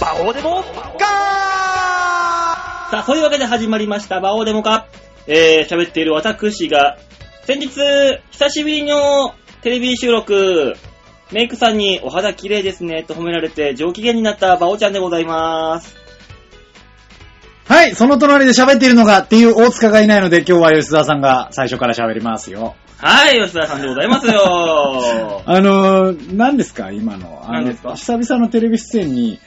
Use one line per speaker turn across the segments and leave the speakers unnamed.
バオデモガーさあ、そういうわけで始まりました、バオデモカ。えー、喋っている私が、先日、久しぶりのテレビ収録、メイクさんにお肌綺麗ですねと褒められて上機嫌になったバオちゃんでございます。
はい、その隣で喋っているのがっていう大塚がいないので、今日は吉沢さんが最初から喋りますよ。
はい、吉田さんでございます よ。
あのー、何ですか今の。あ
何
の
ですか
久々のテレビ出演に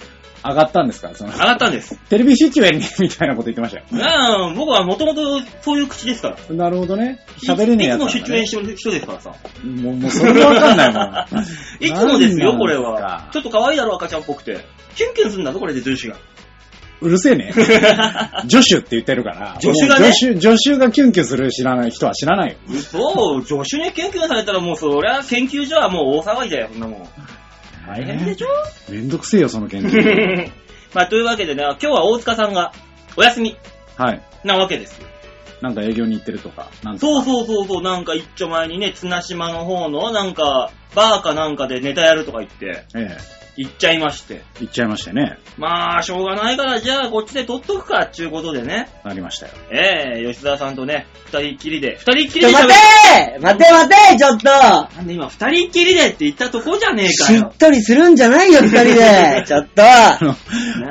上がったんですかその
上、がったんです。
テレビ出演にみたいなこと言ってましたよ。
なあ、僕はもともとそういう口ですから。
なるほどね。喋れねえやつ
いつも出
なんだね、
演してる人ですからさ。
もう、もうそれがわかんないもん。
いつもですよ、
何なんですか
これは。ちょっと可愛いだろ、赤ちゃんっぽくて。キュンキュンするんだぞ、これで女子が。
うるせえ ね。助手って言ってるから。
助手がね
もう助手、助手がキュンキュンする知らない人は知らないよ。
嘘、助手にキュンキュンされたらもうそりゃ研究所はもう大騒ぎだよ、そんなもん。大変でしょ、
めんどくせえよ、その研究。
まあ、というわけでね、今日は大塚さんがお休み
はい。
なわけですよ。
なんか営業に行ってるとか。なんと
そ
か
うそうそうそう、なんか一丁前にね、綱島の方のなんか、バーかなんかでネタやるとか言って、
ええ。
行っちゃいまして。
行っちゃいましたね。
まあ、しょうがないから、じゃあこっちで撮っとくか、っちゅうことでね。
なりましたよ。
ええ吉沢さんとね、二人っきりで、二人っき
ち
り
ょ、
で
待
喋
て
る。
ー待て待てーちょっと
なんで今、二人っきりでって言ったとこじゃねえか
し
よ
っ。とりするんじゃないよ、二人で ちょっと
あの、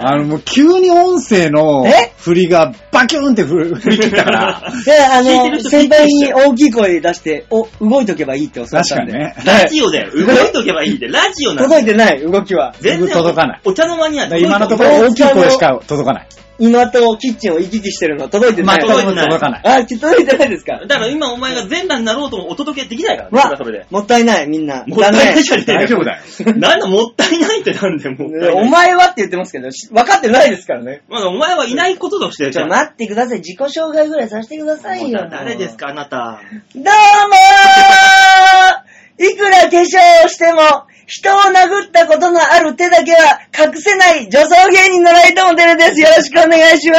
あのもう急に音声の
え
振りがバキューンって振 る振り切ったから。
で、あ
聞いてる
の、
人
先輩に大きい声出して、お、動いとけばいいって教わっ
確
た
か
ん
に
で。
ね。
ラジオだよ。動いとけばいいで。ラジオなんだ
届いてない、動きは。
全然
すぐ届かない
お茶の間には
だから今のところ大きい声しか届かない。
今とキッチンを行き来してるの届いて
全
な
ま
い。
く
あ届いてない
届かない。
あ、ち届いてないですか
だから今お前が全裸になろうともお届けできないからね。それ
わ
はそれで。、
もったいない、みんな。
もったいないじゃねえ
大丈夫 だよ。
よ。なんだもったいないってなんだよ、もっ
残念
たいない。
お前はって言ってますけど、し分かってないですからね。
まだお前はいないこととして
ちょ、待ってください。自己紹介ぐらいさせてくださいよ。
誰ですか、あなた。
どうもーいくら化粧をしても、人を殴ったことのある手だけは隠せない女装芸人のライトモデルです。よろしくお願いしまー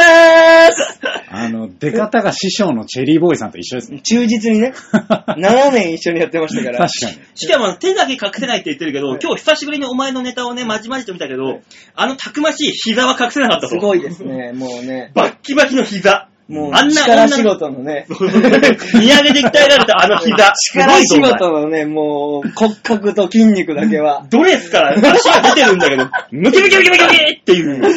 す。
あの、出方が師匠のチェリーボーイさんと一緒ですね。
忠実にね、
確
7年一緒にやってました から。
かに。
しかも手だけ隠せないって言ってるけど、今日久しぶりにお前のネタをね、まじまじと見たけど、あのたくましい膝は隠せなかったぞ
すごいです。ね、もうね。
バッキバキの 膝。
も
あん
う、
な
力仕事のね。
見上げて鍛えられたあの膝。
力仕
すごいぞ
事のね、もう、骨格と筋肉だけは
お前。ドレスから足が出てるんだけど、ムキムキムキムキムキっていう。
い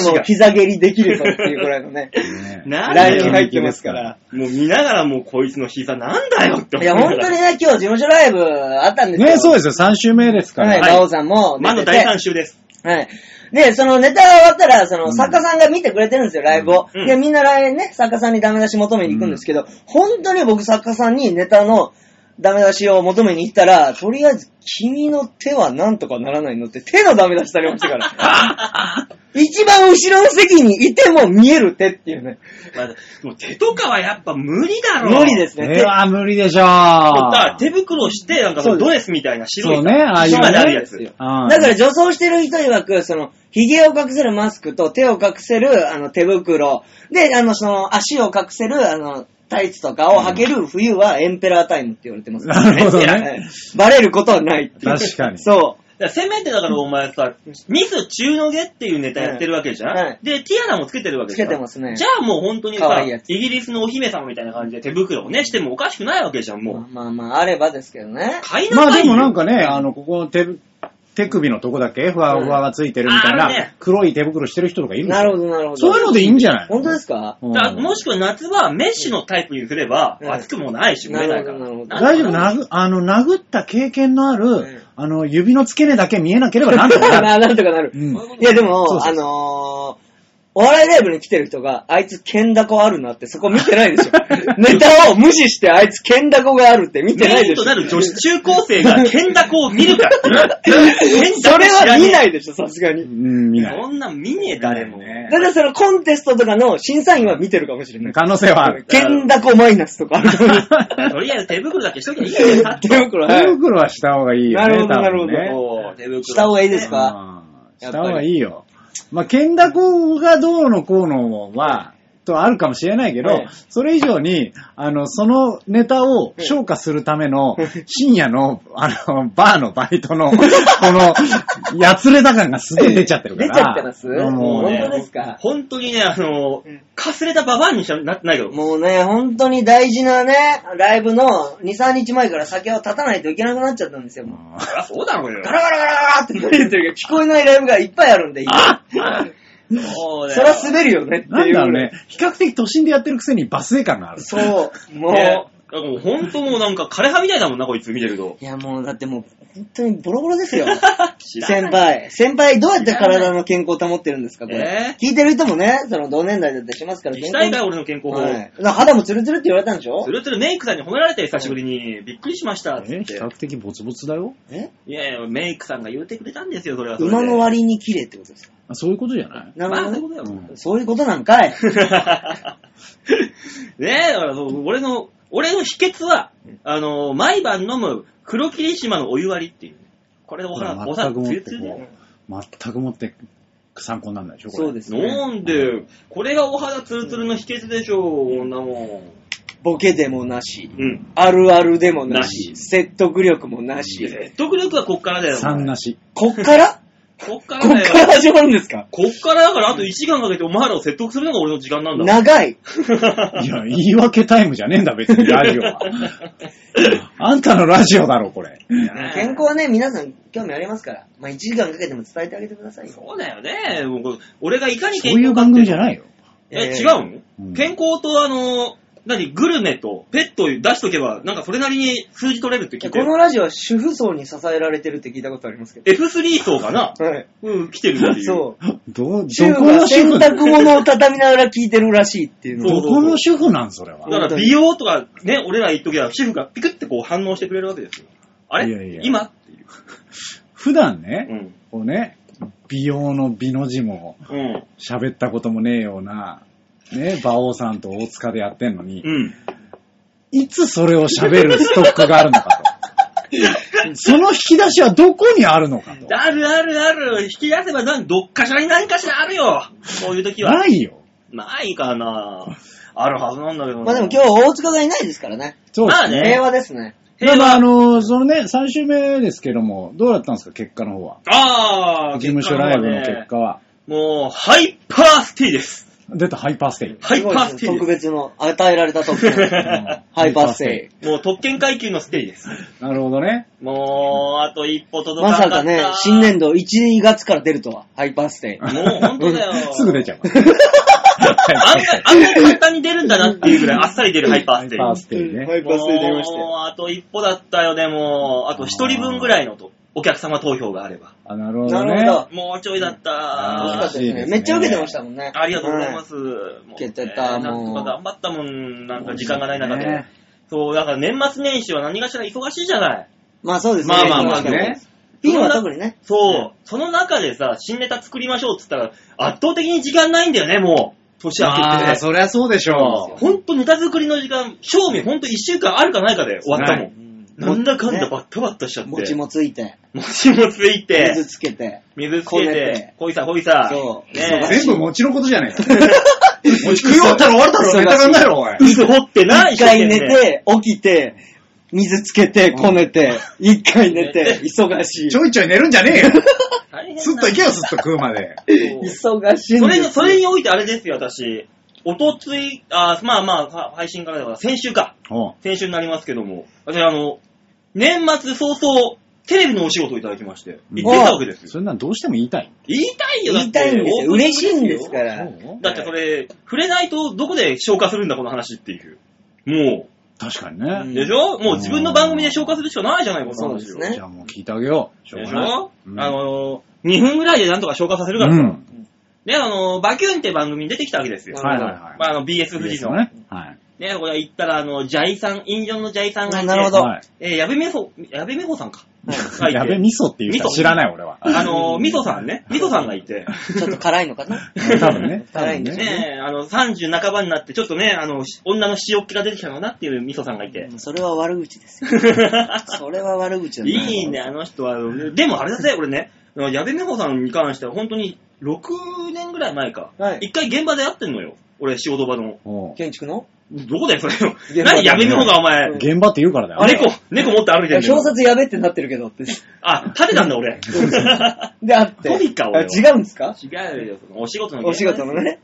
つでも膝蹴りできるぞっていうぐらいのね。
ね
なんだ
ライン
よ
に入ってますから。
もう見ながらもうこいつの膝なんだよって
い
思
や、
なが
本
ら
当にね、今日事務所ライブあったんですよ。
ねそうですよ。3週目ですか
はい、
ら。
はい
馬王さんも
魔
出
の
て
第
て。
3週です。
はい。で、そのネタが終わったら、その
ん
作家さんが見てくれてるんですよ、ライブを。
うん
で、みんな来ね、作家さんにダメ出し求めに行くんですけど、本当に僕作家さんにネタのダメ出しを求めに行ったら、とりあえず、君の手はなんとかならないのって、手のダメ出しされましたから。一番後ろの席にいても見える手っていうね。
まあもう手とかはやっぱ無理だろ。
無理ですね。
え
手
は無理でしょう。
だから手袋して、なんかもうドレスみたいな白い
そうねああいう
紐
ね
がなるやつ。
うん
だから女装してる人曰く、その、髭を隠せるマスクと手を隠せる、あの、手袋。で、あの、その、足を隠せる、あの、タイツとかを履ける冬はエンペラータイムって言われてます。
なるほど
は
ね。
いバレることはないっていう。
確かに
そ
だからせめてだからお前さ、ミス中の下っていうネタやってるわけじゃん、
はいはい
で、ティアラもつけてるわけじゃん
つけてますね
じゃあもう本当に
か
さ、
わいい
イ
やつ
ギリスのお姫様みたいな感じで手袋をね、してもおかしくないわけじゃん、
う。
もう。
まあまあまあ、あればですけどね。
買いな
まあ
さ
で
いよ
もなんかね、あの、ここ手、手首のとこだけふわふわがついてるみたい
うんある
な
ね、
黒い手袋してる人とかいるんです
な
よ
るほど、なるほど。
そういうのでいいんじゃない
本当ですか
うん
だからもしくは夏はメッシュのタイプにすれば、
うん
熱くもないし、蒸れないから。
なるほどな
大丈夫、
な
なぐ、あの、殴った経験のある、
うん
あの、指の付け根だけ見えなければなんとかなる。
ななんとかなる。
うん
いや、でも、
そうそう
あのー、お笑いライブに来てる人が、あいつ、ケンダコあるなって、そこ見てない でしょ。ネタを無視して、あいつ、ケンダコがあるって見てな
メ
い
イン
でし
と
ょ。
なる女子中高生が剣ダコを見るか。剣。
それは見ないいでしょ、さすがに。
うん、見ない。
そんなん見ねえ、誰も。
ね
だってそのコンテストとかの審査員は見てるかもしれない。
可能性はある。
ケンダコマイナスとかある かもしれない
とりあえず手袋だけしときゃいいよね。
手袋、 は
手
い。
袋はした方がいいよね。
なるほど
多分
なるほど
ね
そう手袋。
した方がいいですか
うん
や
し
ったぱり
方がいいよ。まあ、剣だこがどうのこうのは、とはあるかもしれないけど、
はい
それ以上に、あの、そのネタを消化するための、深夜の、あの、バーのバイト の、この、やつれた感がすごい出ちゃってるから。
出ちゃってます
もうね、
本当ですか
本当にね、あの
うん、
かすれたババアにしかなってないけど。
もうね、本当に大事なね、ライブの2、3日前から酒を立たないといけなくなっちゃったんですよ。もう
そりゃそうだろうよ。
ガラガラガラガラって言ってるけど、聞こえないライブがいっぱいあるんで、今。
そうだ
そ
よ
ら滑るよねって
なん
いう。
だろうね、比較的都心でやってるくせにバスエ感がある。
そう、もう。
ねもう本当もうなんか枯葉みたいだもんな、こいつ見てると。
いやもう、だってもう、本当にボロボロですよ。
知ら
先輩。先輩、どうやって体の健康を保ってるんですか、これ。
え
聞いてる人もね、その同年代だったりしますから、
聞きたいかい、
健
俺の健康
康
法。
はい。だから肌もツルツルって言われたんでしょ
つるつるメイクさんに褒められて、久しぶりに。びっくりしました。って
え比較的ボツボツだよ
え
いやいや、メイクさんが言うてくれたんですよ、それはそれで。
馬の割に綺麗ってことですか
あそういうことじゃない
なる
まあ、
ほ
そういう
ど
ことだよ。
ね。
うん
そういうことなんかい。
ねえ、だからそう 俺の、俺の秘訣は、あの、毎晩飲む黒霧島のお湯割りっていう。これでお腹、お
全
腹、
くも
つ
っ
ゆ
て
つゆで。
こう、全くもって参考にならないでしょ、これ。
そうですね。
飲んで、これがお肌ツルツルの秘訣でしょう、こんなも
ボケでもなし、
ん。うん。
あるあるでもなし、
なし
説得力もなし。
説得力はこっからだよ。
三なし。
こっから
こっか
こ
ら
っ
だ
から
よ。
始まるんですか
こっからだからあと1時間かけてお前らを説得するのが俺の時間なんだ。
長い。
いや、言い訳タイムじゃねえんだ、別に、ラジオは。あんたのラジオだろ、これ。
健康はね、皆さん興味ありますから、まあ1時間かけても伝えてあげてくださいよ。
そうだよね。もうこれ俺がいかに
そ
健
ういう
康か
番
って
組
い
じゃ
う。
ないよ。
え、
え
違
ー
うの、
うん
健康とあの、何、グルメとペットを出しとけば、なんかそれなりに数字取れるって聞いて
こ
る。
のラジオは主婦層に支えられてるって聞いたことありますけ
F3 層かな
ど。はい。
うん、来てるっていう。
そう。
ど、ど
主
こ
婦が
の主
洗
婦、
濯物を畳みながら聞いてるらしいっていうの。
そう
どこの主婦なん、それは。
だから美容とかね、俺ら言っときゃ、主婦がピクってこう反応してくれるわけですよ。あれ
いやいや
今っていう。
普段
う
ね、
ん。
こうね、美容の美の字も
うん。
喋ったこともねえような、ね、馬王さんと大塚でやってんのに、
うん。
いつそれを喋るストックがある のかと。その引き出しはどこにあるのかと。
あるあるある。引き出せばなんどっかしらに何かしらあるよ。そういう時は。
ないよ。
ないかな。あるはずなんだけどな。
まあでも今日大塚がいないですからね。
そうです
まあね
ね。
平和ですね。
ま
平和
あまあ、あの、そのね、3週目ですけども、どうだったんですか、結果の方は。
ああ、
事務所ライブの結
結果
果は。
はね。もう、ハイパースティです。
出た、ハイパーステイ。
ハイ
すご
パ
い
ース
です
テ
ね
イ
特
で
別の、与えられた特別
うん
のハイパーステ
す。もう特権階級のステイです。
イ。なるほどね。。
もう、あと一歩
イ。
届か
ま
なか
さ
った。
かね、新年度1、2月から出るとは、ハイパーステイ。
もう本当だよ
すぐ出ちゃ います。ハイ
あんな、あんなに簡単に出るんだなっていうぐらいあっさり出るハイパーステイ。
パーステイね。
イ
もう、あと一歩だったよね、もう。あと一人分ぐらいのと、お客様投票があれば。
あなるほど
なるほ
ね
ど。
もうちょいだった。
惜しか
あ
ったですね。めっちゃ受けてましたもんね。
りがとうございます。もう
受けてた
なん
もう
とか頑張ったもん、なんか時間がない中で
ね。
そう、だから年末年始は何かしら忙しいじゃない。
まあそうですね。
まあまあまあ
確かに
ね。
ピンは特にね。
そう、その中でさ、新ネタ作りましょうって言ったら、圧倒的に時間ないんだよね、もう。年明け
あ
て
あ、。そりゃそうでしょう。
ほんとネタ作りの時間、賞味ほんと1週間あるかないかで終わったもん。なんだかんだ
ね
バッタバッタしちゃって。
餅もついて、
餅もついて、
水つけて。
水つけ
こね
て
て、
ほいさほいさ。
そう
ねえ
全部餅のことじゃねえか。餅食い終わったら終わったろ、
忙しい
ネタ考えろ、おい。
水掘ってな、
一回寝
一生懸
て、起きて、水つけて、こねて、一回寝て、忙しい
ち。ょいちょい寝るんじゃねえよ。
命。
すっと行けよ、すっと食うまで。
そう
忙しいん
そ
で
れに、
す。
それにおいてあれですよ、私。おとつい、あ、まあまあは、配信からだから、先週か。
おう
先週になりますけども。私、あの、年末早々、テレビのお仕事をいただきまして、行ってきたわけですよ。
そんなんどうしても言いたい。
言いたいよ、だっ
言
て
いたいんですよ。嬉しいんですか
よ
ら。
そう
だってそれ、触れないとどこで消化するんだ、この話っていう。も
確かに
う
う、
ね。
ん
でしょもう自分の番組で消化するしかないじゃない、この話を。
そうですね
じゃあもう聞いてあげよう。しょ
で
う
し
がない
ょ、。
うん
あ、のー、2分ぐらいでなんとか消化させる
う
からさ。
ん。
で、あのー、バキューンって番組に出てきたわけですよ。
はいはいはい。
まあ、あの、BS 富士の。ね、
ね。はい。
そこで行ったら、あの、ジャイさん、インジョンのジャイさんがいて、
なるほど
はい
えー、矢部美穂、矢部美穂さんか。がいて
やべ、味噌っていう人は知らない俺は。
あのー、みそさんね。みそさんがいて。
ちょっと辛いのかな
多分ね。
辛いんでね
ねえ、あの、30半ばになって、ちょっとね、あの、し女の塩っ気が出てきたのかなっていうみそさんがいて。
それは悪口ですよ。それは悪口だない
いね、あの人は。でもあれだぜ、俺ね、あの矢部美穂さんに関しては本当に6年ぐらい前か。
はい
一回現場で会ってんのよ。俺、仕事場の。
おう
建築の
どこだよ、それ。
現場だ
何
ね
やめるのか、お前。
現場って言うからだよ。
れ
猫、猫持って歩い
い
てん
や
だ
表
よ。
札やべってなってるけどって。
あ、立てたんだ、俺。
で、あって。
コミカ
あ
俺は
違うんですか
違うよ、そのお仕事の。
お仕事の。ね。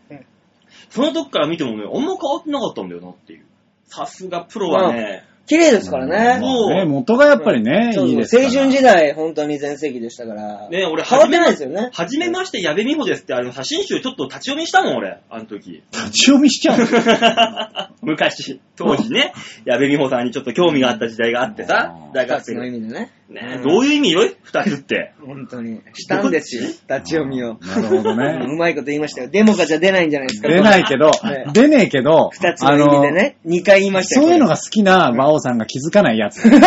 その時から見てもね、あんま変わってなかったんだよなっていう。さすがプロはね、
綺麗ですからね。
もう
まあね元がやっぱりね、
そうそう
いいですから
青春時代、本当に全盛期でしたから。
ね、俺、
変わってないですよね。
はじめまして、矢部美穂ですって、あの、写真集ちょっと立ち読みしたもん、俺、あの時。
立ち読みしちゃう。
昔、当時ね、矢部美穂さんにちょっと興味があった時代があってさ
う、ん
大
二
学
つ
生
の意
ね
味でね。うん
どういう意味よ、二人って。
本当に。したんですよ。立ち読みを。
なるほど
うんう
ね。
まいこと言いましたよ。デモかじゃ出ないんじゃないですか。
出ないけど、出ねえけど、
二つの意味でね。二回言い
あの
ましたよ。
そういうの
が。
が好きな馬王さんが気づかないや つ。ね。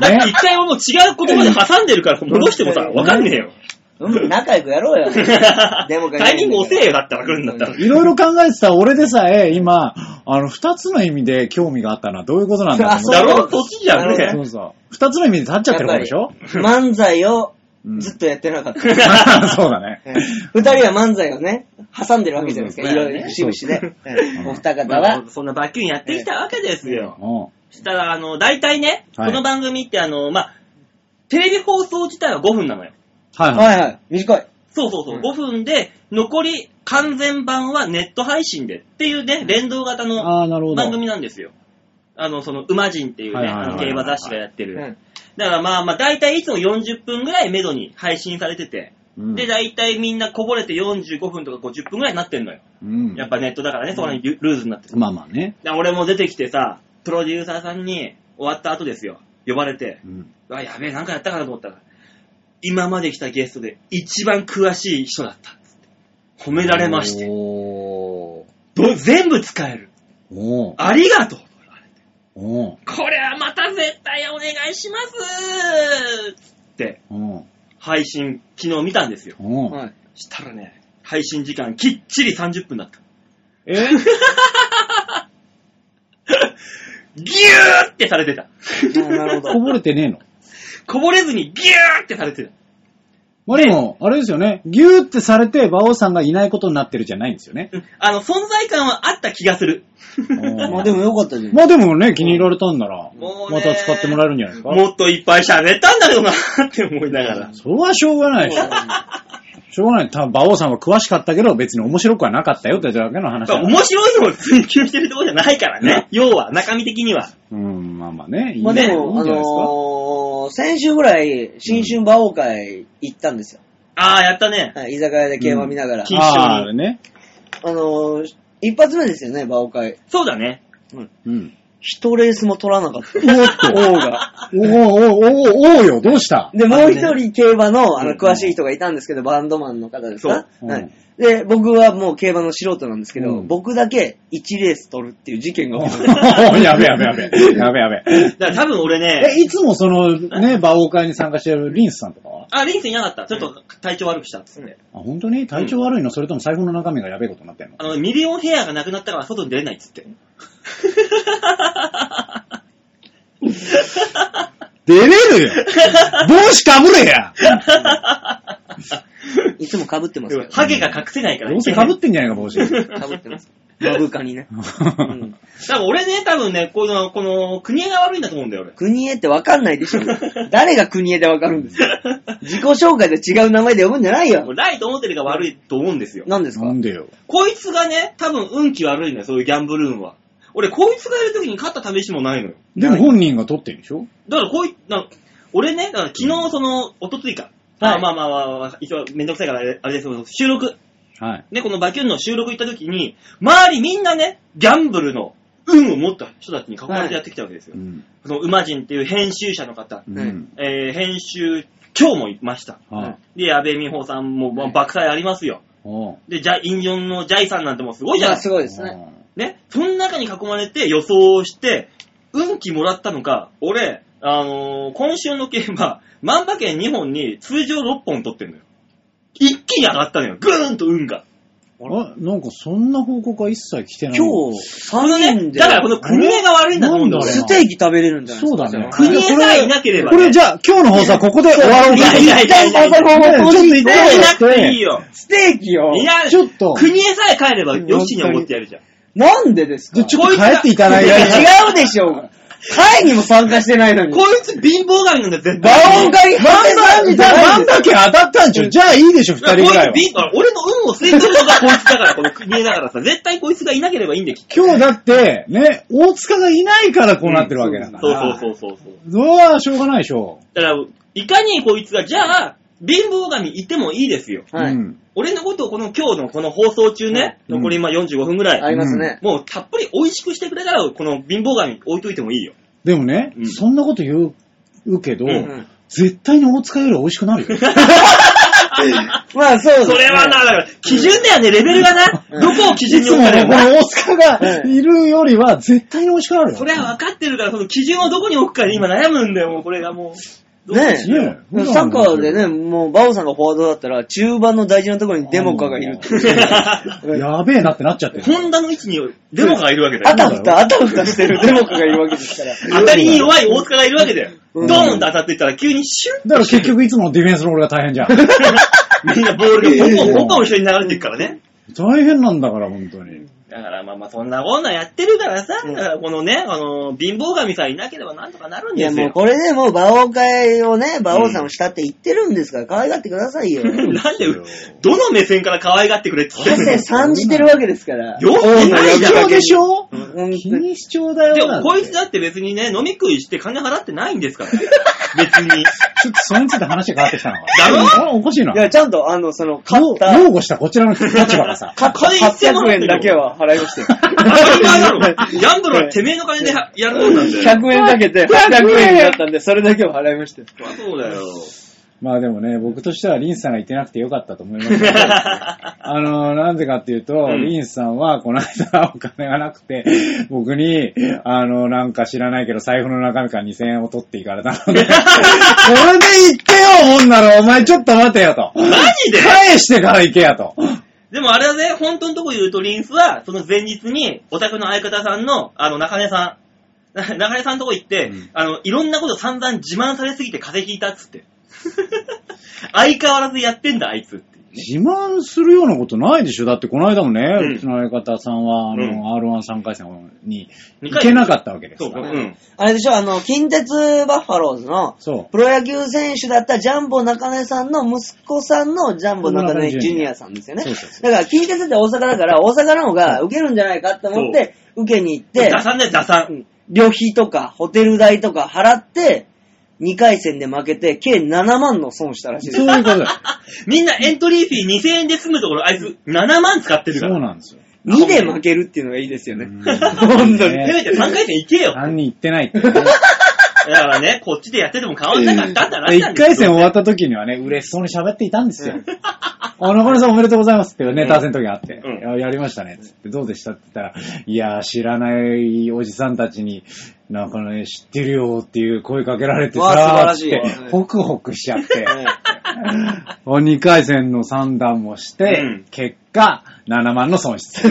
だって一回もう違う言葉で挟んでるから、戻してもさ、わかんねえよ。
うん仲良くやろうよ。デモか
タイミング遅えよ、だったら来るんだったら。
いろいろ考えてた俺でさえ、今、あの、二つの意味で興味があったのはどういうことなんだと
だ
思っ
ろそっちじゃん
て。
なる
そ
ね。
うそう。二つの意味で立っちゃってるからでしょ
漫才を
うん
ずっとやってなかった。
そうだね。
ええ二人は漫才をね、挟んでるわけじゃないですか。
うん
いろいろ、しぶしで。ええお二方
ま
は
あ、そんなバッキュンやってきたわけですよ。
うん
したら、あの、大体ね、
はい
この番組ってあの、まあ、テレビ放送自体は5分なのよ。
はいはい。
はいはい、短い。
そうそうそう、
うん
5分で、残り完全版はネット配信でっていうね、連動型の
ああ、なるほど。
番組なんですよ。あの、その、馬人っていう
はい
ね、
はいはい
あ
はい
の競馬雑誌がやって
う
る。
ん
だからまあまあ、大体いつも40分ぐらい目処に配信されてて、
うん
で、大体みんなこぼれて45分とか50分ぐらいになってんのよ。
うん
やっぱネットだからね、そこにルルーズになってる
まあまあね。
で俺も出てきてさ、プロデューサーさんに終わった後ですよ、呼ばれて、
うん
うわ、やべえ、なんかやったかなと思ったら、今まで来たゲストで一番詳しい人だったっつって。褒められまして。
おー
ど全部使える。
おー
ありがとう。
おー
これはまた絶対お願いしますつって、
おー
配信、昨日見たんですよ。
おー
はい。
したらね、配信時間きっちり30分だった。
え
ぎゅーってされてた。
なるほ
こ
ど。
ぼれてねえの
こぼれずにぎゅーってされてた。
まあでも、あれですよね。ギューってされて、馬王さんがいないことになってるじゃないんですよね。
うんあの、存在感はあった気がする。
まあでもよかったじゃん。
まあでもね、気に入られたんなら、
もうね
また使ってもらえるんじゃないですか。
もっといっぱい喋ったんだけどなって思いながら。
それはしょうがないでしょ。しょうがない。多分、馬王さんは詳しかったけど、別に面白くはなかったよってだけの話だから
面白いのを追求してるところじゃないからね。要は、中身的には。
うん、まあまあね。いい
まあで
いい
も、
ん
あ
じゃないですか。
のー、先週ぐらい、新春馬王会行ったんですよ。
ああ、やったね。
はい、居酒屋で競馬見ながら
うん。
ああ、あれね。
あのー、一発目ですよね、馬王会。
そうだね。
うん。
一レースも取らなかった。
お
王
お
が。
おおおおおよ、どう した
で、もう一人競馬の、あの、
うん
詳しい人がいたんですけど、バンドマンの方ですか
そう
はい。で、僕はもう競馬の素人なんですけ
う
ど、
ん
僕だけ1レース取るっていう事件が起きて
おやべやべやべ。やべやべ。
だから多分俺
え、
ね、
いつもその、ね、馬王会に参加してるリンスさんとかは
あ、リンスいなかった。ちょっと体調悪くしたっつって。
あ、本当に体調悪いのそれとも財布の中身がやべえことになってんの
あの、ミリオンヘアがなくなったから外に出れないっつって。
出れるよ帽子かぶれや
いつも被ってますけど。
ハゲが隠せないから。
どうせ 被 ってんじゃないか、帽子。
被ってます。マブカにね。うん
多分俺ね、多分ね、この、この、国が悪いんだと思うんだよ、俺。
国枝ってわかんない でしょ。誰が国枝でわかるんですか自己紹介で違う名前で呼ぶんじゃない
も
よ
う。ライト思ってるが悪いと思うんですよ。
何です か
なんでよ。
こいつがね、多分運気悪いんだよ、そういうギャンブル運は。俺、こいつがいる時に勝った試しもないのよ。
でも本人が取ってるでしょ
だからこういな俺ね、だから昨日その、おとついか。
はい
あまあまあまあまあ、一応めんどくさいからあれあれですけど、収録。
はい。
ね、このバキュンの収録行った時に、周りみんなね、ギャンブルの運を持った人たちに囲まれてやってきたわけですよ。
うん。
その、馬人っていう編集者の方、
うん。
えー、編集長もいました。
はい。
で、安倍美穂さんも、まあ、爆災ありますよ。
おう
で、ジャイ、インジョンのジャイさんなんてもうすごいじゃ
ま
ない
あ
です
す
か。
ごいですね。
ね、その中に囲まれて予想をして、運気もらったのか、俺、あのー今週の競馬、万馬券2本に通常6本取ってんのよ。一気に上がったのよ。ぐーんと運が。
あれなんかそんな報告は一切来てない。
今日、
この
3人
ね、
で、
だからこの国枝が悪いんだと思うんだ
なんだ
俺
ろ
は
ス。テーキ食べれるんじゃない
そうだね。
国枝さえいなければね
これじゃあ、今日の放送はここで終わろうか。
いやいやいやいや
ちょっと一
国枝いな
回
くていいよ。
ステーキよ。
いや、
ちょっと
国枝さえ帰れば、ヨッシーに思ってやるじゃん。
なんでです
じゃあ
か
ちょっと帰っていただい
いや
て。
違うでしょ。会にも参加してないのに。
こいつ貧乏神なんだ、絶対。
バオンガリ
バン
さ
ダ
ん
ー、
み
じゃ
たい
あバ
な
ンダー券当たったんでしょじゃあいいでしょ、二人ぐらいは。
こいつ貧俺の運を吸い取るのがこいつだから、この国枝だからさ、絶対こいつがいなければいいんだよ、きっと
今日だって、ね、大塚がいないからこうなってるわけだから。
そうそうそうそう。
うわしょうがないでしょ。
だから、いかにこいつが、じゃあ、貧乏神いてもいいですよ。
は
う
い。
ん
俺のことをこの今日のこの放送中ね、
うん
残りまあ45分ぐらい、
ありますね。
もうたっぷり美味しくしてくれたら、この貧乏神置いといてもいいよ。
でもね、
うん
そんなこと言うけど、
うん
うん
絶対に大塚より美味しく なるよ。
まあそうです
そ
ね
れはな、だから、基準だよね、レベルがな。
うん
どこを基準
い
に
つも
置くかだ
ね、
よ
この
な。
大塚がいるよりは絶対に美味しくなるよ。
それは分かってるから、その基準をどこに置くかで今悩むんだよ、もうこれがもう。どうしよう
ねえ
サッカーでね、もう、バオさんがフォワードだったら、中盤の大事なところにデモカがいるっ ていう。
やべえなってなっちゃってる。
ホンダの位置にデモがいるわけだ
あ
よ。
たふた、あたふたしてるデモカがいるわけですから。
当たりに弱い大塚がいるわけだよ。ド
う
ー
ん
ンと当たっていったら急にシュッ
だから結局いつものディフェンスの俺が大変じゃん。
みんなボールがボコボコ一緒に流れていくからね。
大変なんだから、本当に。
だからまあまあそんなこんなやってるからさ、
うん
だからこのね、あの、貧乏神さえいなければなんとかなるん
い
で
や
す
もう
よ。
これでもう馬王会をね、馬王さんを慕って言ってるんですから、可愛がってください よ。
なんで、どの目線から可愛がってくれって言ってんの
汗参じてるわけですから。
よくないじゃん。
でしょ
うん
気にしちょうだよ。
でもこいつだって別にね、飲み食いして金払ってないんですから。別 に。
ちょっとそれについて話が変わってきたのか。
だろ
あおかしいな。
いや、ちゃんと、あの、その、買
よ
った、
擁護したこちらの立場がさ。
買った
金一千万
800円だけは払いましたよ。
当たり前 だろ。ギャンブルはてめえの金でややるもんなんだよ。
100円かけて800円だったんで、それだけは払いましたよ。
そうだよ。
まあでもね、僕としてはリンさんがいてなくてよかったと思いますけど、 あの、なんでかっていうと、
ん
リンさんはこの間お金がなくて、僕に、あの、なんか知らないけど財布の中身から2000円を取っていかれたので、これで行ってよ、ほんなら、お前ちょっと待てよと。
マジで
返してから行けやと。
でもあれはね、本当のとこ言うと、リンスは、その前日に、お宅の相方さんの、あの、中根さん、 中根さんのとこ行って、
うん
あの、いろんなこと散々自慢されすぎて風邪ひいたっつって。 相変わらずやってんだ、あいつって。
自慢するようなことないでしょだってこの間もね、
う
うんちの相方さんは、
う
あ
ん
の、R13 回戦に行けなかったわけです
そう
か
か、
ら
う
ね。
ん。
あれでしょ、あの、近鉄バッファローズの、
そう。
プロ野球選手だったジャンボ中根さんの息子さんのジャンボ中根ジュニアさんですよね。
そうそうそ
だから、近鉄って大阪だから、大阪の方が受けるんじゃないかって思って、受けに行って、
打算だよ、打算。
旅費とかホテル代とか払って、2回戦で負けて、計7万の損したらしいで
そ
す
う。いうことだよ。
みんなエントリーフィー2000円で済むところ、あいつ7万使ってるか
そ
ら。
うなんですよ。
2で負けるっていうのがいいですよね。
本
せめて3回戦行けよ。
3人行ってないっていうね。
だからね、こっちでやってても変わんなかったんだな。
で、1回戦終わった時にはね、嬉しそうに喋っていたんですよ。あ、中根さんおめでとうございますってネタ合わせの時があって、
うん
いややりましたねっつって、どうでしたって言ったら、いやー、知らないおじさんたちに、中根知ってるよっていう声かけられて
わあ素晴
さ、
ら
つ
し
っ
い
て、ホクホクしちゃって、2回戦の3段もして、
うん
結果、7万の損失。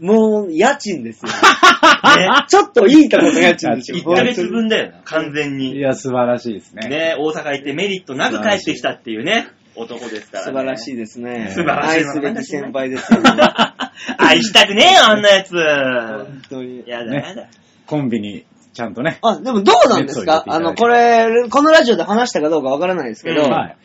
もう、家賃 ですよ。
ね
ちょっといいとこの家賃ですよ。
一
1ヶ月分だよな、完全に
い。や、素晴らしいですね。
ね、大阪行ってメリットなく帰ってきたっていうね、男ですから、ね。
素晴ら し
い。
いですね。
素晴ら
しい
愛すべき先輩で すよ、ね。
愛したくねえよ、あんなやつ。
本当に。
やだ
ね
やだ。
コンビに、ちゃんとね。
あ、でもどうなんですか
熱を入
あ
れ
の、
てい
こ
た
れ、このラジオで話したかどうかわからないですけど、
うん
はい。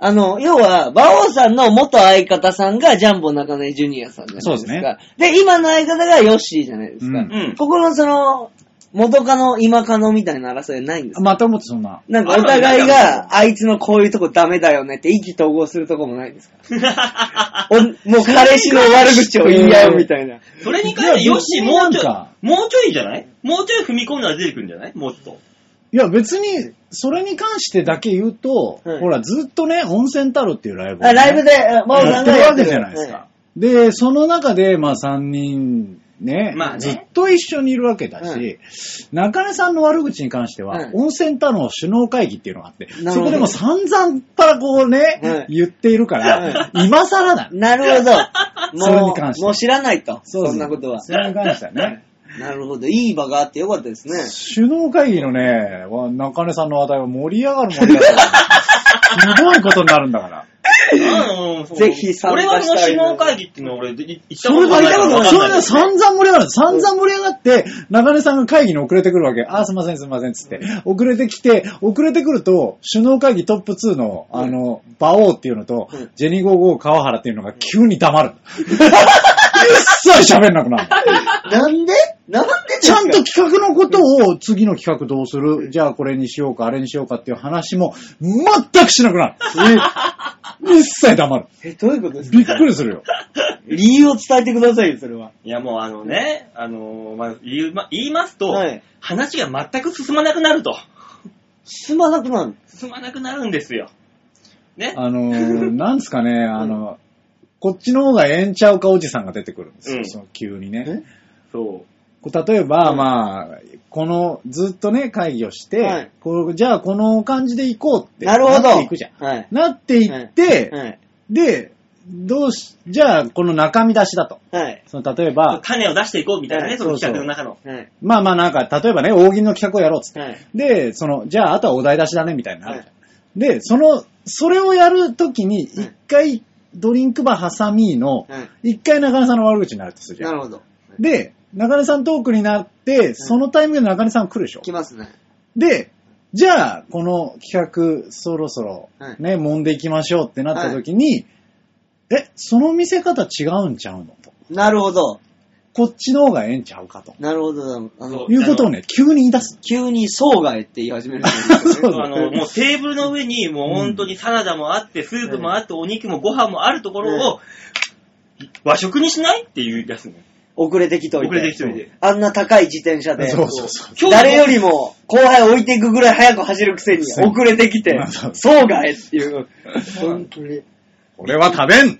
あの、要は、馬王さんの元相方さんがジャンボ中根ジュニアさんじゃないです
そうです
か。で今の相方がヨッシーじゃないですか。
うん
うん
ここのその、元カノ、今カノみたいな争いはないんですか
またもっとそんな。
なんかお互いが、あいつのこういうとこダメだよねって意気投合するとこもないんですかおもう彼氏の悪口を言い合うみたいな。
それに関して、
いや
よし、もうちょい
別になんか、
もうちょいじゃないもうちょい踏み込んだら出てくるんじゃないもうちょっと。
いや、別に、それに関してだけ言うと、
はい
ほら、ずっとね、温泉太郎っていうライブをね、
あライブで、まお
や
さ
っ
ん
て
が
るわけじゃないですか。
は
で、その中で、まあ、3人ね、
まあね
ずっと一緒にいるわけだし、中根さんの悪口に関しては、
うん
温泉太郎首脳会議っていうのがあって、
ど
そこでもう散々からこうね、
うん
言っているから、今更だ。
なるほど。
それ
も
に関し
う、
て
もう知らないと。
う
そ
です
んなことは。
それに関してはね。
なるほど。いい場があってよかったですね。
首脳会議のね、わ中根さんの話題は盛り上がる盛り上がる。すごいことになるんだから。
うんそう
ぜひ参加
俺
したい
はもう首脳会議っていうのは俺、行ったこと
そ
が
れ
ないか
で
らわかんないけど。
散々盛り上がる。散々盛り上がって、中根さんが会議に遅れてくるわけ。あー、すいません、すいません、つって。遅れてきて、遅れてくると、首脳会議トップ2の、あの、馬王っていうのと
うん、
ジェニーゴーゴー川原っていうのが急に黙る。 一切喋んなくなる。
なんでなんでです
ちゃ
か
んと企画のことを、次の企画どうするじゃあこれにしようか、あれにしようかっていう話も、全くしなく なる。一切黙る。
え、どういうことです
びっ
か
くりするよ。
理由を伝えてくださいよ、それは。
いやもうあのね、あのーまあ、言うま言いますと、
はい
話が全く進まなくなると。
進まなくなる。
進まなくなるんですよ。ね。
あのー、なんですかね、あの、こっちの方がええんちゃうかおじさんが出てくるんですよ、
うん
その急にね。
そ
こう例えば、まあ、この、ずっとね、会議をして、
はい
こうじゃあこの感じで行こうって。
なるほ
なっ
ど。
ていくじゃん。
はい。
なっていって、
はい。
で、どうし、じゃあこの中身出しだと。
はい。
その例え
う
ば、
種を出していこうみたいな
は
ね、
い
その企画の中の。
はい。
まあまあなんか、例えばね、大喜利の企画をやろうっつって。
はい。
で、その、じゃああとはお題出しだね、みたいになるじゃん
は
で、その、それをやるときに、
うん
一回ドリンクバー挟みの、
はい。
一回中根さんの悪口になるとするじゃ。
なんるほど。
で、中根さんトークになって、そのタイミングで中根さん来るでしょ
来。ますね。
で、じゃあ、この企画、そろそろ
はい、
ね、揉んでいきましょうってなった時に、え、その見せ方違うんちゃうのと。
なるほど。
こっちの方がええんちゃうかと。
なるほど。あ
そ
の
う、
いうことをね、急に言い出す。
急に層外って言い始めるん です
そ
よ
う
ね。
だ
あの、もうテーブルの上に、もう本当にサラダもあって、スープもあって、お肉もご飯もあるところを、和食にしないっていうやつね。
遅れてきといて。
遅れてきといて
あんな高い自転車で。
そうそうそう。
今日
誰よりも後輩置いていくぐらい早く走るくせに
そう
遅れてきて
そう、
そうがえっ ていう。本当に。
俺は食べん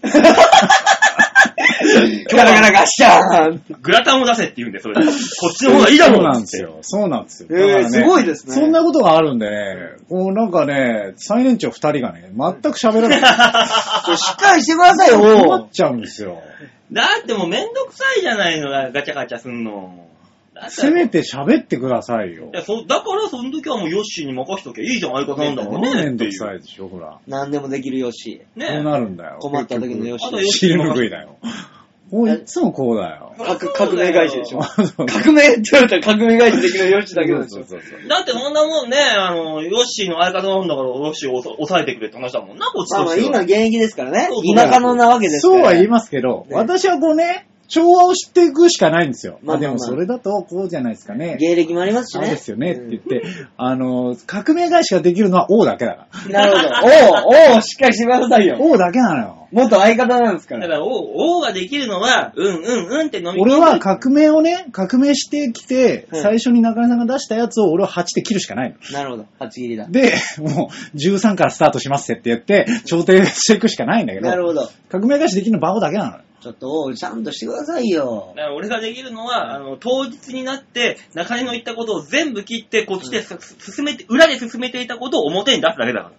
ガラガラガッシャーン
グラタンを出せって言うんで、それで。こっちの方がいいだろ
そう
う
なん
っ
で
つ
す
って。
よ。そうなんですよ。だから
えー、すごいですね。
そんなことがあるんでね、こうなんかね、最年長二人がね、全く喋らない。
そうしっかりしてくださいよ、
困
も
っちゃうんですよ。
だってもうめんどくさいじゃないの、ガチャガチャすんの。だって
せめて喋ってくださいよ
い。や、そ、だからその時はもうヨッシーに任しときゃいいじゃん、相方なんだからね。
めんどく
い
さいでしょ、ほら。
う。 何でもできるよし。
ね
そうなるんだよ。
困った時のよし
あ。と
結局。尻拭いだよ。もういつもこうだよ。
革革命返しでしょ。
そうそう
革命って言われたら革命返しできるよしだけどでしょ。
そうそう
だってそんなもんね、あの、ヨッシーの相方なんだから、ヨッシーを抑抑えてくれって話だもんな、こっち
まあ
と
まあ
しては。
今現役ですからね
そう。そう
今可能なわけですか
そう
ら。
は言いますけど、
ね
私はこうね、調和を知っていくしかないんですよ。
まあ
あ、
ま
で
あまあ
もそれだとこうじゃないですかね。
芸歴もありますし
そう
ね。
ですよねって
うん
言って、あの、革命返しができるのは王だけだか
なるほど。おう、おう、しっかりしてください
ら。
よ。
王だけなのよ。
元相方なんですか
だ
ら。
から、王王ができるのは、うんうんうんって飲み込んで
俺は革命をね、革命してきて、
うん
最初に中根さんが出したやつを俺は8で切るしかないの。
なるほど。八切りだ。
で、もう13からスタートしますってって言って、調停していくしかないんだけど、
なるほど。
革命返しできるのバオだけなのよ。
ちょっと、おうちゃんとしてくださいよ
だ。から俺ができるのは、あの、当日になって、中根の言ったことを全部切って、こっちでさ進めて、裏で進めていたことを表に出すだけだから。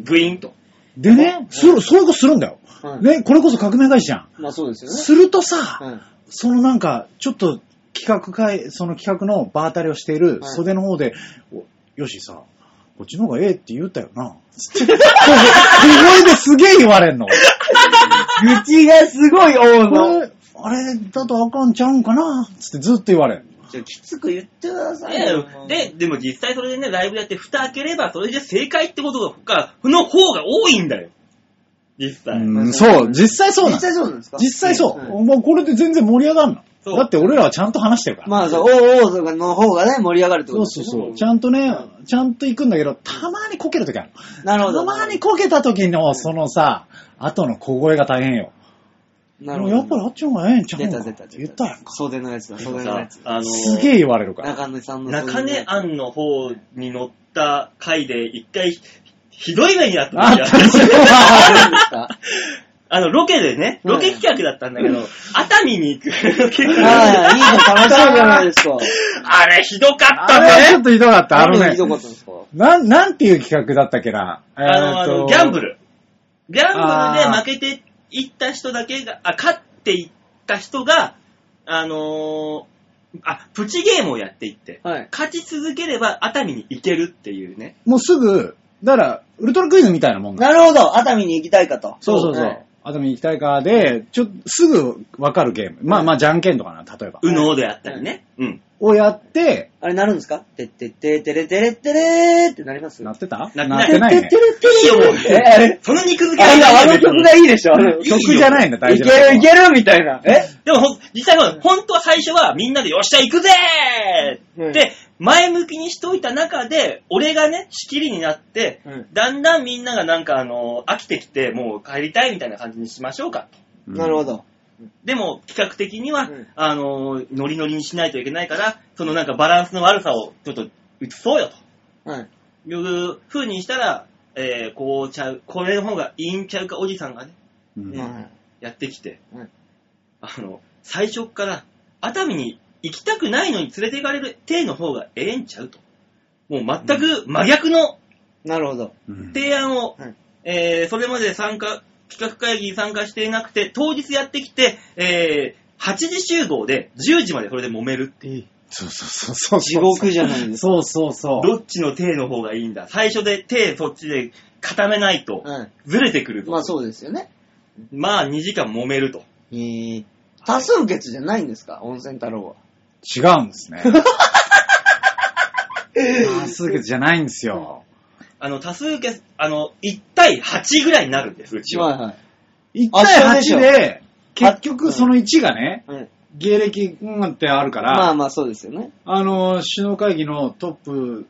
グイーンと。
でね、そうそういうことするんだよ。
うん
ね、これこそ革命返しじゃん。
まあそうですよね。
するとさ、
うん
そのなんか、ちょっと企画会、その企画の場当たりをしている
はい
袖の方で、およしさ、こっちの方がええって言ったよな。つって、小声ですげえ言われんの。こ
愚痴がすごい、おうの。
れ、あれだとあかんちゃうんかなつってずっと言われん。
ちょきつく言ってくださいよ。もう
で、、でも実際それでね、ライブやって蓋開ければ、それで正解ってことが、の方が多いんだよ。実際。
うん、そう、実際そうな
実
の。
際そうなんですか
実際そう。
ん
もうこれで全然盛り上がん
そう
の。だって俺らはちゃんと話してるから。
まあそう、おうおうとかの方がね、盛り上がるってこ
そ
と
う
です
そう
よね
そう。ちゃんとね、ちゃんと行くんだけど、たまにこけるときある。
なるほど。
たまにこけた時の、そのさ、後の小声が大変よ。
な
で
る
も
ほど。
やっぱりあっちの方がええんちゃう
出
の
た
っ
出
て
た出た。
言ったやんか。
袖のやつだ、
でも
袖の
さ
やつ。
あの
すげえ言われるから。
中根さんの袖の
中根
やつ
庵の方に乗った回で一回ひひどい目にあった
あ
時
った
ある
あるんですか
あの、ロケでね、ロケ企画だったんだけど、熱海に行くロケ企画。
はい、いいの楽しいじゃないですか。
あれ、ひどかっ
あ
た
れはちょっ
ね。
とひどかった。あの
何が
ね
ひ、どかったんですか
なん、なんていう企画だったっけな。え
あの、あ
ー
の
と
ギャンブ。ル。ギャンブルで負けていった人だけが、あ、勝っていった人が、あのーあ、プチゲームをやっていって、
はい。
勝ち続ければ熱海に行けるっていうね。
もうすぐ、だから、ウルトラクイズみたいなもんだ。
なるほど、熱海に行きたいかと。
そうそうそ。
はいう
熱海行きたいかで、ちょ、すぐわかるゲーム。まあまあ、じゃんけんとかな、例えば。
右脳であったりね。うん。
をやって、
あれなるんですかてってっててれてれてれーってなります
なってた
な
なってない
て
ね
って。れてれ
いいよ、もう。
え、あれ
その肉付けはいいよ
あの曲がいいでしょあの
いいよ
曲じゃないんだ、大
い
事
け
なのは
るいけるみたいな。え
でもほん、実際は、本当は最初はみんなでよっしゃ行くぜーって、前向きにしといた中で、俺がね、仕切りになって、
うん
だんだんみんながなんかあの、飽きてきて、もう帰りたいみたいな感じにしましょうかと。
うん
なるほど。
でも、企画的には、
うん
あの、ノリノリにしないといけないから、そのなんかバランスの悪さをちょっと移そうよと。
はい。
いう風にしたら、えー、こうちゃう、これの方がいいんちゃうかおじさんがね、
うん
ま
やってきて、
うん
あの、最初っから、熱海に行きたくないのに連れて行かれる体の方がええんちゃうと。もう全く真逆の
あなるほど。
うん
提案を、
うん
えー、それまで参加、企画会議に参加していなくて、当日やってきて、えー、8時集合で10時までそれで揉めるっていう。
そうそうそうそう。
地獄じゃないですか。
そうそうそう。
どっちの手の方がいいんだ。最初で手そっちで固めないと、
は
ずれてくる
い。
と。
まあそうですよね。
まあ2時間揉めると。
えー多数決じゃないんですか温泉太郎は。
違うんです ね。多数決じゃないんですよ。
あの、多数決、あの、1対8ぐらいになるんです、うちは。
はい。
1
あそう
対
でしょ
8で、結局その1がね、
うん
芸歴なんてあるから、
まあまあそうですよね。
あの、首脳会議のトップ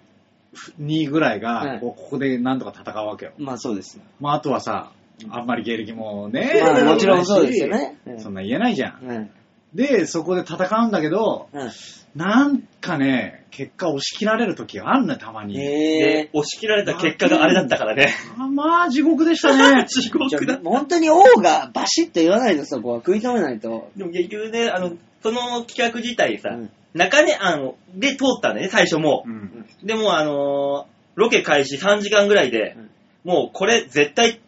2ぐらい
は
が、
い
こうここでなんとか戦うわけよ。
まあそうです。
まあ、あとはさ、あんまり芸歴もね、
まあもちろんそうですよね。
そんな言えないじゃん。
うん。
で、そこで戦うんだけど、なんかね、結果押し切られる時があんね、たま
うん。
に。
で
え、
押し切られた結果があれだったからね。。
あまあ、地獄でしたね
地
ー。じゃ
獄だ
あ。本当に王がバシッと言わないとそこは食い止めないと。
でも結局ね、あの、その企画自体さ、
うん
中根案で通ったんだよね、最初も
う。ん。
でも、あのーロケ開始3時間ぐらいで、
うん
もうこれ絶対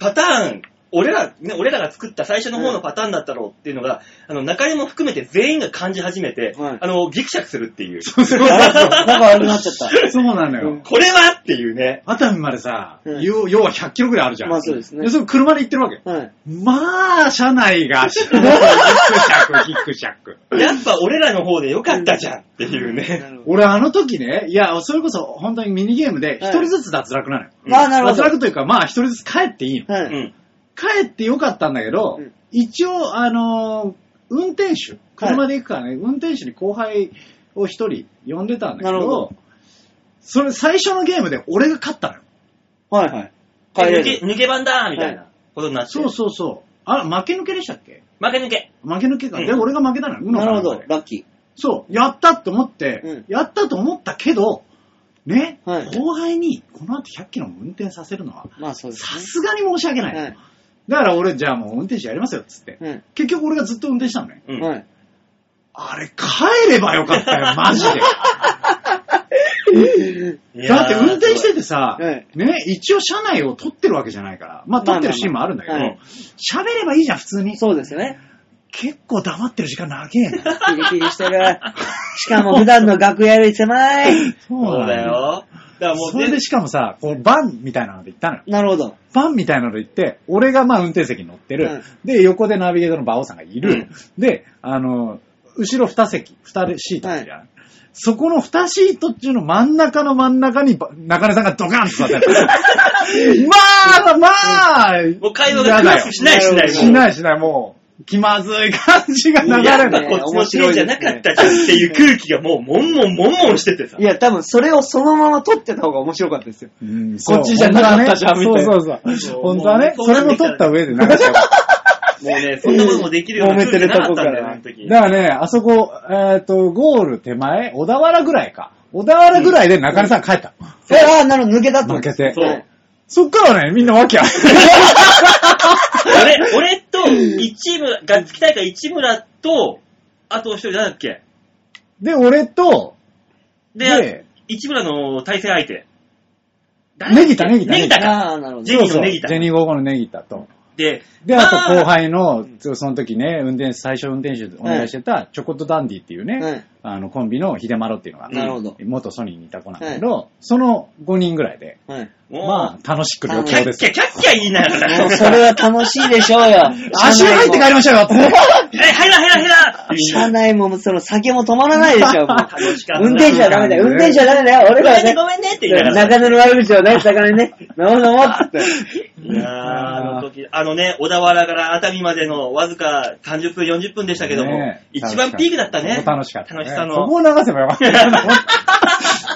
パターン、俺ら、ね、俺らが作った最初の方のパターンだったろうっていうのが、あの、中根も含めて全員が感じ始めて、
はい
あの、ギクシャクするっていう。
なんか悪くなっちゃっ
そうなのよ。
これはっていうね。
熱海までさ、
うん
要要は100キロぐらいあるじゃん。
まあそうですね
それ車で行ってるわけ。
た。はい。
まあ、車内が、ギ クシャク、ギクシャク。
やっぱ俺らの方でよかったじゃんっていうね。
俺、あの時ね、いや、それこそ本当にミニゲームで一人ずつ脱落なのよ。
うん
まあなるほ
脱
ど。
落というか、まあ一人ずつ帰っていいの。
う
はい。
ん。
帰ってよかったんだけど、
うん
一応、あのー運転手、車で行くからね、運転手に後輩を一人呼んでたんだけど、
なるほど
それ最初のゲームで俺が勝ったのよ。
はいはい。帰れ
抜
る
け、。抜け番だーみたいなことになって。
そうそうそう。あ、負け抜けでしたっけ
負け抜け。
負け抜けか。で、
うん
俺が負けたのよ。
なるほど
う。の
ラッキ
そう、やったと思って、
うん
やったと思ったけど、ね、
はい
後輩にこの後100キロも運転させるのは、
ー。まあそうです
さ
ね。
すがに申し訳ない。
はい
だから俺、じゃあもう運転手やりますよ、っつって。
うん。
結局俺がずっと運転したのね。
うん。
はい。
あれ、帰ればよかったよ、マジで。
いやー
だって運転しててさ、
はい
ね、一応車内を撮ってるわけじゃないから、まあ撮ってるシーンもあるんだけど、
まあ
喋、
まあま
ればいいじゃん、普通に。
そうですね。
結構黙ってる時間長えな。
キリキリしてる。しかも普段の楽屋より狭い。
そ
そう
う
だ
だよ。
よ。だからもう
それでしかもさ、こう、バンみたいなので行ったのよ。
なるほど。
バンみたいなので行って、俺がまあ運転席に乗ってる。で、横でナビゲーターの馬王さんがいる。で、あの、後ろ二席、二シートあるじゃん。そこの二シート中の真ん中の真ん中にば、中根さんがドカンと座ってる。 まあ、まあ、
もう会話がクラスしないしない。
しないしない、もう、気まずい感じが流
もう。や
れ
っぱ
る。
こっちのせいじゃなかったじゃんっていう空気がもう、もんもんもんもんしててさ
い。や、多分それをそのまま撮ってた方が面白かったですよ。
うん
こっちじゃなかったじゃんみたいな
そうそうそう。本当はね、
もう
それも取った上で流しちゃう。
もうね、そんなこともできるような空気じゃなかったんだよ、あの時。
だからね、あそこ、えっ、と、ゴール手前、小田原ぐらいか。小田原ぐらいで中根さん帰った。
え、ああ、なるほど、抜けたって。
負けて
そう。
はい
そっからね、みんなわけある。
俺、俺と、一村、が月大会市村と、あと一人誰だっけ
で、俺と、
で
で、
市村の対戦相手。
ネギタネギタ
ネギタか。
ああ、なるほ
ジ
ど。
ェニーのネギタ
ジェニーゴーゴーのネギタと。
で、
で、
ま
あと後輩の、その時ね、運転手、最初運転手でお願いしてた、チョコットダンディっていうね、
はい
あの、コンビのヒデマロっていうのが、
なるほど。
元ソニーにいた子なんだけど、その5人ぐらいで、
はい。
もう
まあ、楽しく旅
キャ
行で
ッ
す
キャ、
よ。
キャッキャ言いなが
も
ら
う、それは楽しいでしょうよ。
足入って帰りましょうよって
え、入ら入ら入らって言
車
いな
内も、その酒も止まらないでしょ、もう
楽しかった
運転手はダメだよ、運転手はダメだよ、俺
ごめ
らは
んね、
ね、
ごめんねって言いながら。
中野の悪口をね、魚にね、飲もう飲もうっつって。
いやーあの時、あのね、小田原から熱海までのわずか30分、40分でしたけども、
ねえ
一番ピークだったね
そ。こ楽しかった、ね。
楽しさ
そこ
の。
を流せばよかった。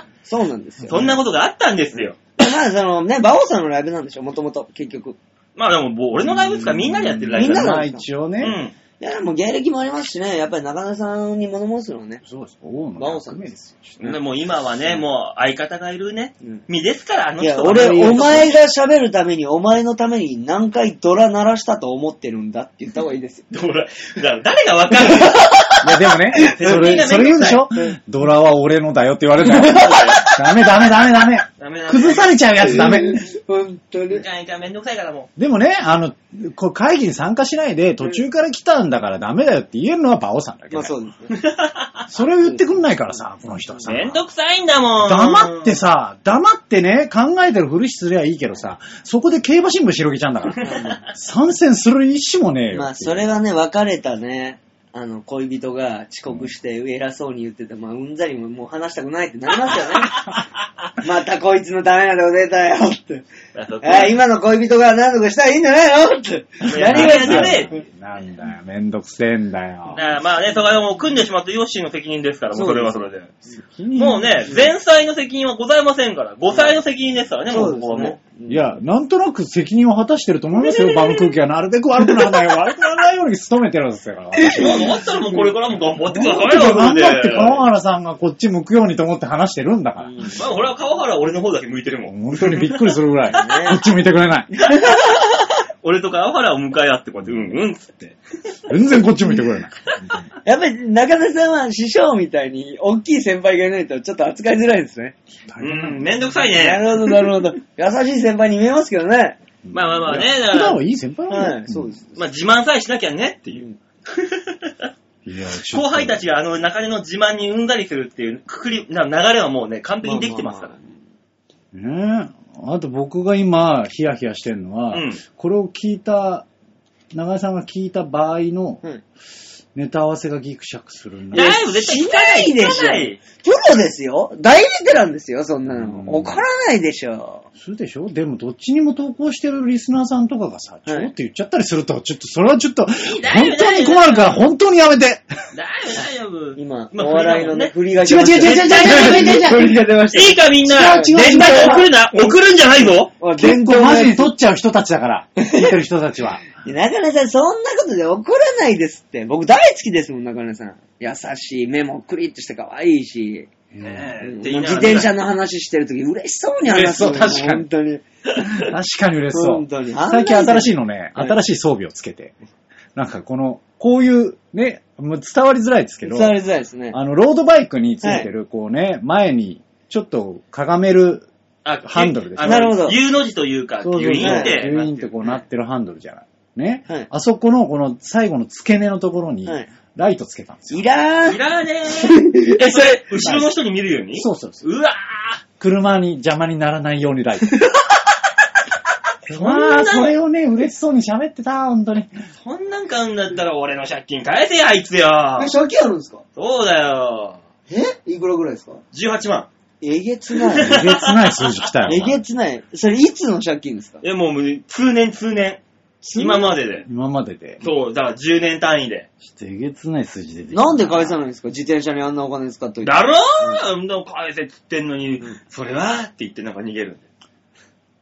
そうなんですよ。
そんなことがあったんですよ。
まあ、そのね、馬王さんのライブなんでしょ、もともと、結局。
まあでも、もう俺のライブですからみんなでやってるライブ
みんな
ま
の
あ一応
う
ね、
ん。
いや、もう芸歴もありますしね、やっぱり中野さんに物申すのはね。
そうです。王の
馬王さん
役目
で
です
す よ。
でもう今はね、もう相方がいるね
うん。
身ですから、あの
いや、
人は。
俺、お前が喋るために、お前のために何回ドラ鳴らしたと思ってるんだって言った方がいいです よ。
ほらだから 誰がわかるの
いや、でもね、そ
みん
れ、
な
それ言うでしょドラは俺のだよって言われ るんだよ。ダメダメダメダメ。
ダメだ
崩されちゃうやつダメ。
本当に
い。かんいかん、めんどくさいからも
でもね、あの、こう会議に参加しないで途中から来たんだからダメだよって言えるのはバオさんだけ
ま
ど、
あそうですね。
それを言ってくんないからさ、この人は
う。
さ。
めんどくさいんだもん。
黙ってさ、黙ってね、考えてるふりすりゃいいけどさ、そこで競馬新聞広げちゃうんだから。参戦する意思もねえよ。
まあ、それはね、別れたね、あの、恋人が遅刻して偉そうに言ってて、まあ、うんざりももう話したくないってなりますよね。 またこいつのダメなの出たよって。
あそう
あ今の恋人が何とかしたらいいんじゃないのって。
いや
何がやって
ね
ねえ。
なんだよ、めんどくせえんだよ
だ。からまあね、それはもう組んでしまったヨッシーの責任ですから、もうそれはそれで。も
も
うね、前妻の責任はございませんから、5歳の責任ですからね、もうここはも
いや、なんとなく責任を果たしてると思いますよ、場の空気が。なるべく悪くならないよう、悪くならないように努めてるんですから。
う。もうだったらもうこれからも頑張ってくださいよ、
頑張って川
ま
原さんがこっち向くようにと思って話してるんだから。
あ俺は川原は俺の方だけ向いてるもん。
本当にびっくりするぐらい。こっち見てくれない。
俺と川原を向かい合ってこうやって、うんうんっつって。
全然こっち見てくれない。
やっぱり中田さんは師匠みたいに大きい先輩がいないとちょっと扱いづらいですね。
うん、めんどくさい
な
ね。
るほど、なる ほど。優しい先輩に見えますけどね。
まあまあまあね、だか
普段
ら
は、いい先輩な
は
ん
い、そうです。
まあ自慢さえしなきゃねって いう。
いやちょっ
後
と
輩たちがあの中根の自慢にうんざりするっていうくくり、な流れはもうね、完璧にできてますから。
ねえ。あと僕が今、ヒヤヒヤしてるのは、
うん
これを聞いた、長井さんが聞いた場合の
うん
ネタ合わせがギクシャクするな。
や
ライブ絶対聞かない、聞
し
か
な
ないい。
プロですよ大ベテランですよ、そんな
うん
の。怒らないでしょ。
するでしょでもどっちにも投稿してるリスナーさんとかがさ、ちょ
はい
ろって言っちゃったりすると、ちょっとそれはちょっと、
いだよ
本当に困るから本当にやめて
大丈夫、大丈夫。
今、
まあ
お笑いのね、振りが
違う違う違う違う違う 違う違う
振りが出ま
いい
し
かみんな、
違う違う
連絡送るな、送るんじゃないぞ
た。
結構マジに取
っ
っちゃう人たち だから、聞いてる人たちは。
中根さん、そんなことで怒らないですって。僕大好きですもん、中根さん。優しい、目もクリッとして可愛いし。
ねえ
うん
って言
自
いながら
転車の話してるとき嬉しそうに話すの
嬉しそう確かに
本当に。
確かに嬉しそう
本当。に
最近新しいのね、
はい
新しい装備をつけて。なんかこの、こういう、ね、もう伝わりづらいですけど、
伝わりづらいですね。
あの、ロードバイクについてる、こうね、前に、ちょっとかがめる、
あ
ハンドルです
あの
なるほど
U の字というか、
そうそう
ギュインっ
ね
て。
ギュインってこうなってるハンドルじゃない。ね
はい。
あそこの、この最後の付け根のところに
はい、
ライトつけたんですよ。
いら
い
ー。
らねー。え、それ、後ろの人に見るように
そうそうそう。
うわ
車に邪魔にならないようにライ ト。
ー。そん
ま
な
あ、それ
ん、
をね、嬉しそうに喋ってた、本当に。
そんなん買うんだったら俺の借金返せや、あいつよ。
借金あるんですか
そうだよ。
えいくらぐらいですか
18万。
えげつな
え
い。
げつない数字来たよ。
えげつない。それいつの借金ですか
え、もう、通年通年。今までで。
今までで。
そう、だから10年単位で。
ちょっとえげつない数字出てきた
なんで返さないんですか自転車にあんなお金使っといて。
だろーでも返せっつってんのに、それはって言ってなんか逃げるんで。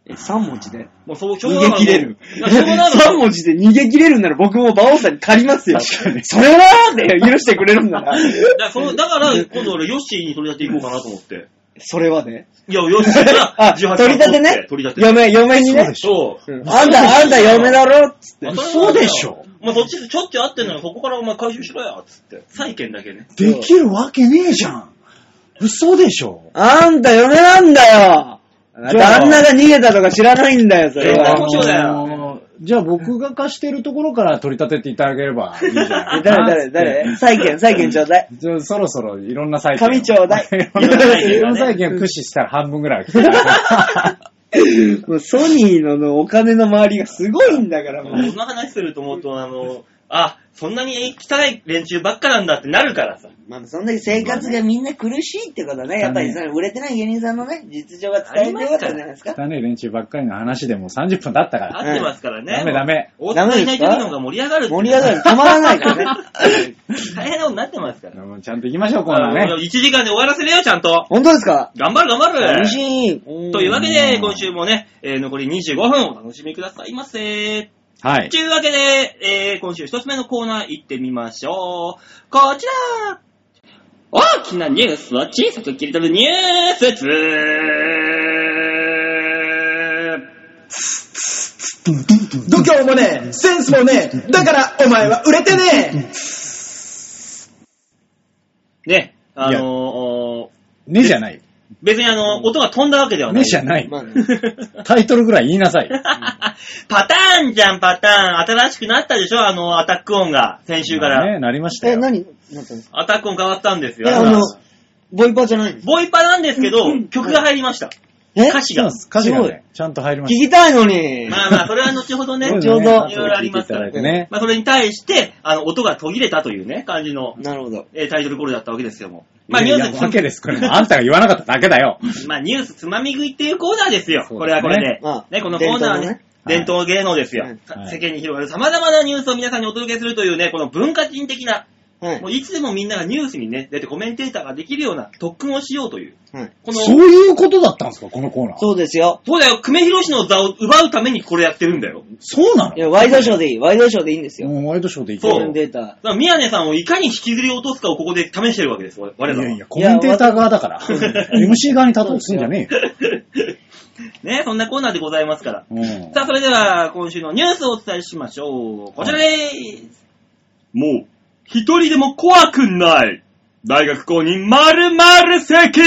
え、3文字で
もうそう、
逃げ切れる。
湘南
3文字で逃げ切れるんなら僕も馬王さんに借りますよ。確かに。それはーって許してくれるんなら。
だからその、だから今度俺ヨッシーに取り立てていこうかなと思って。
それはね。
いや、よし、
あ、
18
取り立てね。
取り立て。
嫁、嫁にね。
そう。
うんあんた、あんた嫁だろっつって。
嘘でしょ
まあ、そっち、しょっちゅう会ってんのに、ここからお前回収しろよ、つって。債権だけね。
できるわけねえじゃん。嘘でしょ。
あんた嫁なんだよ
じゃあ
旦那が逃げたとか知らないんだよ、それ
え
は。
面白いな
のーじゃあ僕が貸してるところから取り立てていただければいいじゃな
え
い
誰、誰、誰債権、債権ちょうだ い。
じゃあそろそろいろんな債
紙ちょうだい
いろんな債権いろんな債権を駆使したら半分ぐらいは来てる
もうソニーののお金の周りがすごいんだから、も
こ
う。
んな話すると思うと、あの、あ、そんなに汚い連中ばっかなんだってなるからさ。
まあ、そんだけ生活がみんな苦しいってことね。やっぱりその売れてない芸人さんのね、実情が伝えてるわけじゃないですか。
汚い連中ばっかりの話でもう30分経ったから。
合ってますからね。
ダメダメ。
大人いない時の方が盛り上がるっていう。
盛り上がる。たまらないからね。
大変なことになってますから。
もうちゃんと行きましょう、コーナーね。
1時間で終わらせるよ、ちゃんと。
本当ですか
頑張る、頑張
嬉
る。
しい。
というわけで、
うん
今週もね、えー残り25分お楽しみくださいませ。
はい
と。いうわけで、えー今週一つ目のコーナー行ってみましょう。こちら大きなニュースを小さく切り取るニュースつ
度胸もねえ、センスもねえ、だからお前は売れてね
ね、あ
いや
のー、
ねじゃない。
別にあの、音が飛んだわけではない。
ねじゃない。
まあね、
タイトルぐらい言いなさい。
パターンじゃん、パターン。新しくなったでしょあの、アタック音が、先週か
まあ
ら。
ね、なりました
え、
よ。
何なんか
アタック音変わったんです
え、
よ。
あの、ボイパーじゃないんです
ボイパなんですけど、曲が入りました。
え
歌詞
そう
が
なんで。す歌詞が
すごい
ね、ちゃんと入りま
聞
し
きたいのに。
まあまあ、それは後ほど
た。
ね、
そうです
ちょうど
いろいろありますから
後で聞いていただいてね。
まあ、それに対して、あの、音が途切れたというね、感じの、
なるほど。
えータイトルコールだったわけですよ、もう。まあ、
い
ニ
や
ュ
いや
ース
わけです。これもあんたが言わなかっただけだよ。
まあ、ニュースつまみ食いっていうコーナーですよ。
そう
こ
です
れは
ね
これで。
まあ
ね、このコーナーは
伝統の
ね
ね。
伝統芸能ですよ、
はい
か
はい
世間に広がる様々なニュースを皆さんにお届けするというね、この文化人的な、
はい
も。ういつでもみんながニュースにね、出てコメンテーターができるような特訓をしようという。
はい
この、
そういうことだったんですか、このコーナー。
そうですよ。
そうだよ、久米宏の座を奪うためにこれやってるんだよ。
そうない
や、ワイドショーでいい。ワイドショーでいいんですよ。
のもうワイドショーでいけ
そう
コメ
る
ンテータ
だから宮根さんをいかに引きずり落とすかをここで試してるわけです、我々
い
は。
やいや、コメンテーター側だから。MC 側に立とうとすんじゃね
ね、そんなコーナーでございますから。
えよ。
さあ、それでは今週のニュースをお伝えしましょう。こちらでーす。もう、一人でも怖くない。大学公認〇〇席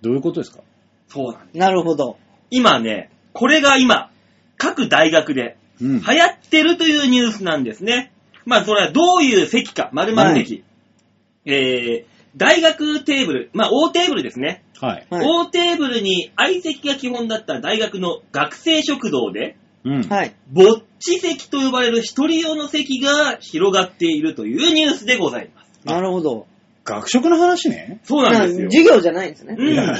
どういうことですか
そうなんです。
ー。なるほど。
今ね、これが今、各大学で
うん
流行ってるというニュースなんですね。まあ、それはどういう席か、〇〇席。えー、大学テーブル、まあ、大テーブルですね。
はい。
はい
大テーブルに相席が基本だった大学の学生食堂で、
うん。
はい。
ぼっち席と呼ばれる一人用の席が広がっているというニュースでございます。
なるほど。
学食の話ね。
そう
だか
な
ら
んですよ。
授業じゃないんですね。
うん
いや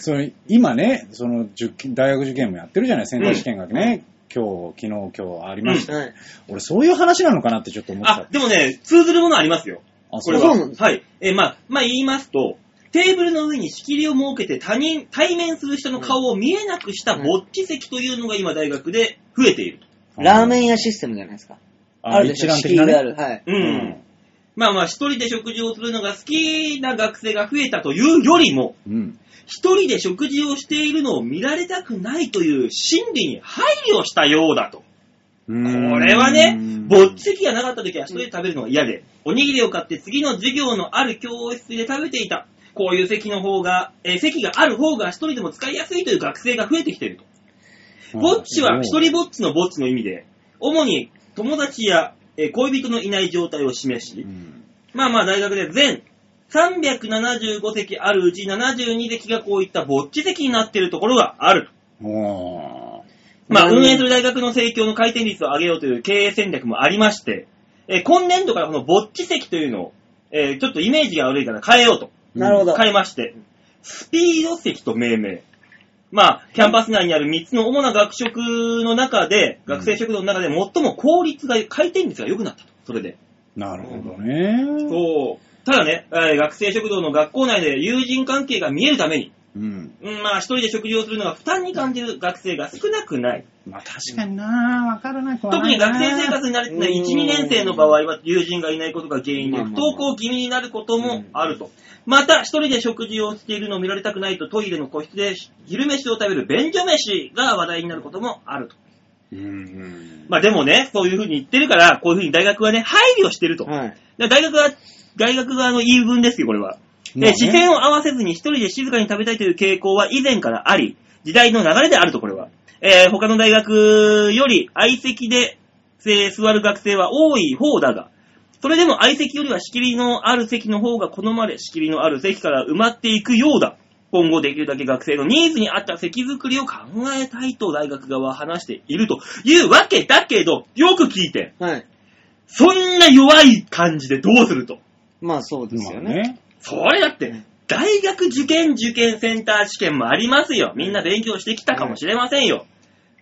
その今ね、その受験大学受験もやってるじゃない、センター試験がね、今日、昨日、今日ありました。
はい。
俺、そういう話なのかなってちょっと思っ
あ
た、。
でもね、通ずるものありますよ。
あ、
こ
そ
れ
れ
は。
そう
は。
なんです
はい。えーまあ、まあ言いますと、テーブルの上に仕切りを設けて他人、対面する人の顔を見えなくしたぼっち席というのが今大学で増えている。
ラーメン屋システムじゃないですか。
あ
でし
一
ょ
覧的な
敷居があ
ね。
る。はい。
うん。
うん
まあまあ、一人で食事をするのが好きな学生が増えたというよりも、
うん。
一人で食事をしているのを見られたくないという心理に配慮したようだと。
こ
これはね、ぼっち席がなかった時は一人で食べるのが嫌で、おにぎりを買って次の授業のある教室で食べていた。こういう席の方が、えー席がある方が一人でも使いやすいという学生が増えてきていると。ぼっちは一人ぼっちのぼっちの意味で、主に友達や、えー恋人のいない状態を示し、
うん
まあまあ大学で全375席あるうち72席がこういったぼっち席になっているところがある。
おー
まあ
うん
運営する大学の盛況の回転率を上げようという経営戦略もありまして、えー今年度からこのぼっち席というのを、えーちょっとイメージが悪いから変えようと。
なるほど。
変えまして、スピード席と命名。まあ、キャンパス内にある3つの主な学食の中で、
うん
学生食堂の中で最も効率が、回転率が良くなったと。それで。
なるほどね。
そう。ただね、えー学生食堂の学校内で友人関係が見えるために、
うん。
うん、まあ、一人で食事をするのが負担に感じる学生が少なくない。
まあ確かになわからなくは
特
な
に
いな
学生生活に慣れてない1、
うん
2年生の場合は友人がいないことが原因で
まあ
不
まあ
登校気味になることもあると。また、一人で食事をしているのを見られたくないとトイレの個室で昼飯を食べる便所飯が話題になることもあると。
うんうん。
まあでもね、そういうふうに言ってるから、こういうふうに大学はね、配慮してると。
はい。
だから大学は、大学側の言い分ですよ、これは。
まあ
で
ね
視線を合わせずに一人で静かに食べたいという傾向は以前からあり、時代の流れであると、これは。えー他の大学より相席で、えー座る学生は多い方だが、それでも相席よりは仕切りのある席の方が好まれ、仕切りのある席から埋まっていくようだ。今後できるだけ学生のニーズに合った席作りを考えたいと大学側は話しているというわけだけど、よく聞いて、
はい。
そんな弱い感じでどうすると。
まあそうですよね。。
それだって、大学受験受験センター試験もありますよ。みんな勉強してきたかもしれませんよ。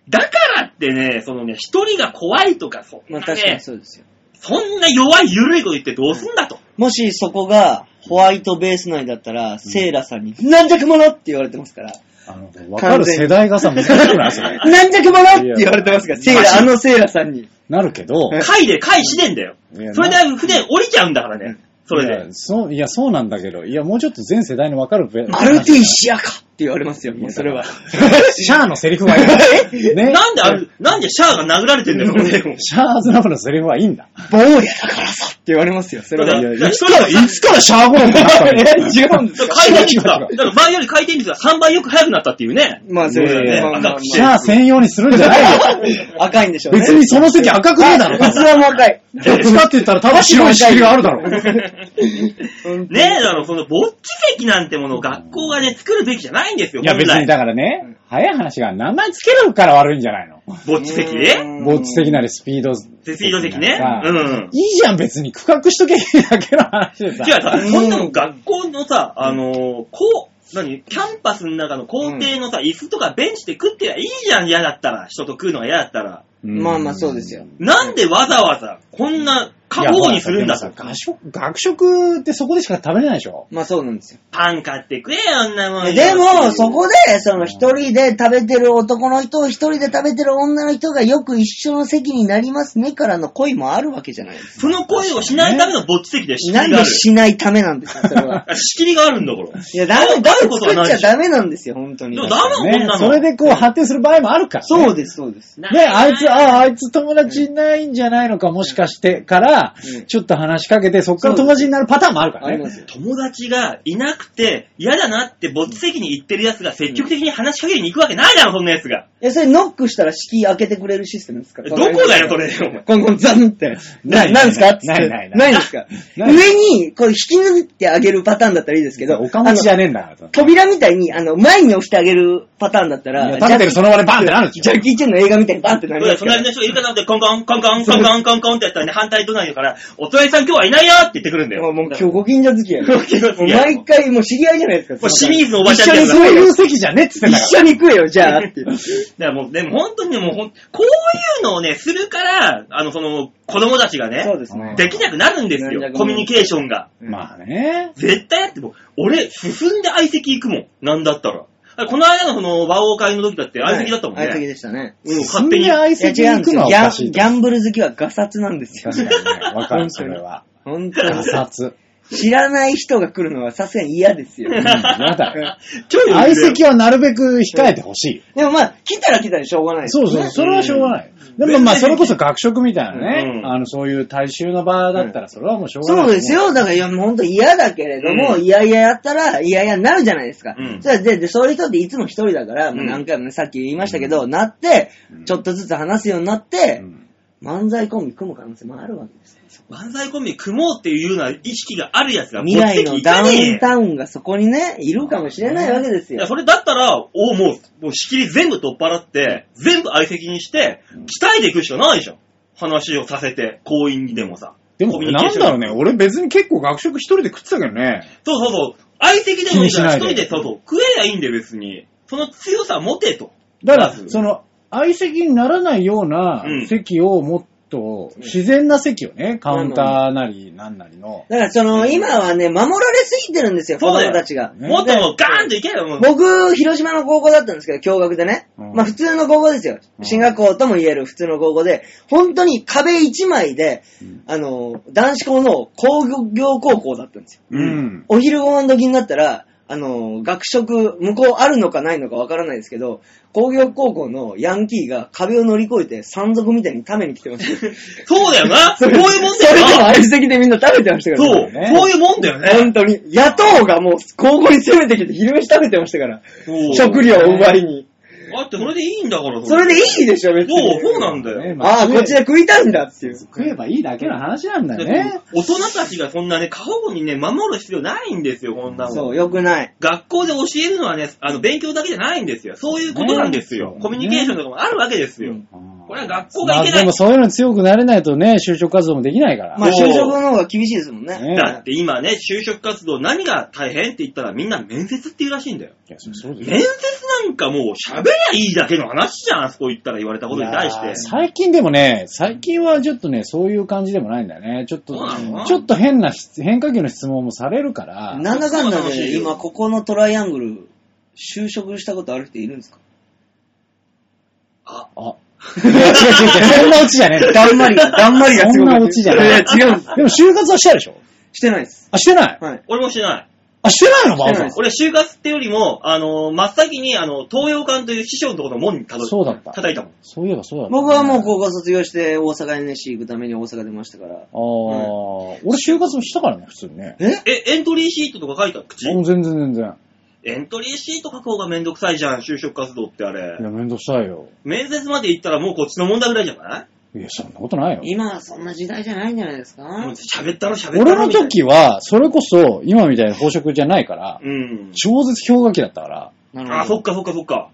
だからってね、そのね、一人が怖いとか、そん
まあ
な
確か
ね
に、そうですよ。
そんな弱い緩いこと言ってどうすんだと。
もしそこがホワイトベース内だったら、セイラさんに、軟弱者って言われてますから。
あの、わかる世代がさ、難しくないそれ。
軟弱者って言われてますから、
い
セ
やマ
イラ、
ジ
あのセイラさんに。
なるけど、
海で海試練だよ。
いや
それで船降りちゃうんだからね。 それ
い
で
や。そう、いや、そうなんだけど、いや、もうちょっと全世代のわかる べ。
マルティシアかって言われますよ、もうそれは。
シャアのセリ フはいい。ね
なんである、なんでシャアが殴られてんだよ、これでも。
シャアアズナブのセリフはいいんだ。
坊やだからさって言われますよ、それ
だか。
は
いや
ら、だ
い
から
つから、いつからシャアゴロンになったの
違うんです
だ
よ
か。ら回転率が、だから前より回転率が3倍よく速くなったっていうね。
まあそうですよ
いやい
ね。
や
まあまあまあ
赤
シャア専用にするんじゃない よ。
赤いんでしょうね。
別にその席赤くねえだろ。
器も赤い。
どっちかって言ったら、ただ白い仕切りがあるだ ろ。
ねえ、だからそのぼっち席なんてものを学校がね、作るべきじゃないんですよ、
いや、
本
別に
来。
だからね、早い話が名前つけるから悪いんじゃないの。
ぼっち席ね。
ボッチ的なりスピード。ス
スピード席ね。うん。
いいじゃん、別に。区画しとけばいいだけの話でさ。
違う、さ
うん
こんなの学校のさ、あのー、こう、何キャンパスの中の校庭のさ、椅子とかベンチで食ってりゃいいじゃん、嫌だったら。人と食うのが嫌だったら。
うん
まあまあそうですよ。。
なんでわざわざ、こんな、過保護にするんだ
いや
と
ほ。らさでもさ学食、学食ってそこでしか食べれないでしょ
まあそうなんですよ。
パン買ってくれよ、女もん。
でも、そこで、その一人で食べてる男の人を一人で食べてる女の人がよく一緒の席になりますねからの恋もあるわけじゃないですか。
その声をしないためのぼっち席で仕切
な
り
ん
があ
で
る。
しないためなん ですか、それは。
あ仕切りがあるんだから。
いや、ダメ、ダ
ダメ
メ
ことは
作
な
っ
い
ち
で
ゃ
しょ
ダメなんですよ、本当に
で。もダメもん
ね
なの。
それでこう発展する場合もあるから、ね。
そうです、そうです。
な
ね、あいつ、ああ、あいつ友達いないんじゃないのか、もしかして、から
うん、
ちょっと話しかけて、そっから友達になるパターンもあるか
あ
ら
りま
ね。
すよ。
友達がいなくて嫌だなってぼっち席に行ってる奴が積極的に話しかけに行くわけないだろ、そんな奴が。
いや、それノックしたら敷居開けてくれるシステムですか
どこだよ、それ。お 前。
コンコンザンって。な、
ない
なんですかつって。
ないないない
ないんですか
ない
上に、こう引き抜いてあげるパターンだったらいいですけど、
おかもちじゃ
あの
ねえんだからさ。
扉みたいに、あの、前に押してあげるパターンだった
い
ら、
や食べてる
ジ
そ
ャ
の場でバーンってなる
ッ
じ
キージャッキーチェンの映画みたいにバンってなりますか
隣
ら
の。人がいるかなって、コンコン、コンコン、コンコン、コンコンってやったらね、反対隣だから、お隣さん今日はいないよって言ってくるんだ
も
よ。
う、もう今日ご近所付き合い。も
ご近所付
う
き合い
毎回、もう知り合いじゃないですか。
もう清水のおばちゃん
一緒
み
に
たい
そう
な
食え
い
よ
う。席じゃねえっつってんだか
一緒に食えよ、じゃあ、っていう。
だからもう、でも本当にね、もうほん、こういうのをね、するから、あの、その、子供たちがね、
そうですね。
できなくなるんですよ、コミュニケーションが。
ら。まあね。
絶対だってもう、俺、進んで相席行くもん。なんだったら。あこの間のこの、和王会の時だって相席だったもんね。
相席でしたね。
うん、
勝
勝
手
手
に
に。
相
いや、
席
違う
に行
んで
くの
すよ。
はお
ギャ
か
ン
しいと
ギ。ャンブル好きはガサツなんですよ。
確かにね、わかる、それは。
本当
摩
に。
擦。
知らない人が来るのはさすがに嫌ですよ。
うん、やだ。
ちょい
相
相
席はなるべく控えてほしい。
でもまあ、来たら来たでしょうがないです
そ
よ
う
ね。
そう、それはしょうがない。でもまあ、それこそ学食みたいなね、
うん
あの、そういう大衆の場だったら、それはもうしょうがない。
そうです。よ。だから、いや、もう本当嫌だけれども、
うん
いやいややったら、いやいやになるじゃないですか。
うん
それでで、そういう人っていつも一人だから、もう
うん
何回もね、さっき言いましたけど、なって、ちょっとずつ話すようになって、漫才コンビ組む可能性もあるわけです。
漫才コンビ組もうっていうような意識があるやつが、
未来のダウン
ン。
タウンがそこにね、いるかもしれないわけです
い
よ
や、。それだったら、おもう、もう仕切り全部取っ払って、全部相席にして、鍛えていくしかないじゃん。話をさせて、行員にでもさ。
で
コ
も、
ミュニケ
な
ー
ん
ション
だろうね、俺別に結構学食一人で食ってたけどね。
そうそうそう。相席でもいいから、一
気に
人
しないで
で、そうそう、食えりゃいいんで別に。その強さ持てと。
だから
う、ん
その、相席にならないような
うん
席を持っと、自然な席をね、カウンターなり、なんなりの。
だからその、今はね、守られすぎてるんですよ、
そ
子
うだ
供
よ
たちが。
もっともうガーンといけよ、もう。
僕、広島の高校だったんですけど、共学でね。
うん
まあ普通の高校ですよ
う。ん
進学校とも言える普通の高校で、本当に壁一枚で、あの、男子校の工業高校だったんですよ。
うん。
お昼ご飯時になったら、あの、学食、向こうあるのかないのかわからないですけど、工業高校のヤンキーが壁を乗り越えて山賊みたいに食べに来てました。
そうだよな。こういうもん
そ
だ
れでも
よな。
相席でみんな食べてましたからね。
そう。
ね
こういうもんだよね。
本当に。野党がもう、高校に攻めてきて昼飯食べてましたから。
そう
食料を奪いに。
だってそれでいいんだから。
それでいいでしょ、別
そう、
に。
そうなんだ
ね
よ。
ま
ああ、こっちで食いたいんだっていう。
食えばいいだけの話なんだよ
だ
ね
っ。て大人たちがそんなね、過保護にね、守る必要ないんですよ、こんなも
そ
ん。
う、よくない。
学校で教えるのはね、あの、勉強だけじゃないんですよ。そういうことなんですよ。
ね
コミュニケーションとかもあるわけですよ。これは学校が
まあ
いけな
で
い
も。そういうの強くなれないとね、就職活動もできないから。
まあ、
そう
就職の方が厳しいですもんね。
ね
だって今ね、就職活動何が大変って言ったらみんな面接って言うらしいんだよ。
いや、そそうですよ
面接なんかもう喋りゃいいだけの話じゃん、あそこ行ったら言われたことに対し
いや
て
ー。最近でもね、最近はちょっとね、そういう感じでもないんだよね。ちょっと
そうなの、
ちょっと変な質、変化球の質問もされるから。
なんだかんだ
そうなの
で、今、ここのトライアングル、就職したことある人いるんですか
あ、
あ。いや、違う違う違う。そんなオチじゃねえんだよ。
頑張りが、頑張りが
そ
す
ん
ごく
なオチじゃない。
いや、違うんです。
でも就活はしたでしょ
してないです。
あ、してない
はい。
俺もしてない。
あ、してないのバオ
してな
さ
い
ん
で。す
俺、就活ってよりも、あの、真っ先に、あの、東洋館という師匠のところの門にたど
そうだった
叩いたもん。
そういえばそうだったね
僕はもう高校卒業して、大阪 NSC 行くために大阪出ましたから。
あー、俺就活もしたからね、普通にね。
え
え、エントリーシートとか書いた口
もう全然全然。
エントリーシート書く方がめんどくさいじゃん、就職活動ってあれ
い。や、めんどくさいよ。
面接まで行ったらもうこっちの問題ぐらいじゃない
いや、そんなことないよ。
今はそんな時代じゃないんじゃないですか
もう喋ったら喋ったら。
俺の時は、それこそ、今みたいな宝飾じゃないから、
うん。
超絶氷河期だったから、
なるほど。
あ、そっかそっかそっか。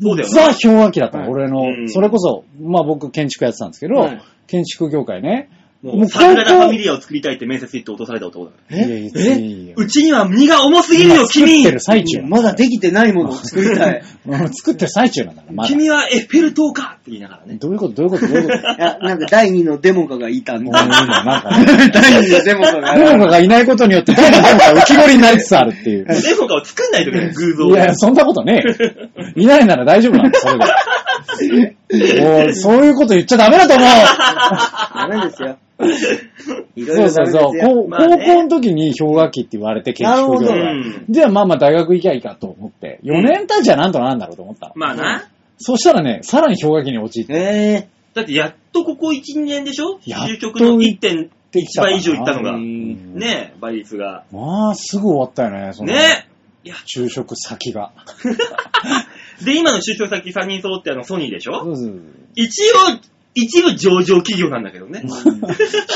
そうだよ
ザ
な。
氷河期だった
は
の、
い
俺
うん
の。それこそ、まあ僕建築やってたんですけど
はい、
建築業界ね。
もう、桜田ファミリアを作りたいって面接行って落とされた男だから。
いやいやいや
うちには荷が重すぎる
今
よ、
作って
君
る最中なんだ
まだできてないものを作りた
う
い。
ん作ってる最中なんだから、まだ。
君はエッフェル塔かって言いながらね。
どういうことどういうことどう いうこと
いや、なんか第二のデモカがいたん
もう
だ。
今なんかね、
第二のデモカ
モモカがいないことによって、モモカが浮き彫りになりつつあるっていう。
デモカを作んないとね、偶像
い
を。
や、そんなことねえよ。いないなら大丈夫なんだ、それ で。もう、そういうこと言っちゃダメだと思う。
ダメですよ。いろい
そうそう
ろダメ
そう。
ですよ。
こう
まあね
高校の時に氷河期って言われて建築業
る
な
ほど
界。ではまあまあ大学行きゃいいかと思って、4年経っちゃなんとかなんだろうと思ったの。
まあな。
そしたらね、さらに氷河期に陥って
え
だってやっとここ1、2年でしょ
やっと
究極の1.1
きたかな
倍以上いったのが。
うん
ねえ、倍率が。
まあ、すぐ終わったよね、その。
ねえ。いや、
就職先が。
で、今の就職先3人揃ってあのソニーでし
そ
ょ
うそう
一応、一部上場企業なんだけどね。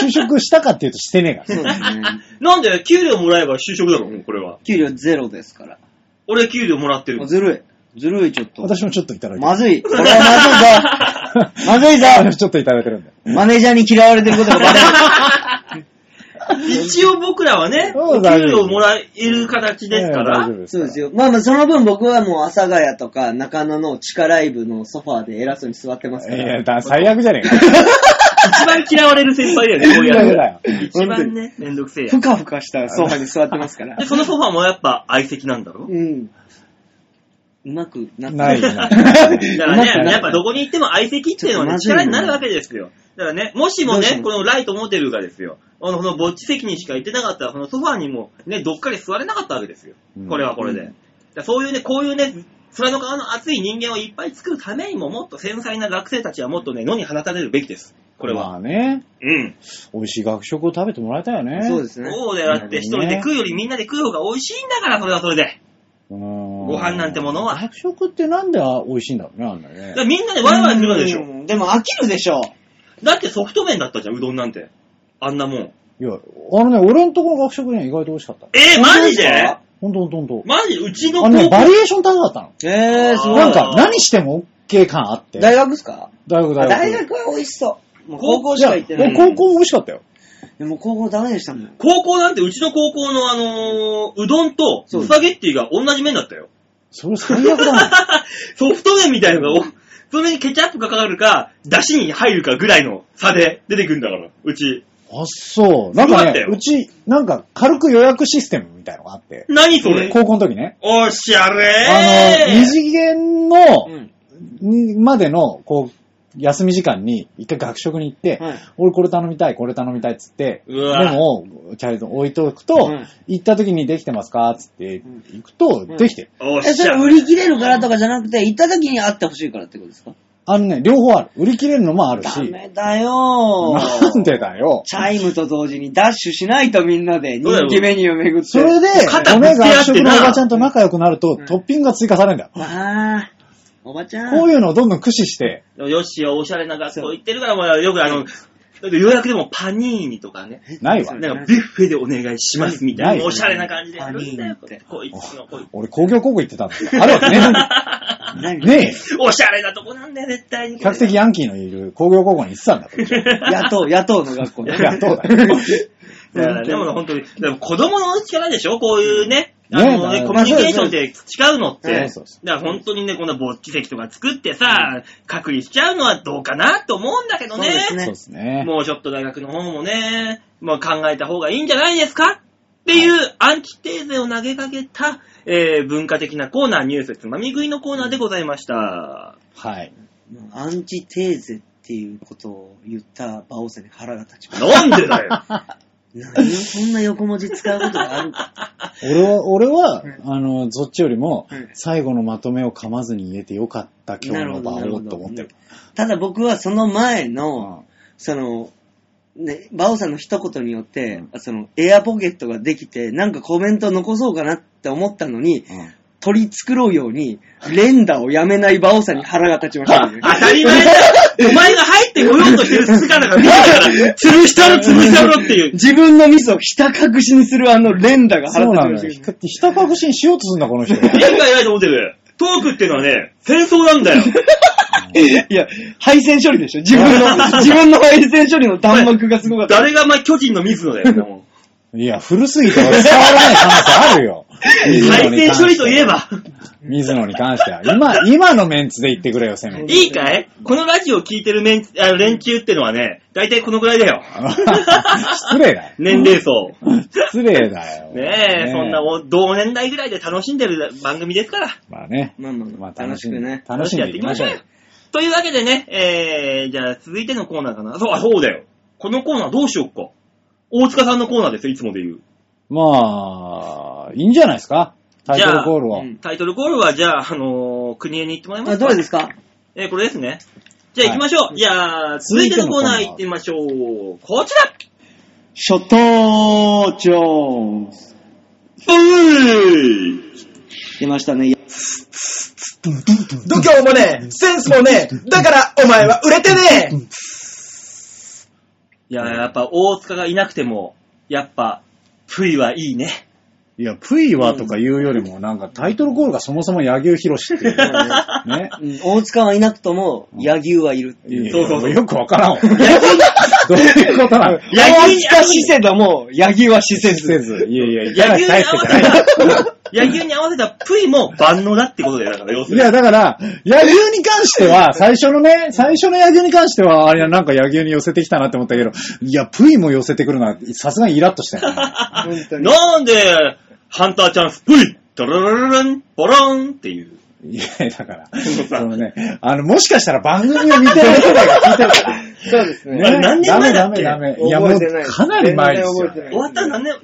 就職したかっていうとしてねえか
え。
ら。
そうですね。
なんで給料もらえば就職だろ、もうこれは。
給料ゼロですから。
俺給料もらってる。
ずるい。ずるい、ちょっと。
私もちょっといただいて
まずい。これはまずいぞ。まずいぞ。
私もちょっといただいてるんで。
マネージャーに嫌われてること がバレ
一応僕らはね、
そう
お
だね
給料もらえる形ですか
ええ大
ら
丈夫。
る。
で
そう
す
で。すよ。まあまあ、その分僕はもう、阿佐ヶ谷とか中野の地下ライブのソファーで偉そうに座ってますか
いや、
ら。
だ最悪じゃねえか。
一番嫌われる先輩だよね、こう
最悪だ
や
よ。
って。一番ね、めんどくせえや
ふ。かふかしたソファーに座ってますから
で、。 そのソファもやっぱ相席なんだろ
うん。うまくなって
ないよ
だ
な。
から
うまく
ね、
ない
やっぱどこに行っても相席っていうのはね、
ちょっとまず
力
いね
になるわけですよ。だからね、もしも
どうし
ね、
よう
このライトモデルがですよ、あの、このぼっち席にしか行ってなかったら、このソファにもね、どっかり座れなかったわけですよ
う。ん
これはこれで。
うん
だからそういうね、こういうね、面の皮の熱い人間をいっぱい作るためにも、もっと繊細な学生たちはもっとね、野に放たれるべきです。これは。
まあね、
うん。
美味しい学食を食べてもらいたいよね。。
そうですすね。
そうだよ。だって一人で食うよりみんなで食う方が美味しいんだから、それはそれで。
ご
飯なんてものは
学食ってなんで美味しいんだろうね、あんな
だから
ね。
みんなでワイワイするわけでしょ。
うんでも飽きるでしょ。
だってソフト麺だったじゃん、うどんなんて。あんなもん。
いや、あのね、俺のところの学食ね、意外と美味しかった。
えー、マジで
ほんとほんとほんと。
マジうちの
あのね、
高
バ
校
リエーション高かったの。
えー、すごい。
なんか、何しても OK 感あって。
大学ですか
大学、
あ
大学。
大学は美味しそう。もう高校しか行ってないい。
やもう高校も美味しかったよ。
でも高校ダメでしたもん。
高校なんてうちの高校のあのーうどんと
そう
スパゲッティが同じ麺だったよ。
それ最悪だな。
ソフト麺みたいなのがそれにケチャップがかかるか、出汁に入るかぐらいの差で出てくるんだから、うち。
あ、そう。なん
そうだ
か
った
ね
よ、
うち、なんか軽く予約システムみたいのがあって、
何それ
高校の時ね、
おしゃ
あ
れー
の、二次元の、
うん。
にまでの、こう、休み時間に、一回学食に行って、
はい
俺これ頼みたい、これ頼みたいっつって、
うわ
メモをちゃんと置いとくと、
うん
行った時にできてますかっつって
ん、
行くと、
ん
できてる。
お
え、そ
し
れ
ゃ
売
れ。
り切れるからとかじゃなくて、行った時に会ってほしいからってことですか
あのね、両方ある。売り切れるのもあるし
ダ、メだよー
なんでだよ。
チャイムと同時にダッシュしないとみんなで
そうだよ
人気メニューを巡って。
それで、
肩ぶ
俺
つけ合
が
って
食
な
のおばちゃんと仲良くなると、
ん
トッピングが追加されるんだよ。
わあ、おばちゃん。
こういうのをどんどん駆使して、
よっしーはおしゃれな学校行ってるから、まあ、よくあの、だって予約でもパニーニとかね、
ないわ。
なんかビュッフェでお願いしますみたい
な
な、
い
おしゃれな感じでやるんだよ
パニーニって。
こいつの、こいつ
俺工業高校行ってたんだよ。あるわけねえんだ
何
よ。ね
おしゃれなとこなんだよ、絶対
え。
に。
比較的ヤンキーのいる工業高校に行ってたんだと。
野党、野党の学校
い
ね。
や、どうだよ。
だからでも本当に、でも子供の力でしょこういうね。あ
ね
の
ま
ね、
あ
コミュニケーションって違うのって。
ま
だ
あ
か
そうそ
ら本当にね、こんな勃起席とか作ってさ、隔離しちゃうのはどうかなと思うんだけど
そうで
ね
す。
そう
ね
ですね。
もうちょっと大学の方もね、まあ考えた方がいいんじゃないですかっていうアンチテーゼを投げかけた、えー、文化的なコーナーニュースつまみ食いのコーナーでございました。
はい。
アンチテーゼっていうことを言った馬王さんに腹が立ちます。
なんでだよ
何をそんな横文字使うことがあるか。
俺は、俺は
うん、
あの、そっちよりも
うん、
最後のまとめを噛まずに言えてよかった 今日の場をと思ってる。
ただ僕はその前
う
の、
ん
その、ね、馬王さんの一言によって、その、エアポケットができて、なんかコメント残そうかなって思ったのに、取り繕うように、連打をやめない馬王さんに腹が立ちました、ね
当。 たり前だよお前が入ってこようとしてる姿が見えたから、潰したろ潰したろっていう。
自分のミスをひた隠しにするあの連打が
そうな
腹
んだ
立
よ。
ち
ひ
まし
か
た
ひた隠しにしようとするんだ、この人。
意味がないと思ってる。トークっていうのはね、戦争なんだよ。
いや、配線処理でしょ自分 の、自分の配線処理の弾幕がすごかった。
誰がま巨人の水野だよ。 もう
いや、古すぎて伝わらない可能性あるよ。水野
対
に関
戦
して
処理といえば、
水野に関しては。今、今のメンツで言ってくれよ、せめて。
いいかいこのラジオ聞いてるメンあの連中ってのはね、大体このくらいだよ。
失礼だよ。
年齢層。
失礼だ よ。
ねえ、そんなお同年代ぐらいで楽しんでる番組ですから。
まあね。
まあまあまあ、楽し
ん
くね。
楽しんでいきましょうよ。
というわけでね、えー、じゃあ続いてのコーナーかな。そう、あ、そうだよ。このコーナーどうしよっか。大塚さんのコーナーですよ、いつもで言う。
まあ、いいんじゃないですかタイトルコールを。
じゃあうん
タイトルコールは、じゃあ、あのー、国へに行ってもらいます
あ、
か
どれですか
えーこれですね。じゃあ行きましょう。じゃあ、続いてのコーナー行ってみましょう。こちら
ショットチョーズ。出ましたね。
度胸もねえ、センスもねえ、だからお前は売れてね
いや、やっぱ大塚がいなくても、やっぱ、プイはいいね。
いや、プイはとか言うよりも、なんかタイトルコールがそもそも柳生博士っていう。ね。
うん大塚はいなくとも、柳生はいる。
いや
そうそうそう
よくわからんわ。 どういうことなの
柳生
大塚施設だもう、柳生は施設。
せず。いやいや、
野
い
球に合
大
わ
輔
せ
じゃない。
た、 野球に合わせたプイも万能だってことだよ、だから、要す
い
るに。
や、だから、野球に関して は、最初のね、最初の野球に関しては、あれなんか野球に寄せてきたなって思ったけど、いや、プイも寄せてくるのは、さすがにイラッとしたよね。
本当に。
なんで、ハンターチャンス、プイドロロロロン、ボロンっていう。
いや、だから、そのね、あの、もしかしたら番組を見てる人が聞いてる から。
そうです
あれ何年前だ
ダ
っ
メ
け
ダメダメ。いや、もう
覚えてない
かなり前ですよ
全然覚えて。ない
終わったら何年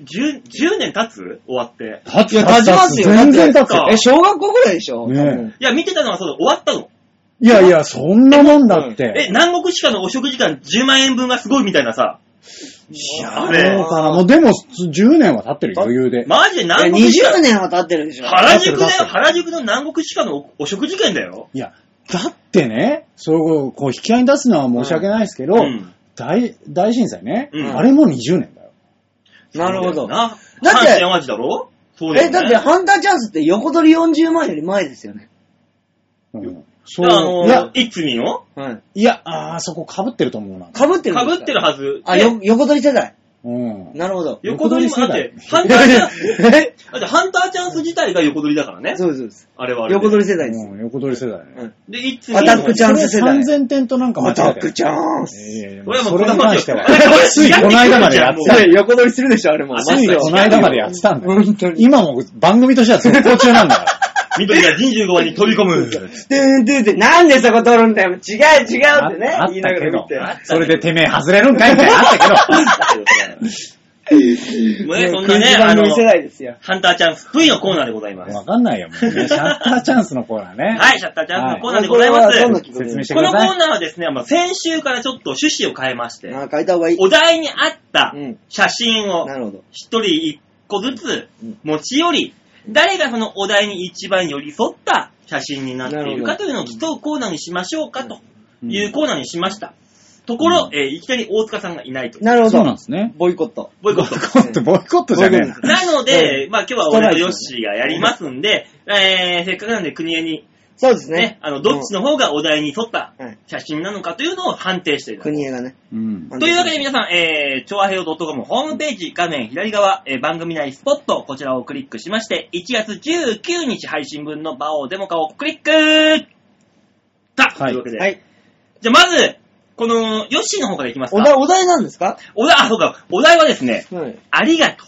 10, 10年経つ終わって。
立つ
いや、立ちますよ。
全然立つ。
だって
え、小学校ぐらいでしょ
ね
多分
いや、見てたのはそうだ、終わったの。
いやいや、そんなもんだって。
え、南国鹿のお食事間10万円分がすごいみたいなさ。
いや、
あれ
そうかな。もうでも、10年は経ってる余裕で。
マジで南国
いや
鹿
20年は経ってるでしょ。
原宿だ
だってだ
よ、
って
原宿の南国鹿のおお食事券だよ。
いや、だってね、そう、こう、引き合いに出すのは申し訳ないですけど、
うん
大、大震災ね、
うん
あれも20年だよ。
なるほど。
な。
だ
だ
っ
ってて、阪神淡路だろそうだよ、
え、
ね。
だって、ハンターチャンスって横取り40万より前ですよね。
うんそう、
あの
いや、
いつみよ
はい。
いや、あーそこ被ってると思うな。
被ってるんです
被
か
ってるはず。
あ、
で
よ、横取り世代。
うん。
なるほど。
横取りも、だ
横
っ
取
て
り、
ハンター チャンス、だってハンターチャンス自体が横取りだからね。
そうですそうです。
あれはあれで。
横取り世代です。
うん、横取り世代ね。
で、いつ
アタックチャンス世代
それ3000点となんか間
ア
違
タ
え
ッ
て
ク
る。
チャンス。
いやいや
それはもう
それに関しては
こだわって。
ついこの間までやって
そ
た。
れ
横取りするでしょ、あれも
あ
ついこの間までやってたんだよ。
本当に。
今も番組としては続行中 なんだよ。
緑が25話に飛び込む。
でんでんでん、なんでそこ取るんだよ。違う違うってね
あ、あっ
言いな
た
が
け
ら見
ど
て。。
それでてめえ外れるんかいみたいなのあった
もうね、そん
ク
な
イ
ね、
ズ
あ
番
の
組、世代ですよ。
ハンターチャンス V のコーナーでございま
けど。
す。
わかんないよ、もうね。シャッターチャンスのコーナーね。
はい、シャッターチャンスのコーナーで
こ
ござ
れ
い
は
ま
どんな
す。
気分
説明して
こ
く
の
だ
コー
さい。
ナーはですね、まあ、先週からちょっと趣旨を変えまして、
あ、書いた方がいい。
お題に合った
うん
写真を
なるほど。
一人一個ずつ持ち寄り、誰がそのお題に一番寄り添った写真になっているか
なるほど
というのを競うコーナーにしましょうかと
うん
いうコーナーにしました。ところ、えーいきなり大塚さんがいないと。
なるほ
そうなん
ど。
ですね。
ボイコット。
ボイコット。
コット、ボイコットじゃねえな。
なので、まあ今日は
スト
俺
ライ
と
ク
ヨッシーがやりますんで、えー、せっかくなんで国枝に
そうです
ね
ね、。
あの、どっちの方がお題に沿った
うんはい
写真なのかというのを判定している。
国枝がね。
うん。
というわけで皆さん、えー、超和平洋 .com ホームページ画面左側、えー番組内スポット、こちらをクリックしまして、1月19日配信分のバオデモカをクリックた、
は
と
い
いうわけで。
はい。
じゃあまず、この、ヨッシーの方からいきます
お題、
か。
お題なんですか
お題、あ、そうか、お題はですね、
はい。
ありがと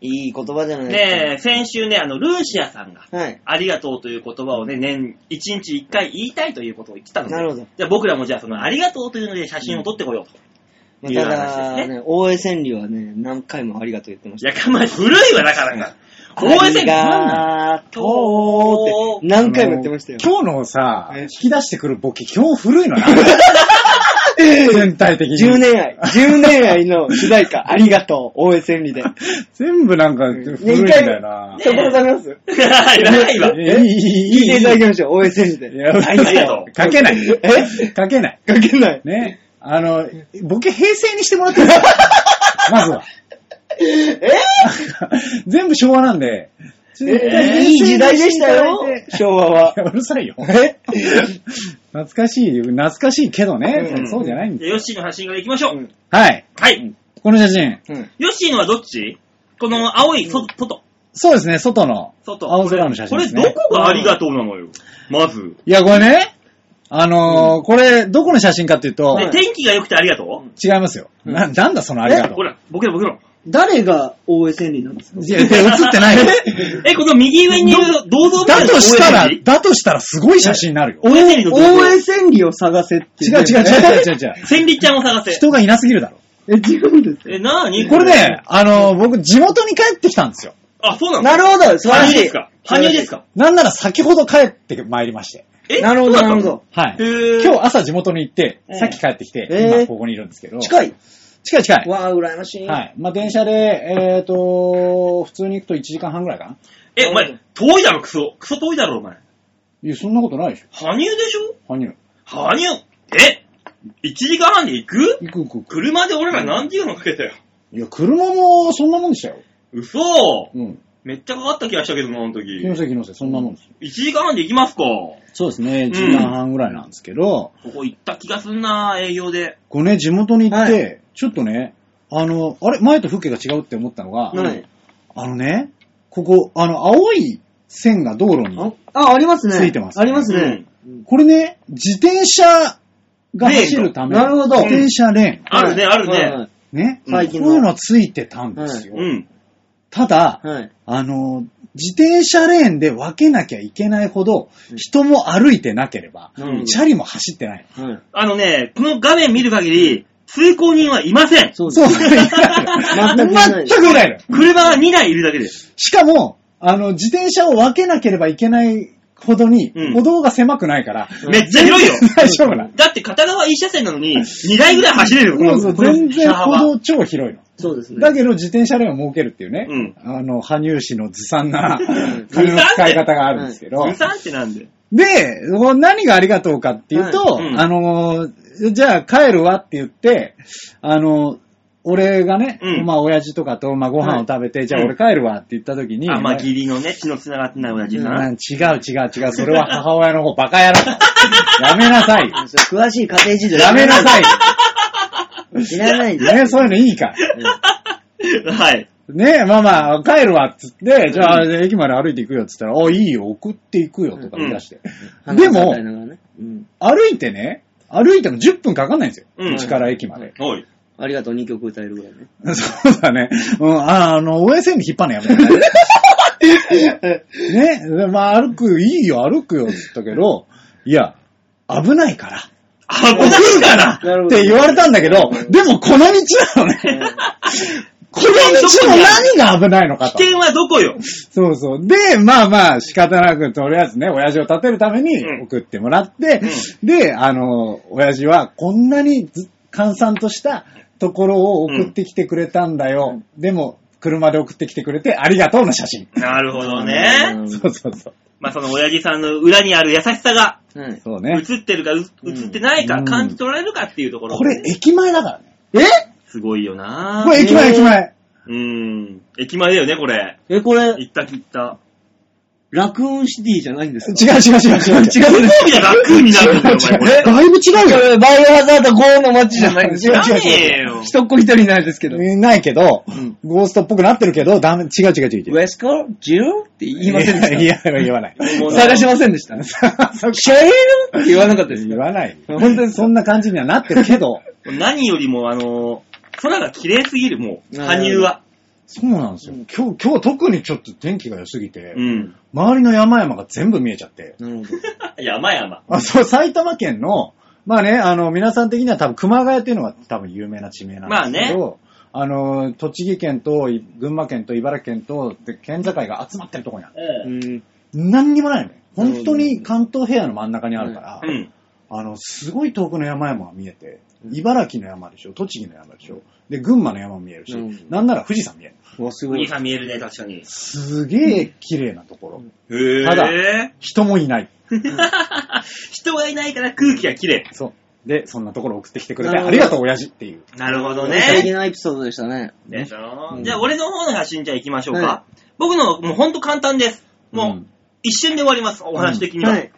いい言葉じゃな
う。
いですか。
ねえ先週ね、あの、ルーシアさんが、
はい。
ありがとうという言葉をね、年、1日1回言いたいということを言ってたので、
なるほど。
じゃあ僕らもじゃあその、ありがとうというので写真を撮ってこようと。
まあ
いう
た
話です
だ、
ね
ね、大江千里はね、何回もありがとう言ってまし
いや、かま古いわ、だから な。
た。
大江千里なんなん
ありがとうって何回も言ってましたよ。
今日のさ、
え
引き出してくるボケ、今日古いのな。全体的に。
10年愛、10年愛の主題歌、ありがとう、大江千里で。
全部なんか
ね
古いんだよな。
そこで食べます
いらないわ。
えいい、いい、
聞いていただきましょう、大江千里
い
で。
や
ありがと
書けない。
え
書けない。
かけない。
ね。あの、ボケ平成にしてもらって いいですかまずは。全部昭和なんで。
えいい時代でしたよ
いや、
昭 和は。
うるさいよ。
え
懐かしい、懐かしいけどね。
うん
そうじゃないん
じ
で
ゃあヨッシーの写真から行きましょう。
うん
はい。
はい。
この写真。
うん。
ヨッシーのはどっちこの青い外、外。
そうですね、外の。
外
青空の写真
こ
で
れ
すね。
どこがありがとうなのよ。まず。
いや、これね、あのーこれ、どこの写真かっていうと、
で、天気が良くてありがと
違いますよ。な、なんだそのありが
う
と
ほ
う。
ら、僕ら僕ら。
誰が大江千里なんですか
いや、いや映っ てないよ。
え、この右上にいる銅像みた
だ
いな
としたら
大江千、里
だとしたらすごい写真になるよ。
大江千里の銅像。
大江千里を探せってい
違う違
う。
う違う違う違う。
千里ちゃんを探せ。
人がいなすぎるだろ。
え、違うんです
え、なーに
これ。ね、あのー僕、地元に帰ってきたんですよ。
あ、そうなの
なるほど、素晴ら
羽
し
生で
い
す。か羽生ですか
なんなら先ほど帰ってまいりまして。
え
なるほど、
そう
な
だ
る
っ
ほ
たの
ど。
はい。
へー
今日朝地元に行って、さっき帰ってきて、
えー
今ここにいるんですけど。
近い。
近い近い。
わあ、羨ましい。
はい。まあ、電車で、えっ、と、普通に行くと1時間半ぐらいかな。
え、お前、遠いだろ、クソ。クソ遠いだろ、お前。
いや、そんなことないでしょ。
羽生でしょ
羽生。
羽生え ?1 時間半で行く
行く行く行く。
車で俺ら何時間かけたよ。
いや、車もそんなもんでしたよ。
嘘
うん。
めっちゃかかった気がしたけどな、あの時。
気のせい気のせい、そんなもんですよ。
1時間半で行きますか。こ
そうですね、1時間半ぐらいなんですけど、
こ行った気がすんな、営業で。
これね、地元に行って、
は
ちょっとね、あの、あれ、前と風景が違うって思ったのが、
はい。
あのね、ここ、あの、青い線が道路に、
あ、ありますね。
ついてます
ありますね。
これね、自転車が走るための、
レーンとなるほど
自転車レー
あるね、ある
はいは
ね。
い
ン。ね、
最近
こ
の
ういうのはついてたんですよ。
うん。
ただ、
はい。
あの、自転車レーンで分けなきゃいけないほど、人も歩いてなければ、
なるほど
チャリも走ってない。
はい。
あのね、この画面見る限り、通行人はいません。
そうです
そう、い ない
全くいない
全くいないの。
車が2台いるだけです。
しかも、あの、自転車を分けなければいけないほどに、
うん
歩道が狭くないから、
めっちゃ広いよ。
大丈夫なの。
だって片側1車線なのに、2台ぐらい走れるよ、こ
そ
の
うそう、
この
全然歩道超広いの。
そうですね。
だけど自転車レーンを設けるっていうね、
うん
あの、羽生市のずさん な金の使い方があるんですけど、
うさんってなんで。
で、こう何がありがとうかっていうと、
はいうん
あのー、じゃあ帰るわって言って、あのー、俺がね、
うん
まあ親父とかと、まあご飯を食べて、じゃあ俺帰るわって言った時に、
あ、まあ、
ね
義理のね、血の繋がってない親父さ。
うんん違う違う違う、それは母親の方 バカ野郎。やめなさい。
詳しい家庭事情
やめなさい。
いらないんだよ。
ね、そういうのいいか ら。
はい。
ね、まあまあ、帰るわっつって、じゃあ、駅まで歩いていくよっつったら、あ、いいよ、送っていくよとか言い出して。
うん
で
話を
も
与え、ながらねうん
歩いてね、歩いても10分かかんないんですよ。
うん
うちから駅まで。
おい。
ありがとう、2曲歌えるぐらいね。
そうだね。うん、ああの、OSM 引っ張るのやめてね。ね、でまあ歩く、いいよ、歩くよっつったけど、いや、危ないから。
危
送る
ない
か
から
なる
らっ
ほど
て言われたんだけど、でもこの道なのね。この道の何が危ないのかと
危。険はどこよ
そうそう。で、まあまあ、仕方なく、とりあえずね、親父を立てるために
うん
送ってもらって、で、あの、親父はこんなにず閑散としたところを送ってきてくれたんだよ。でも、車で送ってきてくれてありがとうの写真。
なるほど
う
ね。
ん
そうそうそう。
まあその親父さんの裏にある優しさが
はい。
そうね。
映ってるかう映ってないか
うん
感じ取られるかっていうところ。
これ、駅前だからね。
え
すごいよな
これ駅前、駅前。
うん。駅前だよね、これ。
え、これ、
行った切った。
ラクーンシティじゃないんですか
違う違う違う違う。違う。
違う。興味が楽になるんだよ、お前これ。
だいぶ違うよ。
れ、バイオハザード5の街じゃないんです
違う
よ。
ダ
違う違う
メよ。
人っ子一人いないですけど。ウ
えないけど、
ん
ゴーストっぽくなってるけど、ダメ、違う違う違う違う。
ェスコジルって言いませんで
い
し
や、いや言わない。
も
た。
う
探しませんでした。シェイル って言わなかったです
言
よ。
わない。本当にそんな感じにはなってるけど。
何よりも、あの、空が綺麗すぎる、もう。羽生は。
そうなんですよ。今日、今日特にちょっと天気が良すぎて、
うん。
周りの山々が全部見えちゃって。
なるほど。
山々。
あ、そう、埼玉県の、まあね、あの、皆さん的には多分熊谷っていうのが多分有名な地名なんですけど、あの、栃木県とい群馬県と茨城県とで県境が集まってるところにある。
うん。
何にもないのよ。本当に関東平野の真ん中にあるから、
うん。
あの、すごい遠くの山々が見えて、茨城の山でしょ、栃木の山でしょ、で、群馬の山も見えるし、
うん
なんなら富士山見える。
うわ、すご
富
い
士。山見えるね、確かに。
すげえ綺麗なところ。
へ
ただ
ぇ
人もいない。
人がいないから空気が綺麗。
そう。で、そんなところ送ってきてくれ
な
て、
るほ
あ
ど
りがとう、親父っていう。
なるほど
素敵
ね。
なエピソードでしたね。
でしょ
うん
じゃあ、俺の方の写真じゃあ行きましょうか
は。
僕の、もうほんと簡単です。
う、
もうん一瞬で終わります、お話的には。
はい。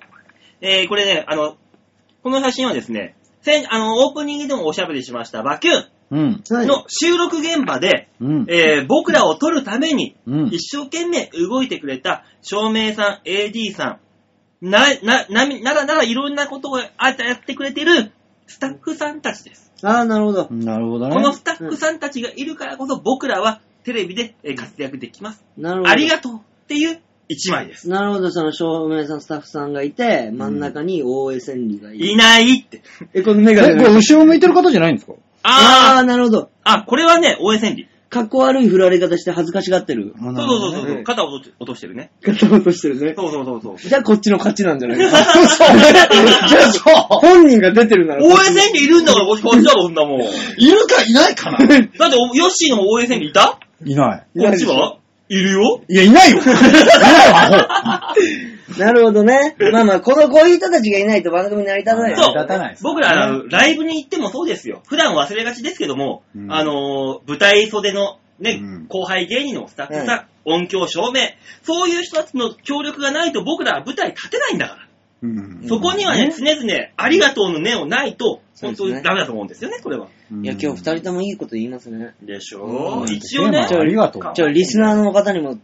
えー、これね、あの、この写真はですね、先、あの、オープニングでもおしゃべりしました、バキュー
うん。
ンの収録現場で、
うん。
えー、僕らを撮るために、
うん。
一生懸命動いてくれた照明さん、AD さん、な、な、なみ、ならならいろんなことをあやってくれてるスタッフさんたちです。
ああ、なるほど。
なるほどね。
このスタッフさんたちがいるからこそ僕らはテレビでえー活躍できます。
なるほど。
ありがとうっていう一枚です。
なるほど、その照明さん、スタッフさんがいて、真ん中に大江千里がいる。
いないって。
え、このメ
え、
ガネ
これ
の。
後ろ向いてる方じゃないんですか
ああ、
あ
なるほど。
あ、あ、これはね、応援戦理。
かっこ悪い振られ方して恥ずかしがってる。
そ
そうそうそうそう、
うん
肩を落と落としてるね。
肩落としてるね。
そうそうそうそう。
じゃあこっちの勝ちなんじゃないか
そう。じゃあそう。
本人が出てるなら。
応援戦理いるんだから、こっちだろ、そんな もん。だ
いるかい ないかな
ってお、ヨッシーの応援戦理いた
いない。
い
こ
な
っ
いで
ち
しょ
はいるよ
いや、い ないよ。いないわ、アホ。
なるほどね。まあまあ、このこういう人たちがいないと番組成り立たない。
そう
成り立たないですね
僕ら、あの、ライブに行ってもそうですよ。普段忘れがちですけども、
うん
あのー、舞台袖のね、
うん
後輩芸人のスタッフさん、音響照明、そういう人たちの協力がないと僕らは舞台立てないんだから。
うん
そこにはね、常々、ありがとうの念をないと、
そ
本
うです
当
ね
にダメだと思うんですよね、これは。
いや、今日二人ともいいこと言いますね。
でしょ
うん
一応ね。
テーマありがとう
じゃあ、リスナーの方にも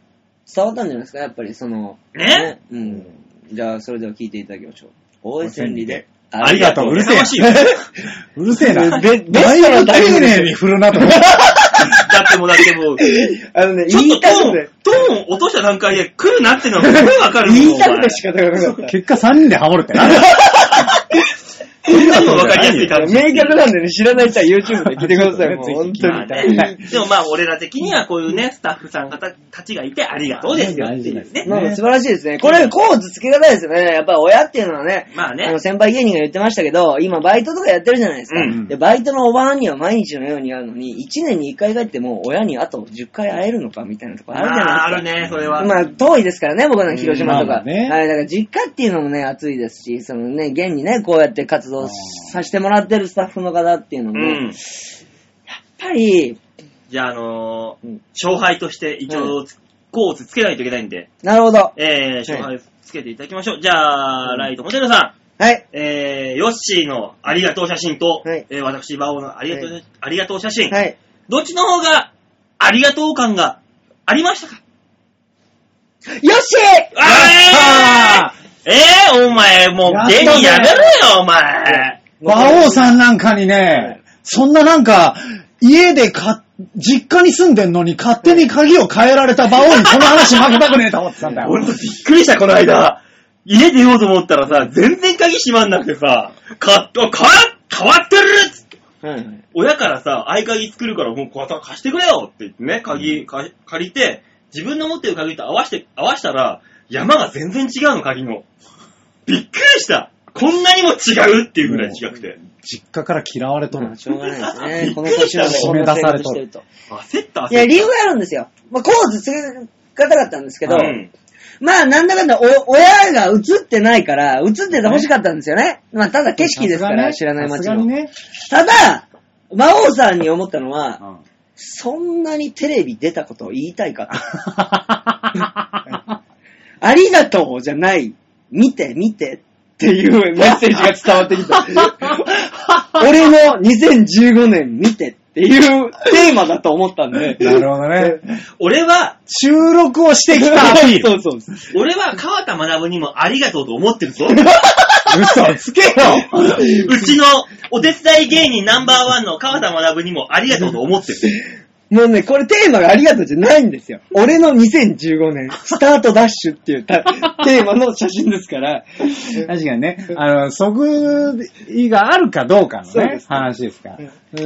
伝わったんじゃないですか、やっぱり、その。
ね
うん。じゃあ、それでは聞いていただきましょう。大江千里で。
ありがとう。
うるせえ
やかましいよ
うるせえな。
でベスト
だい
な
ぶ
タイミン
丁
グで
寧に振るなと思って。
だってもうだってもう、ち
あのね、
ょっ
言
と
い
ト
たく
ーン
て、、
トーン落とした段階で来るなってのはすごいわかるもん
言いたくて仕方がなかった。
結果3人でハモるってなんだ
こんなにもわかりやすい感じ。
名曲なんでね、知らない人は YouTube で聞いてく ださい、もう
そう
本
ね
当
まあ
に。
ね、 でもまあ、俺ら的にはこういうね、スタッフさん方たちがいてありがとうですよっていうね。
まあ、素晴らしいですね。これ、コーツつけ方ですよね。やっぱ親っていうのはね、
まあね
の先輩芸人が言ってましたけど、今バイトとかやってるじゃないですか。
うん
でバイトのおばあには毎日のように会うのに、1年に1回帰っても親にあと10回会えるのかみたいなとこ
ま
あるじゃ
あ、あ
な
る
いです
ね、そ
か。
れは。
まあ、遠いですからね、僕の広島と
まあま
か。
あね
はい、だから実家っていうのもね、暑いですし、そのね、現にね、こうやって活動させてもらってるスタッフの方っていうの
う
も、やっ
ん。
ぱり、
じゃあ、あのー
うん
勝敗として一応、コーツつけないといけないんで、
なるほど。
えー、勝敗つけていただきましょう。じゃあ、ライトモデルさ
はい。
えー、ヨッシーのありがとう写真と、
はい
えー私、バオのありがとう、
は
ありがとう写真、
はい。
どっちの方が、ありがとう感がありましたか
よっしー
あーえー、お前、もう
や、っ
芸
たね
人やめろよ、お前。
馬王さんなんかにね、そんななんか、家でか、実家に住んでんのに勝手に鍵を変えられた馬王にその話負けたくねえと思ってたんだよ。
俺とびっくりした、この間。家出ようと思ったらさ、全然鍵閉まんなくてさ、か、か、変わってるっつって
はい。
親からさ、合鍵作るからもうこう貸してくれよって言ってね、鍵、か借りて、自分の持ってる鍵と合わせて、合わせたら、山が全然違うの、鍵の。びっくりしたこんなにも違うっていうぐらい違くて。
実家から嫌われとる。
しょうがないですね。この年のこんな生活してると。
焦った、焦った。
いや、理由があるんですよ。まあ、コーズつけがたかったんですけど、
うん
まあ、なんだかんだ、お、親が映ってないから、映ってて欲しかったんですよね。まあ、ただ景色ですから、知らない
さ
街
すがに
の。
ね。
ただ、魔王さんに思ったのは、
うん
そんなにテレビ出たことを言いたいかと。 ありがとうじゃない。見て、見て。っていうメッセージ が伝わってきた。俺の2015年見てっていうテーマだと思ったんで。
なるほどね。
俺は、
収録をしてきたアピール。
そうそうそう。
俺は川田学にもありがとうと思って るぞ。
嘘つけよ
うちのお手伝い芸人ナンバーワンの川田学にもありがとうと思ってる。
もうね、これテーマがありがとうじゃないんですよ。俺の2015年、スタートダッシュっていうたテーマの写真ですから。
確かにね、あの、即位があるかどうかの
そうで
ね、
す
話ですから。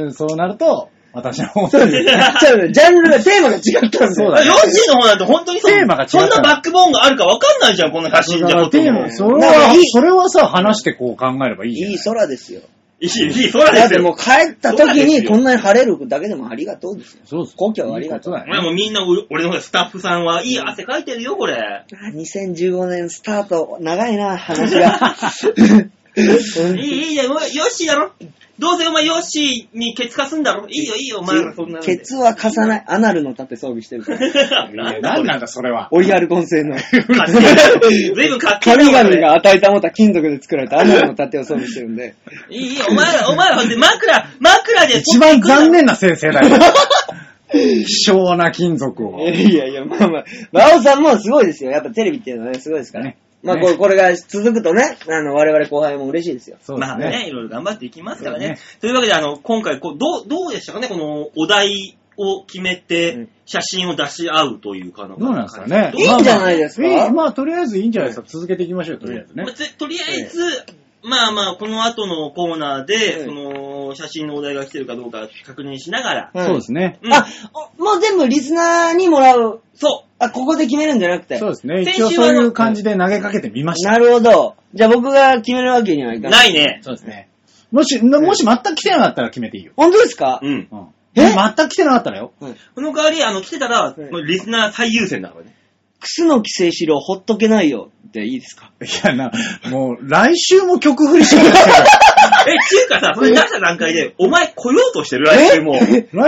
うんそうなると、私の方
そう です。ちょっとジャンルが、テーマが違ったんで。
そう
ヨ
だ
ッ
ね
シーの方なんて本当にそ
テーマが違う
そんなバックボーンがあるかわかんないじゃん、この写真じゃ。ほとん
テ
ど
ー
い
マ、それ
なんか
はい
い、
それはさ、話してこう考えればいいじゃん
いい空ですよ。
い、いい、空
だっ
です
ても
よ
う。帰った時にこんなに晴れるだけでもありがとうですよ。
そうです。
故郷ありがとう
いいこと
俺
だよね
もみんな、う俺の方でスタッフさんはいい汗かいてるよ、これ。
あ2015年スタート、長いな、話 が。
いい、いいじゃん、お前ヨッシーだろどうせお前ヨッシーにケツかすんだろいいよ、いいよ、お前らそんなので。
ケツは貸さない、アナルの盾装備してるから。
なんだ
な
こ
ん
れ
なんだ、それは。
オリアルコン製の。
勝手にずいぶん勝手に
神々が与えたもた金属で作られたアナルの盾を装備してるんで。
いい、いい、お前ら、お前ら、ほんで枕、枕で
一番残念な先生だよ。希少な金属を。
いやいや、まあまあ、ラオさんもすごいですよ。やっぱテレビっていうのはね、すごいですから。
ね
まあ
ね
これ、これが続くとね、あの、我々後輩も嬉しいですよ。
そうで
まあ
す
ね、
ね。
いろいろ頑張っていきますから
そう
ね
ね。
というわけで、あの、今回こう、どう、どうでしたかね、このお題を決め
う
て
ん、
写真を出し合うというかの
どうなんですかね。
いいんじゃないです
ま
か
あまあいいまあ、とりあえずいいんじゃないですか。続けていきましょう、とりあえずね
まあ。ぜとりあえず、まあまあ、この後のコーナーで、
うん
その、写真のお題が来てるかどうか確認しながら、
はい
そうですね。
うん
あ、おもう全部リスナーにもらう。
そ
あ、ここで決めるんじゃなくて。
そうですね。
先
一
週は、
応そういう感じで投げかけてみました。
なるほど。じゃあ僕が決めるわけにはいうかない。
ないね。
そうですね。もし、なもし全く来てなかったら決めていいよ。
本当ですか、
うん。
うん。
え
全く来てなかったらよ。
この代わり、あの、来てたら、
ん
もうリスナー最優先だからね。
楠木聖志郎ほっとけないよっていいですか
いやな、 もう、来週も曲振りしてるんですけど。
え、ちゅうかさ、それ出した段階で、お前来ようとしてる来週も。
来週も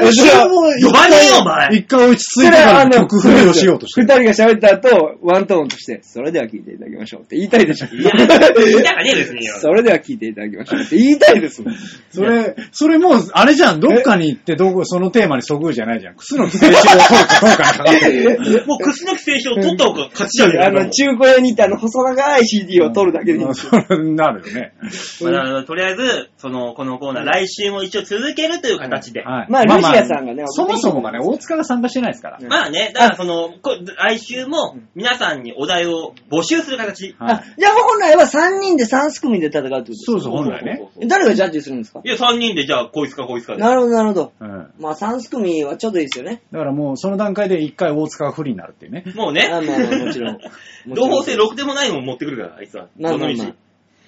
呼ばねえよ、お前。
一回落ち着いてから曲振りをしようとして
二
る。
人が喋った後、ワントーンとして、それでは聞いていただきましょうって言いたいでしょ。
いや、だからね、別によ。
それでは聞いていただきましょうって言いたいですもん。
それ、それもう、あれじゃん、どっかに行って、どこ、そのテーマにそぐうじゃないじゃん。楠木選手を取るかどうかにかか ってる。
もう、楠木聖書を取った方が勝ちじゃねえか
あ
よ。もう
の、中古屋に行ってあの、細長い CD を取るだけでいいん
まあ
ですよ。
そうなるよね。
まあだからとりあえず、その、このコーナー、来週も一応続けるという形で。
はい
まあルシアさんがね
そもそもがね、大塚が参加してないですから。
まあね、だからその、こ来週も皆さんにお題を募集する形。
は
あ
い、
じゃあ本来は3人で3組で戦うってことです
そうそう、本
だ
来ね。。
誰がジャッジするんですか
いや、3人でじゃあ、こいつかこいつかで。
なるほど、なるほど。
うん。
まあ3組はちょうどいいですよね。
だからもう、その段階で一回大塚が不利になるっていうね。
もう
あ
ね
ま。あまあ、もちろん。もちろん
どうせろくでもないもん持ってくるから、あいつは。
まあ
ど
まあま
の
あ
道。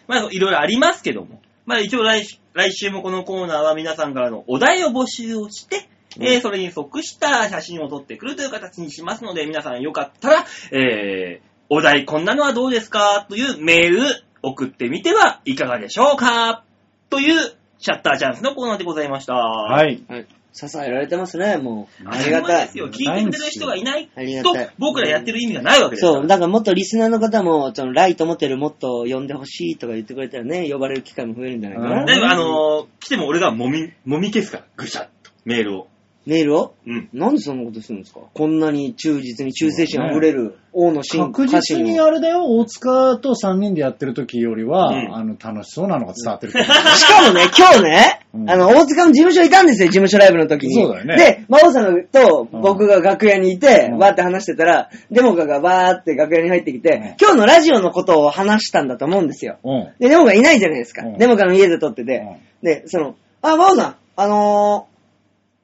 まあ、いろいろありますけども。まあ、一応来週、来週もこのコーナーは皆さんからのお題を募集をして、えーそれに即した写真を撮ってくるという形にしますので、皆さんよかったら、えー、お題こんなのはどうですかというメール送ってみてはいかがでしょうかというシャッターチャンスのコーナーでございました。
はい。
はい支えられてますね、もう。
当
あ
た
り
り
がた
前で
い
す。よ。聞いてくれる人がいない
ありが
と
たい、
僕らやってる意味がないわけですから
そう、だからもっとリスナーの方も、そのライトモテルもっと呼んでほしいとか言ってくれたらね、呼ばれる機会も増えるんじゃないか
う
な。
ん
だいぶあのー、来ても俺が揉み、揉み消すから、ぐしゃっと、メールを。
メールを
うん。
なんでそんなことするんですかこんなに忠実に忠誠心あふれる王の真
確
歌詞
実
に
に
は。
あれだよ、大塚と3人でやってる時よりは、
うん
あの、楽しそうなのが伝わってるから。
し かもね、今日ね、
うん
あの、大塚の事務所いたんですよ、事務所ライブの時に。
そうだよね
で、魔王さんと僕が楽屋にいて、
うん
わーって話してたら、デモカがわーって楽屋に入ってきて、
うん
今日のラジオのことを話したんだと思うんですよ。
うん。
で、デモカいないじゃないですか。
うん
デモカの家で撮ってて、
う
で、その、あ、バオさん、あのー、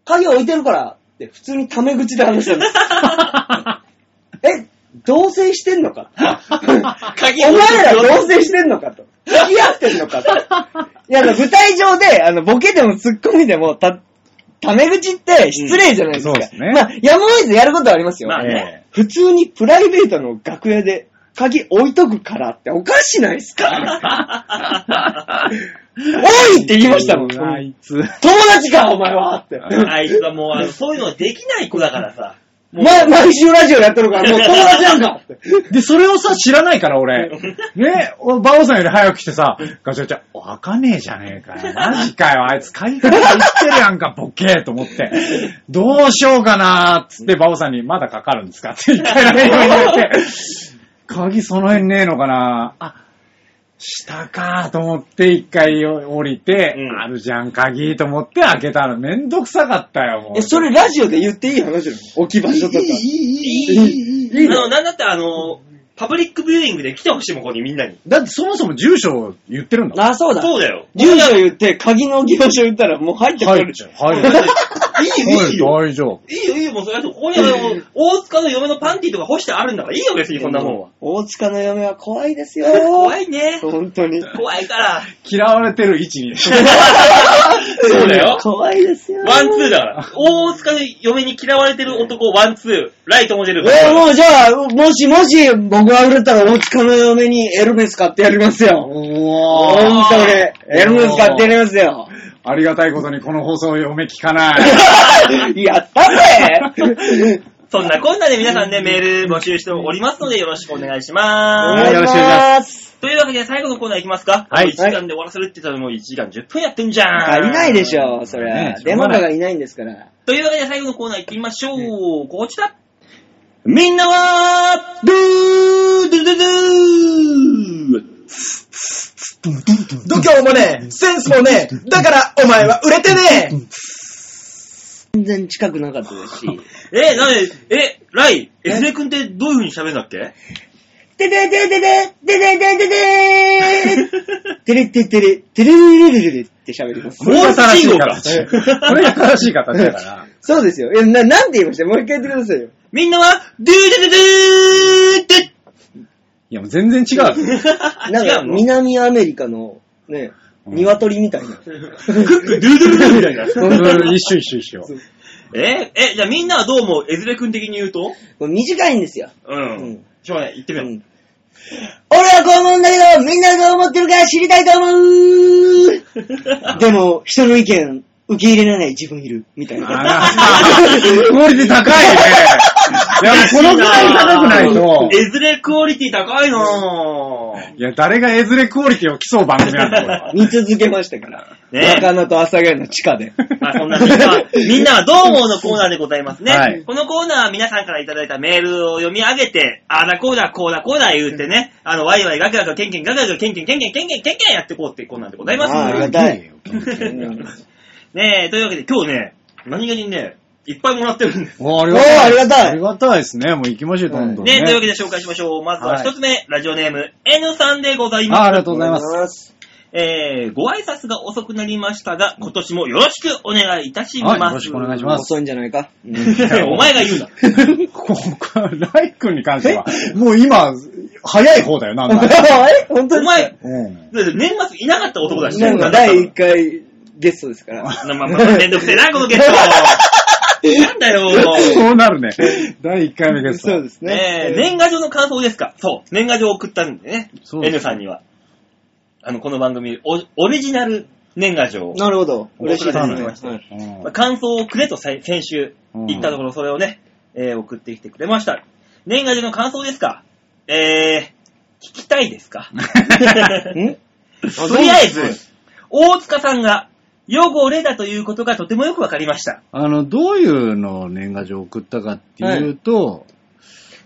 鍵置いてるからって普通にタメ口で話して るんです。え、同棲してんのか
鍵
お前ら同棲してんのかと。付き合ってんのかと。いや、あの舞台上で、あの、ボケでもツッコミでも、た、タメ口って失礼じゃないですか。
うんそうですね
まあ、やむを得ずやることはありますよ。
まあね
え
普通にプライベートの楽屋で鍵置いとくからっておかしないですか おいって 言いましたもん。
うあいつ。
友達か、お前はっ て。
あいつは もう、あのそういうのできない子だからさ。もう
ま、毎週ラジオやってるから、もう友達なんか って。
で、それをさ、知らないから、俺。ね、お馬王さんより早く来てさ、ガチャガチャ、お開かねえじゃねえかよ。マジかよ、あいつ、鍵かけて言ってるやんか、ボケーと思って。どうしようかなーっつって、馬王さんに、まだかかるんですかって一回だけ言われて、鍵その辺ねえのかなあ、下かーと思って、一回降りて、
うん
あるじゃん、鍵と思って開けたら、めんどくさかったよ、もう。
え、それラジオで言っていい話なの置き場所とか。
いいあの、なんだってあの、パブリックビューイングで来てほしいもん、ここにみんなに。
だってそもそも住所を言ってるんだもん
あ、そうだ。
そうだよ。
住所言って、鍵の置き場所言ったらもう入ってく
入
る
っ
じ
ち
ゃ
ゃ
ん
う。。入る。
いいよ、いいよ。
大丈夫。
いいよ、いいよ、もうそれだとここにあの、大塚の嫁のパンティとか干してあるんだから、いいよ、別にこんなもんは。
大塚の嫁は怖いですよ。
怖いね。
本当に。
怖いから。
嫌われてる位置に。
そうだよ。
怖いですよ。
ワンツーだから。大塚の嫁に嫌われてる男、ワンツー。ライトモデルから。
えー、もうじゃあ、もしもし僕が売れたら大塚の嫁にエルメス買ってやりますよ。
お
ほんとに。エルメス買ってやりますよ。
ありがたいことにこの放送を嫁聞かない。
やったぜ
そんなこんなで皆さんね、メール募集しておりますので、よろしくお願いし
お
ま
は
ー
い
す。
願いします。
というわけで、最後のコーナーいきますか。
はい
1時間で終わらせるって言ったらもう1時間10分やってんじゃん。
足りないでしょ、それ
ね
は。
しょ
デ
うが
モ
ない
カがいないんですから。
というわけで、最後のコーナーいってみましょう。こちら。みんなは、ドゥードゥドゥドゥー
度胸もねえ、センスもねえ、だからお前は売れてねえ。
全然近くなかったですし。
え、なんで、え、ライ、エスネ君ってどういう風に喋るんだっけ
てててててててててててれててれ、てれれれれれれって喋ります
も。う正しい
これが正しい形。これが正しい形だから。
そうですよ。え、な、なんて言いましたもう一回言ってくださいよ。
みんなは、ドゥードゥドゥドゥーって。
いや、もう全然違う。
なん
違
か、
うの
南アメリカの、ね、
うん
鶏みたいな。
クック、ドゥドゥドゥみたいな。
一周一周しよう。
え、え、じゃあみんなはどう思うエズレ君的に言うと
これ短いんですよ。
う
うんん。
しょうがない、言ってみよ
う
う。
ん俺はこう思うんだけど、みんながどう思ってるか知りたいと思 うでも、人の意見、受け入れられない自分いる。みたいな。
クオリティ高いね。いや、もうこのぐらい高くないと。
エズレクオリティ高いなぁ。
いや、誰がえずれクオリティを競う番組なんだ、これは。
見続けましたから。
ね
中野と阿佐ヶ谷の地下で。
まあそんなみんな、 みんなはどう思うのコーナーでございますね。
はい
このコーナーは皆さんからいただいたメールを読み上げて、あーだこうだこうだこうだ言うてね、あの、ワイワイガクガクケンケンガクガクケンケンケンケンケンケンケンケンやってこうっていうコーナーでございます
ああり
の
が
で。
たい。
ねえ、というわけで今日ね、何気にね、いっぱいもらってるんです。
おーあ
おーありがたい
ありがたいですね。もう行きましょう、どんどん
ね
ね。
え、というわけで紹介しましょう。まずは一つ目、ラジオネーム N さんでございます。
あありがとうございます。
す。
えー、ご挨拶が遅くなりましたが、今年もよろしくお願いいたします。
はいよろしくお願いします
遅いんじゃないか。
お前が言うな。
ここはライ君に関しては、もう今、早い方だよ、なん か。
え本当
お
ですか
前、
うん。
だって年末いなかった男だし。
なんか第1回ゲストですから。
まあまあまあめんどくせえな、このゲ スト。なんだよ。
そうなるね。第1回目ゲスト。。
そうですす
ねえ
ね。
年賀状の感想ですかそう。年賀状を送ったんでね。
そうです
N さんには。あの、この番組、オオリジナル年賀状。
なるほど。嬉しいですね。
僕らで
はい
うん
まあ感想をくれと先先週
うん
言ったところ、それをね、えー送ってきてくれました。年賀状の感想ですかえー、聞きたいです か
ん
とりあえず、大塚さんが汚れだということがとてもよくわかりました。
あの、どういうのを年賀状送ったかっていうと、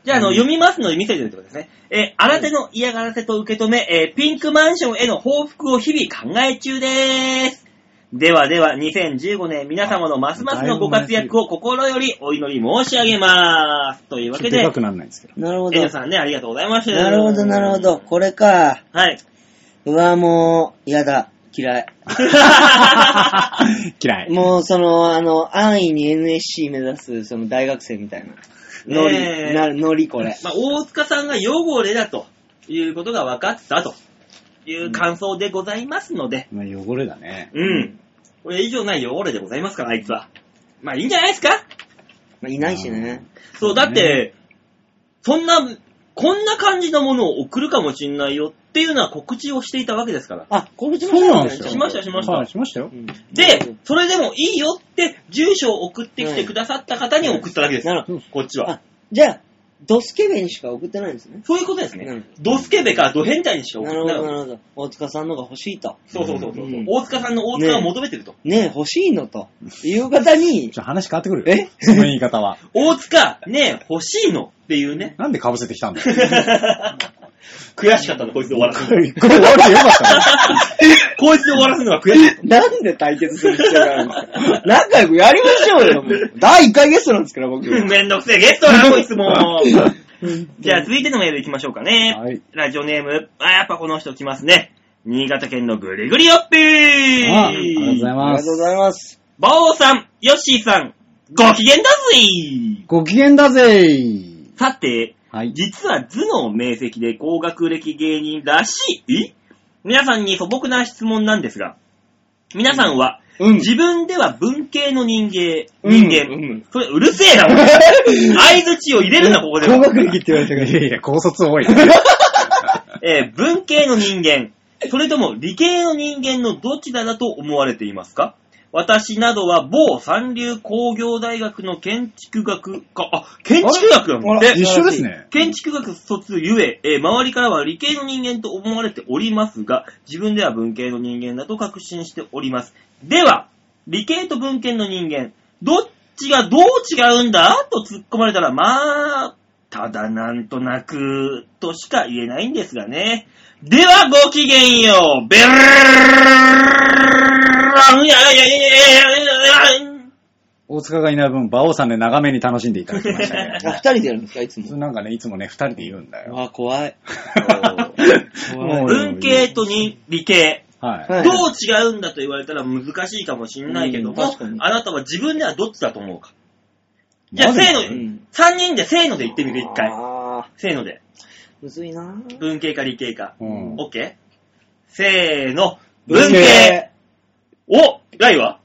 じゃあ、あの、読みますので見せてるってことですね。えー、新手の嫌がらせと受け止め、えーピンクマンションへの報復を日々考え中でーす。ではでは、2015年皆様のますますのご活躍を心よりお祈り申し上げます。というわ
ちょ
け
っとで
で
か、くなんないんですけ ど。
なるほ
エ
ど
ヌ。さんね、ありがとうございました。
なるほど、なるほど。。これか。
はい。
うわ、もう、やだ。嫌い。
嫌い。
もう、その、あの、安易に NSC 目指す、その大学生みたいな。ノリ、
ねえ
な、ノリこれ。
まあ、大塚さんが汚れだということが分かったという感想でございますので、
まあ、汚れだね。
うん。これ以上ない汚れでございますから、あいつは。まあ、いいんじゃないですか
まあ、いないしね。
そう、だって、そんな、こんな感じのものを送るかもしんないよっていうのは告知をしていたわけですから。
あ、告知も
そうなんですよ。
しましたしました
はい、しましたよ。
で、それでもいいよって、住所を送ってきてくださった方に送っただけです。
なるほ
こっちは
あ。、じゃあ、ドスケベにしか送ってないんですね。
そういうことですね。
うん
ドスケベかド変態にしか送
な
って
る
な
ほ
い
ど、なるほど。大塚さんのが欲しいと。
そうそうそうそう、
うん
大塚さんの大塚を求めてると。
ねえ、欲しいのと。いう方に
ち、ょ、話変わってくる。
え
その言い方は。
大塚、ねえ、欲しいのっていう ね。
なんで被せてきたんだよ。
悔しかったの、こいつで終わらせ
こ
る。
れ、これ悪いよかったね。
こいつで終わらせるのが悔しかった。
なんで対決する必要があるんですか仲良くやりましょうよ。もう第1回ゲストなんですから、僕。
めんどくせえ、ゲストだな、こいつ も。じゃあ、続いてのメールいきましょうかね。
はい
ラジオネーム、あ、やっぱこの人来ますね。新潟県のぐりぐりよっぴー
あありがとうござい
あり
ま
がとうご
す。
ざいます。
バオさん、ヨッシーさん、ご機嫌だぜい
ご機嫌だぜ
さて、
はい。
実は頭脳明晰で高学歴芸人らしい皆さんに素朴な質問なんですが、皆さんは、
うん。
自分では文系の人間、
う
人
ん
間、
うん
それうるせえな、 お前相づちを入れるな、ここでは
高学歴って言われたけ
いやいや、高卒 多い。
えー文系の人間、それとも理系の人間のどちらだと思われていますか私などは某三流工業大学の建築学科、あ、建築学なん
あら
で
あら
一緒ですね。
建築学卒ゆええー周りからは理系の人間と思われておりますが、自分では文系の人間だと確信しております。では、理系と文系の人間、どっちがどう違うんだと突っ込まれたら、まあ、ただなんとなく、としか言えないんですがね。では、ごきげんよう。ベルーンいやいやいやいやいやいや
大塚がいない分、馬王さんで長めに楽しんでいただきましたけど
あ、二人でやるんですか、いつも。
なんかね、いつもね、二人で言うんだよ。
あ、怖い。
もう
文系とに理系。
はい。
はい
どう違うんだと言われたら難しいかもしんないけど
うん
も
確かに、
あなたは自分ではどっちだと思うか。じゃあ、
まずね
せーの
う
で
ん、
3人でせーので言ってみる、一回。
あ
せーので。
ー、むずいなぁ
文系か理系か。
うん。
オッケーせーの、文系。おライは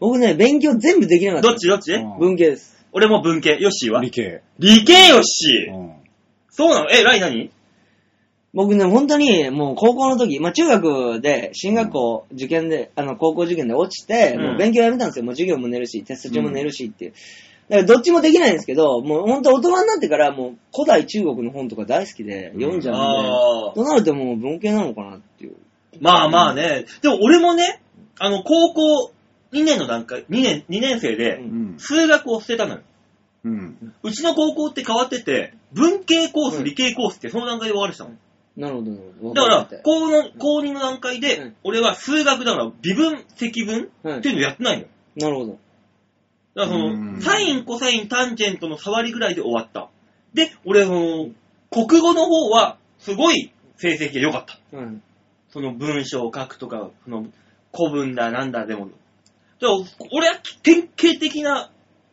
僕ね、勉強全部できなかった。
どっちどっち
うん
文系です。
俺も文系。ヨッシーは
理系。
理系ヨッシ
う
ー。
ん。
そうなのえ、ライ何
僕ね、本当に、もう高校の時、まあ中学で、進学校受験で、あの、高校受験で落ちて、
うん
もう勉強やめたんですよ。もう授業も寝るし、テスト中も寝るしっていう。だからどっちもできないんですけど、もう本当大人になってから、もう古代中国の本とか大好きで、読んじゃうんで、
あー
となるともう文系なのかなっていう。
まあまあね。でも俺もね、あの、高校2年の段階、2年、2年生
う、
で
うんん。
数学を捨てたのよ。
うん。
うちの高校って変わってて、文系コース、
うん
理系コースってその段階で分かれてたの。
なるほど、なるほ
だ
ど。
から
わか、る
高の高2の段階
う
で
ん、
俺は数学だから、微分、積分
はい
っていうのやってないのよ。
なるほど。
だからそ
うん
の、サイン、コサイン、タンジェントの触りぐらいで終わった。で、俺、その、国語の方は、すごい成績が良かった。
うん。
その文章を書くとか、その古文だなんだでも。だから俺は典型的な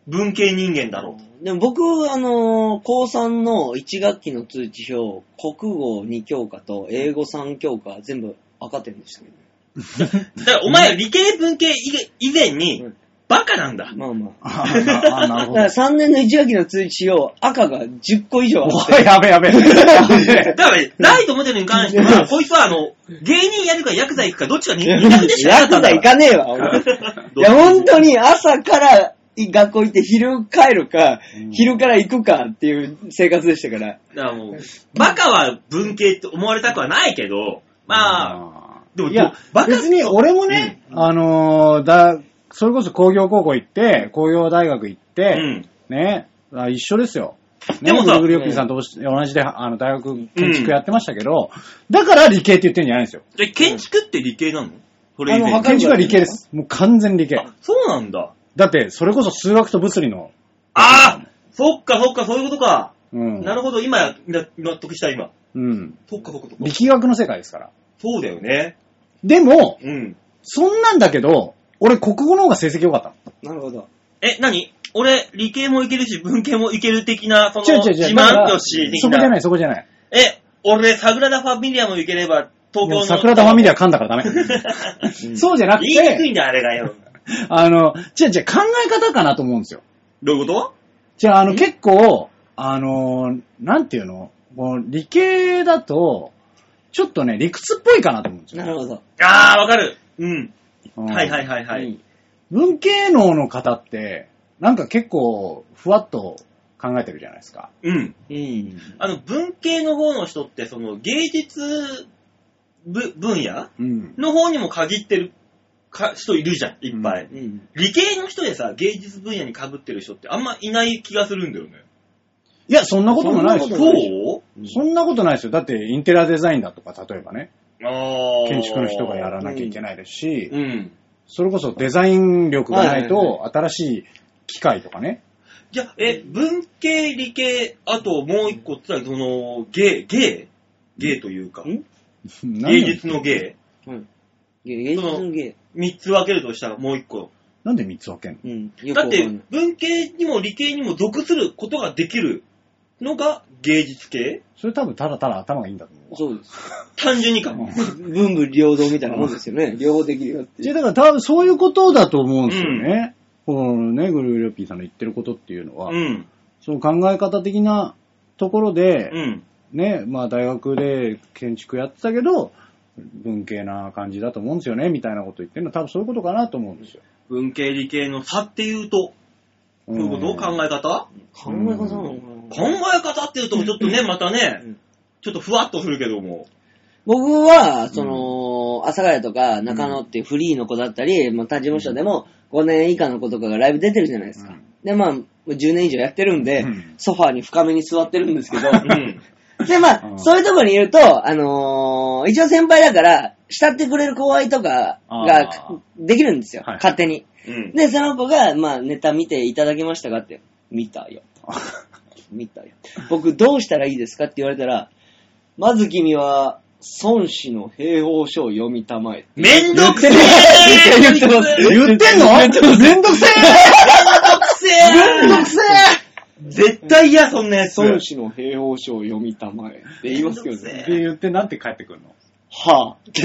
文系人間だろう。
でも僕、あのー高3の1学期の通知表、国語2教科と英語3教科全部赤点でしたけどね。
だからお前は理系文系以以前に
うん、
バカなんだ。
まあまあ。
あーあー、なる
だ
ほ
か
ど
ら。3年の1学期の通知を赤が10個以上あっ
おいやべやべ。
だ から、ライトモデルに関しては、こいつはあの、芸人やるかヤクザ行くか、どっちかに
て。
二択でしかなかったんだ
行
から。
かねえわ、俺。いや、本当に朝から学校行って昼帰るか、昼から行くかっていう生活でしたから。
だからもう、バカは文系って思われたくはないけど、まあ、
あ
でも
いや、
バカ
別に俺もね、あのーだ、それこそ工業高校行って、工業大学行って、
うん
ね、あ一緒ですよ。ね、
でも
ぐ
さ
るぐるよっぴーさんと同じ同じで、あの、大学建築やってましたけど、だから理系って言ってんじゃないんですよ。
じゃあ建築って理系なのそれ以
あの
前
わか
に。
建
る
築は理系です。もう完全理系。
あ、そうなんだ。
だって、それこそ数学と物理の、
ああそっかそっか、そういうことか。
うん。
なるほど、今、な納得した、今。
うん。
そっかそっかそっか。
力学の世界ですから。
そうだよね。
でも、
うん。
そんなんだけど、俺国語の方が成績良かった。
なるほど。
え、何俺、理系もいけるし、文系もいける的な、そ
違
の、
う違う違
自
う。だか
慢
ら
よし的
そこじゃない、そこじゃない。
え、俺、サグラダ・ファミリアも行ければ、東京
も
の。
う桜田ファミリア噛んだからダメ。 そうじゃなく
言いにくい
て、
んだ、あれが よ。
あの、違う違う、考え方かなと思うんですよ。
どういうこと
じゃあ、あの、結構、あの、なんていうのこう理系だと、ちょっとね、理屈っぽいかなと思うんですよ。
なるほど。
あー、わかる。うん。
うん
はいはいはいはい。
うん
文系能の方って、なんか結構、ふわっと考えてるじゃないですか。
うん。
うん。
あの、文系の方の人って、その、芸術ぶ分野
うん。
の方にも限ってるか人いるじゃん、いっぱい。
うん。
理系の人でさ、芸術分野に被ってる人ってあんまいない気がするんだよね。
いや、そんなこともないです
そ
よ。
そ
んな
う
こ
うんそんなことないですよ。だって、インテリアデザインだとか、例えばね、
あー
建築の人がやらなきゃいけないですし、
うん。
それこそデザイン力がない
はいはい
と、新しい機械とかね。
じゃあ、え、文系、理系、あともう一個って言ったら、その、芸、芸芸というか、
ん
芸術の芸
うん。芸術の芸。
三つ分けるとしたらもう一個。
なんで三つ分けんの
うん。よく
だっ
わかんない
て、文系にも理系にも属することができるのが芸術系
それ多分ただただ頭がいいんだと思うわ。
そうです。
単純にか
う
も
ん。
文武両道みたいなもんですよね。 両方できるよって
じ。ゃあだから多分そういうことだと思うんですよね。このね、グルーリョピーさんの言ってることっていうのは、
うん。
その考え方的なところで
う、ん。
ね、まあ大学で建築やってたけど、文系な感じだと思うんですよね、みたいなこと言ってるのは多分そういうことかなと思うんですよ。
文系、理系の差っていうと、どういうこと考え方
考え方なのか
考
な
え方っていうと、ちょっとね、またね
うん、
ちょっとふわっとするけども。
僕は、その、阿佐ヶ谷とか中野っていうフリーの子だったり、まあ他事務所でも5年以下の子とかがライブ出てるじゃないですか
うん。
で、まあ、10年以上やってるんで
うん、
ソファーに深めに座ってるんですけど、
うん。
で、ま
う
あ、
ん
そういうとこにいると、あのー一応先輩だから、慕ってくれる後輩とかが
あー
できるんですよ。
はい
勝手に。
うん。
で、その子が、まあ、ネタ見ていただけましたかって、見たよ。見たよ。僕、どうしたらいいですかって言われたら、まず君は、孫子の兵法書を読みたまえ。
めんどくせえ
言ってます
めんど
言ってんのめんどくせ
くせえ
めんどくせ
絶対嫌、そんなやつ。
孫子の兵法書を読みたまえ。って言いますけど
めんどくせ
え
え
って言ってなんて帰ってくるの
は
当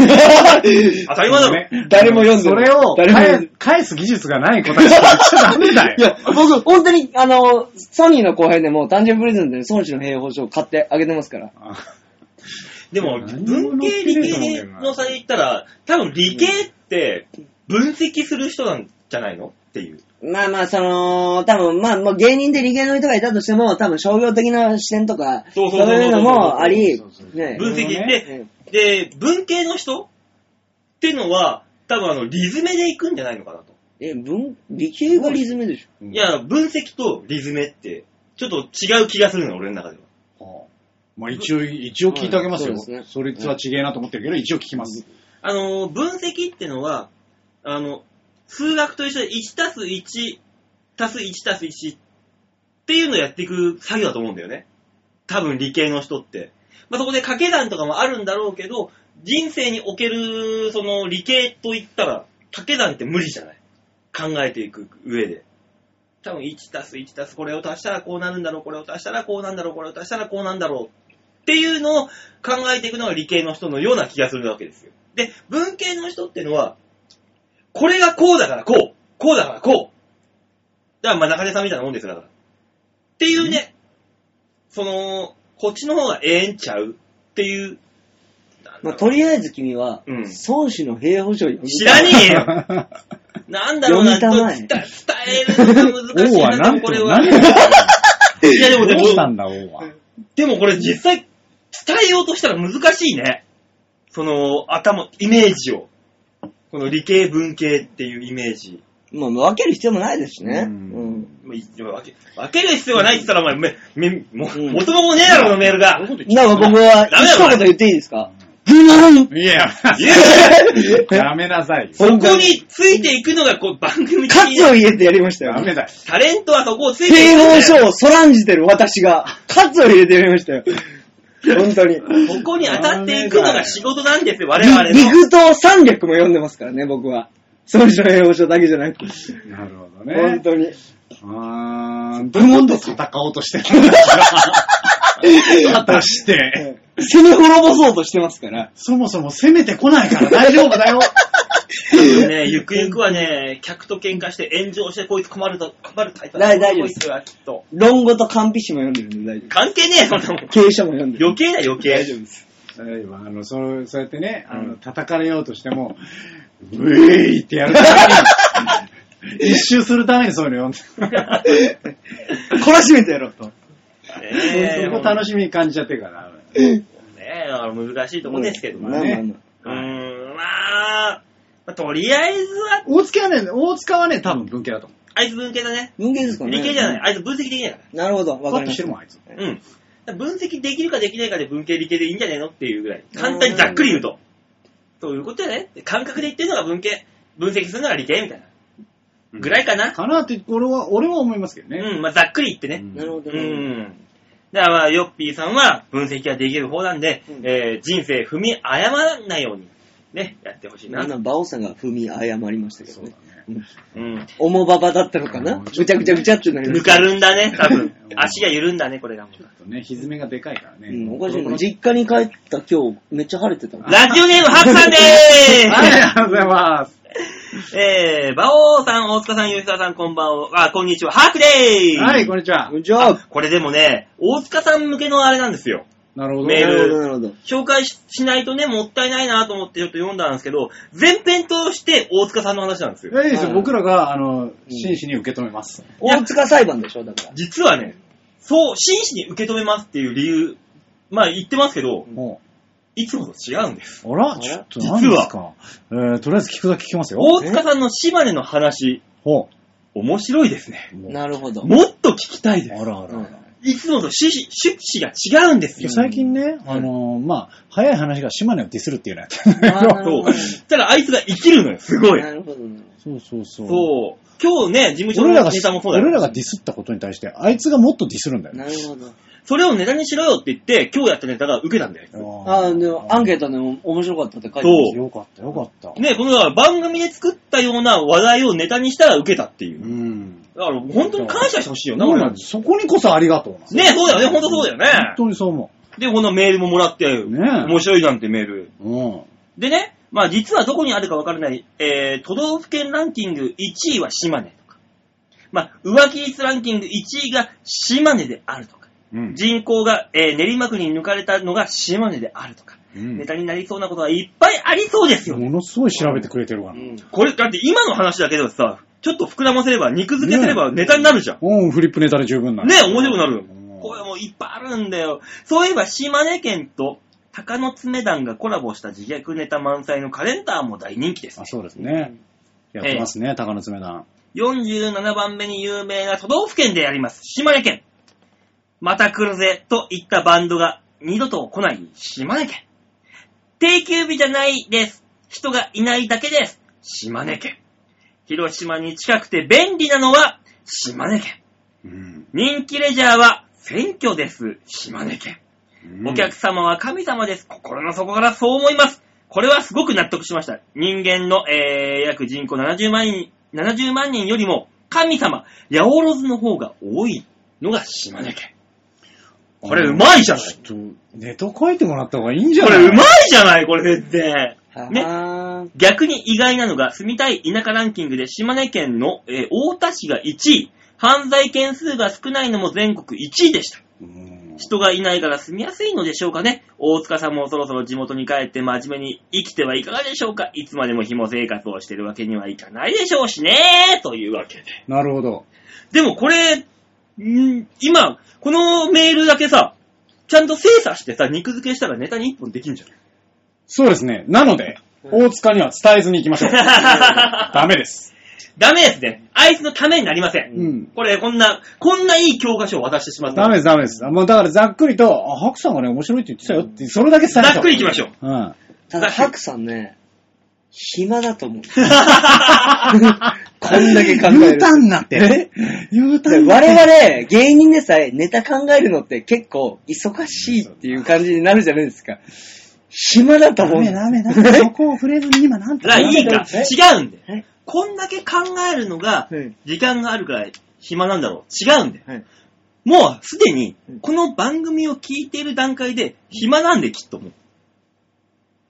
たり前だろ。
誰も読んで
そ
ない
れを
誰も読ん
返返す技術がない答えしか言っちゃダメだ
いや
よ。、
僕、本当に、あの、ソニーの後輩でも、誕生日プレゼントで孫子の平法書を買ってあげてますから。
あ
でも、
何
文
も載
系、
ってね
理
えと思う
系
けどな
の差で言ったら、多分理系って分析する人なんじゃないのっていう。
まあまあ、その、多分まあ、もう芸人で理系の人がいたとしても、多分商業的な視点とか、
そうそうそうそう
いうのもあり
そうそう、そう
ね。
分析
なるほど
で、で、文系の人ってのは、多分あの、リズメで行くんじゃないのかなと。
え、文、理系がリズムでしょ。
うん
いや、分析とリズメって、ちょっと違う気がするの、俺の中では。
まあ一応、一応聞いてあげますよ。
はい
そ
そうですね
れとは違えなと思ってるけど、一応聞きます。
あの、分析ってのは、あの、数学と一緒で1たす1、たす1たす1っていうのをやっていく作業だと思うんだよね。多分理系の人って。まあ、そこで掛け算とかもあるんだろうけど、人生における、その理系といったら、掛け算って無理じゃない。考えていく上で。多分1たす1たすこれを足したらこうなるんだろう、これを足したらこうなんだろう、これを足したらこうなんだろうっていうのを考えていくのが理系の人のような気がするわけですよ。で、文系の人ってのは、これがこうだからこう、こうだからこう、だから、まあ、中根さんみたいなもんですよだから。っていうね、その、こっちの方がええんちゃうっていう。なんだろう
まあ、とりあえず君は、
うん
孫子の兵法書を
知らねえ よなんだろうな、ちょ
読
っ
み
と
たまえ
伝伝えるのが難し
王
い
は
な、
なん、
ことれ
な
は。
ん
い
と、
や、でも、で
どうした
も、
んだ、王は。
でもこれ実際、伝えようとしたら難しいね。その、頭、イメージを。この理系文系っていうイメージ。
まあ、分ける必要もないですし
う
ね。うんん。
まあい分け分ける必要がないって言ったら、お前、め、め、も、
うん
元もねえだろ、このメールが。
なんか僕は、
ダメだよ
一言言っていいですか不満
いや、
い や
やめなさいよ。
そこについていくのが、こう、番組的
カ
に
ツを入れてやりましたよ
ダ。メだよ。
タレントはそこをついていく
兵
んだ
法
よ
書をそらんじてる私が、カツを入れてやりましたよ。本当に。
ここに当たっていくのが仕事なんですよ、我々の。
陸刀三略も読んでますからね、僕は。孫子の兵法書だけじゃなくて。
なるほど
本
ね。
当に。
あー、どうと戦おうとしてるんだろう 果たして。
攻め滅ぼそうとしてますから。
そもそも攻めてこないから大丈夫だよ。
ね、ゆくゆくはね、客と喧嘩して炎上してこいつ困ると、困るタイプだ
大大丈夫
こ
で
い
す
つはきっと。
論語と完備詩も読んでるんで大丈
関係ねえよ、そんなもん
夫。。経営者も読んでる。
余計だ、余計。
大丈夫です。
例えば、あの、そう、そうやってね、あ
う
の、
ん
叩かれようとしても、うえいってやるために、一周するためにそういうの読んでる。
懲らしめてやろうと。
ねえ、
そこ楽しみに感じちゃってるから。
ねえ、だから難しいとこですけど
も
も
まあ
ね。
まあ
う
まあ
ーん、まあ、まあとりあえずは、
大塚はね、大塚はね、多分文系だと思
あいつ文系だね。
文系ですかね。。
理系じゃないい。あいつ分析できないか
なるほど。
う。
わ
パ
か
ッ
り
と
ま
して
し
る
た。
もん、あいつ。
ら。うん。分析できるかできないかで文系理系でいいんじゃねえのっていうぐらい。簡単にざっくり言うと。ということでね、感覚で言ってるのが文系、分析するのが理系みたいな。ぐらいかな。
かなって、俺は、俺は思いますけどね。
うん、まあざっくり言ってね。
うん
なるほど
う
ね。
ん。だからまあ、ヨッピーさんは分析ができる方なんで、
うん
えー人生踏み誤らないように、ね、やってほしいな。
今、
う
バオさんが踏み誤りましたけど
そう
ね
だ。ね。
ん。
おもばばだったのか
う
なんぐちゃぐちゃぐちゃってなりま
ぬ
し
か
た。
るんだね、多 分
う。ん
足が緩んだね、これがもう
ちょっとね、歪みがでかいからね。
うん、おかしい
ボロボロ
な。実家に帰った今日、めっちゃ晴れてたもん。
ラジオネーム、ハクさんで
はい、ありがとうございます。
ーすえー、馬王さん、大塚さん、吉沢さん、こんばんは。あ、こんにちは。ハクでーす
はい、こんにちは。
じゃあ、
これでもね、大塚さん向けのあれなんですよ。
なるほど。
メ
な
ール
るほど、なるほど。
紹介ししないとね、もったいないなと思ってちょっと読んだんですけど、全編通して大塚さんの話なんですよ。
いいですよ、
うん
僕らが、あの、真摯に受け止めます。
大塚裁判でしょ、だから。
実はね、そう、真摯に受け止めますっていう理由、まあ言ってますけど、
も
いつもと違うんです。
う。あら、
ら
ちょっと
実は
何ですか。えー、とりあえず聞くだけ聞きますよ。
大塚さんの島根の話、
ほ
面白いですね。
う。もう
なるほど。
もっと聞きたいです。
あらあら。
うん
いつもと趣旨趣旨が違うんですよ。
最近ね、あのー、まあ、早い話が島根をディスるっていうね。そ
あ
そう。ただあいつが生きるのよ、すごい。
なるほどな。
うそうそう。
そう。今日ね、事務所
俺ら
の
が
ネタも、そうだ
俺ら
よ。
がディスったことに対して、あいつがもっとディスるんだよね。
なるほど。
それをネタにしろよって言って、今日やったネタが受けたんだよ。
あーでも、アンケ
ー
ートでも面白かったって書
そ
いてま
ト
すよ。
よかった、よかった。
ね、この番組で作ったような話題をネタにしたら受けたっていうう。
ん。
だから本当に感謝してほしいよな、
そう
俺
な
ら
んですそこにこそありがとうな。
ねそうだよね、ほんとそうだよね
本。当にそう思
で、こんなメールももらって、
う。ね
面白いなんてメール。
うん。
でね、まあ実はどこにあるかわからない、えー、都道府県ランキング1位は島根とか、まあ浮気率ランキング1位が島根であるとか、
うん
人口が、えー練馬区に抜かれたのが島根であるとか、
うん
ネタになりそうなことはいっぱいありそうですよね。
ものすごい調べてくれてるから
う。ん
これ、だって今の話だけでさ、ちょっと膨らませれば、肉付けすればネタになるじゃん。
うん、フリップネタで十分なの
ね面白くなる
うん。
これもういっぱいあるんだよ。そういえば、島根県と鷹の爪団がコラボした自虐ネタ満載のカレンダーも大人気です
あ、。そうですね。やってますね、高野爪団。
47番目に有名な都道府県であります、島根県。また来るぜ、と言ったバンドが二度と来ない島根県。定休日じゃないです。人がいないだけです。島根県。広島に近くて便利なのは島根県。
うん。
人気レジャーは選挙です。島根県。
うん
お客様は神様です。心の底からそう思います。これはすごく納得しました。人間の、えー、約人口70万人、70万人よりも、神様、八百万の方が多いのが島根県。これうまいじゃない
ちょっと、ネタ書いてもらった方がいいんじゃ
こ
ない
れうまいじゃないこれ全然。ね
はは
逆に意外なのが、住みたい田舎ランキングで島根県の、えー、大田市が1位、犯罪件数が少ないのも全国1位でした。
うん
人がいないから住みやすいのでしょうかね。大塚さんもそろそろ地元に帰って真面目に生きてはいかがでしょうか。いつまでも紐生活をしてるわけにはいかないでしょうしね。というわけで。
なるほど。
でもこれ、ん今、このメールだけさ、ちゃんと精査してさ、肉付けしたらネタに1本できんじゃん。
そうですね。なので、大塚には伝えずに行きまし ょう。ダメです。
ダメですね。あいつのためになりません。
うん
これ、こんな、こんないい教科書を渡してしまった。
ダメです、ダメです。もうだからざっくりと、あ、ハクさんがね、面白いって言ってたよって、それだけ伝えましょう
ざっくり行きま しょう。
うん。
ただ、ハクさんね、暇だと思う。こ
こ
んだけ考える
U ターンになって。え ?U ターン
で
になって
我々、芸人でさえネタ考えるのって結構忙しいっていう感じになるじゃないですか。暇だと思う。
ダメダメダメ。そこを触れずに今なんと
だからいいか。
え
違うんだよ
え。
こんだけ考えるのが
はい、
時間があるから暇なんだろう。違うんだよ。
はい
もうすでに、この番組を聞いている段階で、暇なんできっともう。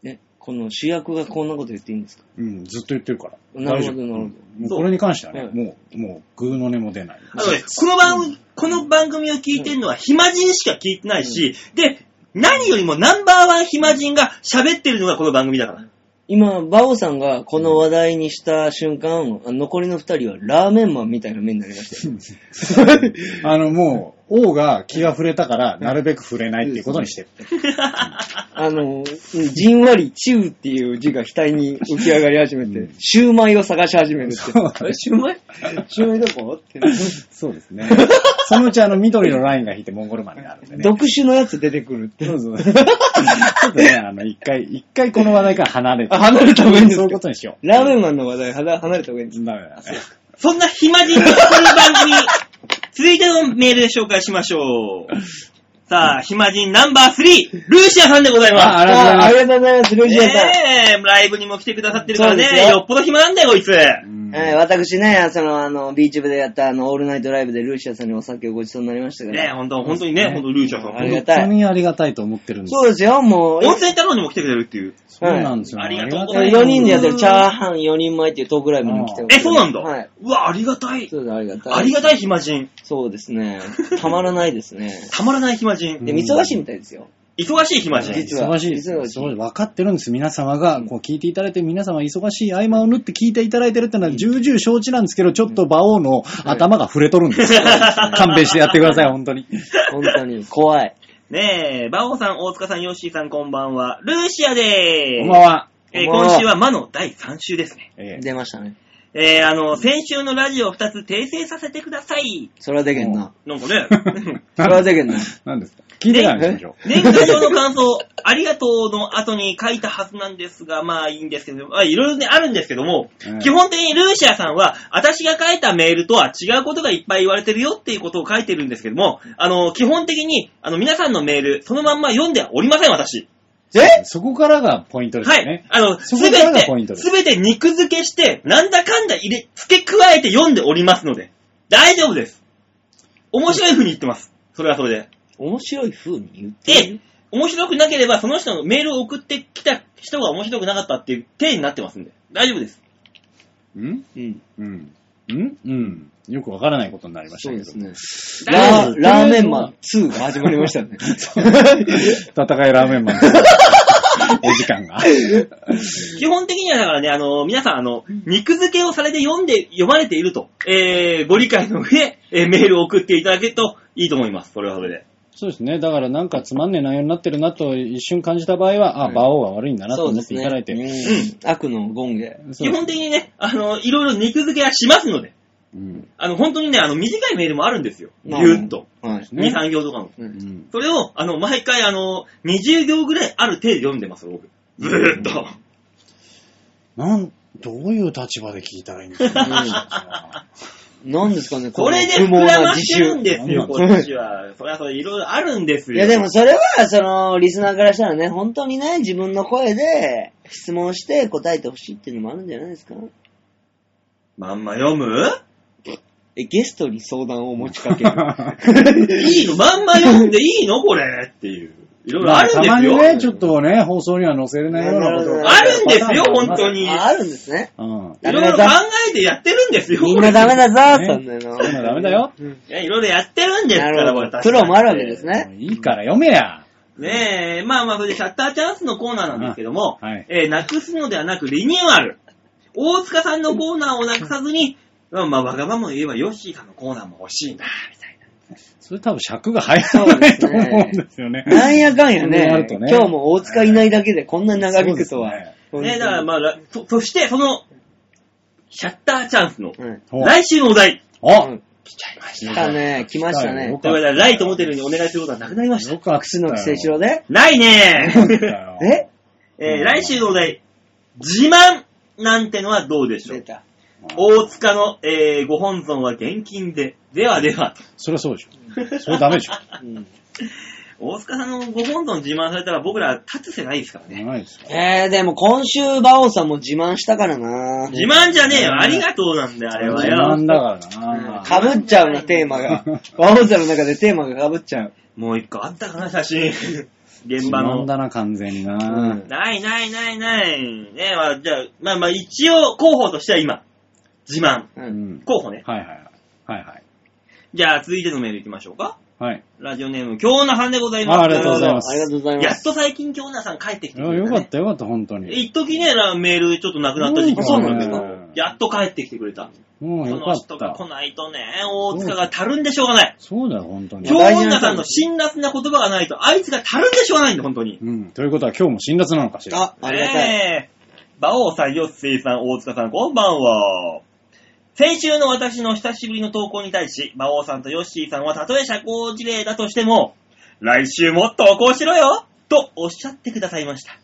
え、この主役がこんなこと言っていいんですか
うん、ずっと言ってるから。
なるほど
大丈夫
なるほど
うんもうこれに関しては
は
ね
い、
もう、もう、グーの音も出ない。
あのねこの番、この番組を聞いてるのは暇人しか聞いてないし、で、何よりもナンバーワン暇人が喋ってるのがこの番組だから。
今、バオさんがこの話題にした瞬間、残りの二人はラーメンマンみたいな目になりましたよ。
あの、もう、王が気が触れたから、なるべく触れないっていうことにしてる。
あの、じんわり、チウっていう字が額に浮き上がり始めて、シューマイを探し始める
そう
って。え シューマイシューマイどこって。
そうですね。 そのうちあの、緑のラインが引いてモンゴルマンになるんでね。
独種のやつ出てくるって。
そうそう。ちょっとね、あの、一回、一回この話題から離れて。
あ離れた方がいいんですか
そういうことにしよう。
ラーメンマンの話題はな離れた方がいいんです。
ダメだね。
そんな暇人がこの番 組、続いてのメールで紹介しましょう。さあ、暇人ナンバー3、ルーシアさんでござい
ああ
ます。
りがとうございます
あありがとうございます、ルジアさん。
ねえ、ライブにも来てくださってるからね、
そうですよ
よっぽど暇なんだよ、こいつ。
うん
はい、私ね、その、あの、ビーチ部でやった、あの、オールナイトライブでルーシアさんにお酒をご馳走になりましたから。
ねえ、ほんと、ほんとにね、ほんと、ルーシアさん。
ありが
温
たい
本当にありがたいと思ってるんです
そうですよ、もう。
泉太郎にも来てくれるっていう。
そうなんですよ。
はい
たい
ありがとうございます
4人でやってるチャーハン4人前っていうトークライブに来てます
え、そうなんだ。
はい。
うわ、ありがたい。
そうです、ありがたい。
ありがたい暇人。
そうですね。たまらないですね。
たまらない暇人。
で、忙しいみたいですよ。
忙しい暇人。
実は
忙しいです。
実は
忙しい。分かってるんです。皆様が、こう聞いていただいて、皆様忙しい合間を縫って聞いていただいてるってのは、重々承知なんですけど、ちょっと馬王の頭が触れとるんです。勘弁してやってくだ さい、本当に。
本当に。怖い。
ねえ、バオさん、大塚さん、ヨッシーさん、こんばんは。ルーシアでー
こん
す。
ばんは。
えー
こんばんは
今週は魔の第3週ですね。
え え
出ましたね。
えー、あの、先週のラジオ2つ訂正させてください。
それはでけんな。
なんかね、
それはでけんな。
何ですか聞いてからにしましょ
年賀状の感想、ありがとうの後に書いたはずなんですが、まあいいんですけど、まあいろいろね、あるんですけども、
うん
基本的にルーシアさんは、私が書いたメールとは違うことがいっぱい言われてるよっていうことを書いてるんですけども、あの、基本的に、あの、皆さんのメール、そのまんま読んではおりません、私。
う。
え
そこからがポイントです
は
よ
い
ね。。
あの、す
そ
べ
こからがポイント
て、
です
すべて肉付けして、なんだかんだ入れ、付け加えて読んでおりますので、大丈夫です。面白い風に言ってます。それはそれで。
面白い風に言って
で
る、
面白くなければ、その人のメールを送ってきた人が面白くなかったっていう体になってますんで、大丈夫です。
うん
うん。
うん。うんうん。よくわからないことになりました
そう
け
で
ど。
すね。
大丈夫
丈夫
ラーラーメンマン2が始まりましたね。
戦いラーメンマ ン。お時間が。
基本的にはだからね、あの、皆さん、あの、肉付けをされて読んで、読まれていると、えー、ご理解の上、えーメールを送っていただけるといいと思います。それはそれで。
そうですね。だからなんかつまんねえ内容になってるなと一瞬感じた場合は、あ、馬王が悪いんだなと
そう
思
で
っ
す
てい
ね。
ただいて。
うん悪の権下。
そう
基本的にね、あの、いろいろ肉付けはしますので、
うん。
あの、本当にね、あの、短いメールもあるんですよ。ぎ
まあ
ゅーっと。。
はい。
ね
2、3行とかの。
う
うんん。
それを、あの、毎回、あの、20行ぐらいある程度読んでます、僕。ずーっと。
なん、どういう立場で聞いたらいいんですか
何ですかね、
これで膨らましてるんですよ、こっちは。そりゃそれいろいろあるんです
い
よ。
やでもそれは、その、リスナーからしたらね、本当にね、自分の声で質問して答えてほしいっていうのもあるんじゃないですか
まんま読む
え、ゲス トに相談を持ちかける。
いいのまんま読んでいいのこれっていう。いろいろあるんで
たますに
よ。
ね、ちょっとね、放送には載せれないようなことが
あるんですよ、本当に。い
ああるんですね。
うん。
ろいろ考えてやってるんですよ。
みんなダメだぞ
ね
そんなの。
そんなダメだよ
うん。
いや、いろいろやってるんですか
な
ら、
るほ
私
ど。
たち
苦労もあるわけです。ね。
いいから読めや。
ねえ、まあまあ、それでシャッターチャンスのコーナーなんですけども、
うんはい
えーなくすのではなくリニューアル。大塚さんのコーナーをなくさずに、まあ、まあわがままを言えばヨッシーさんのコーナーも欲しいな、みたい
それ多分尺が入らないと
そうですね
思うんですよね。
なんやかんや
そうなる
ね
とね
今日も大塚いないだけでこんなに長引くとは。
な。ねえ、だからまあ、らそ、そしてその、シャッターチャンスの、
うん。
そうですね
来週のお題、
お
うん
来ちゃいまし
来
た。
たね、来ましたね
よ。
ということで、ライトモテルにお願いすることはなくなりました。
よかった。
楠木聖志郎で。
ないね ー
え
えー来週のお題、自慢なんてのはどうでしょ
出
う
た。
大塚の、えーご本尊は現金で、ではでは、
そりゃそうでしょ。それダメで しょ。
うん
大塚さんのご本尊自慢されたら僕ら立つせないですからね。
ないですか。
えー、でも今週、馬王さんも自慢したからな
自慢じゃねえよ、ありがとうなんだよ、あれは
自
よ。
慢だからな。
かぶっちゃうな、テーマ が。馬王さんの中でテーマがかぶっちゃう。
もう一個あったかな、写真。現
自
場
慢
の。
だな、完全に
う。
なん
ないないないない。ねえ、まあ、じゃあ、まあまあ、一応候補としては今、自慢。
う。
うんん。
候補ね。
はいはいはい。はいはい。
じゃあ、続いてのメール行きましょうか。
はい。
ラジオネーム、京奈さんでございます。
あありがとうございます
ありがとうござい
や
ま
っ
す。
と最近京奈さん帰ってきて
い
く
や
れ
よ
た、
かっ
ね。
たよかった、本当に。
一時ね、ラメールちょっとなくなった時期
そうなん
で
で
す
すか
やっと帰ってきてくれた。
も
こ
うよ
の
かっ
人が
た
来。ないとね、大塚が足るんでしょうがない。
そうだよ、本当に
今。日女さんの辛辣な言葉がないと、あいつが足るんでしょうがないんだ、本当に。
うん。ということは今日も辛辣なのかしら。
あ、ありがたい。
ねえ。馬王さん、よっせいさん、大塚さん、こんばんは。先週の私の久しぶりの投稿に対し、馬王さんとヨッシーさんはたとえ社交辞令だとしても、来週も投稿しろよとおっしゃってくださいました。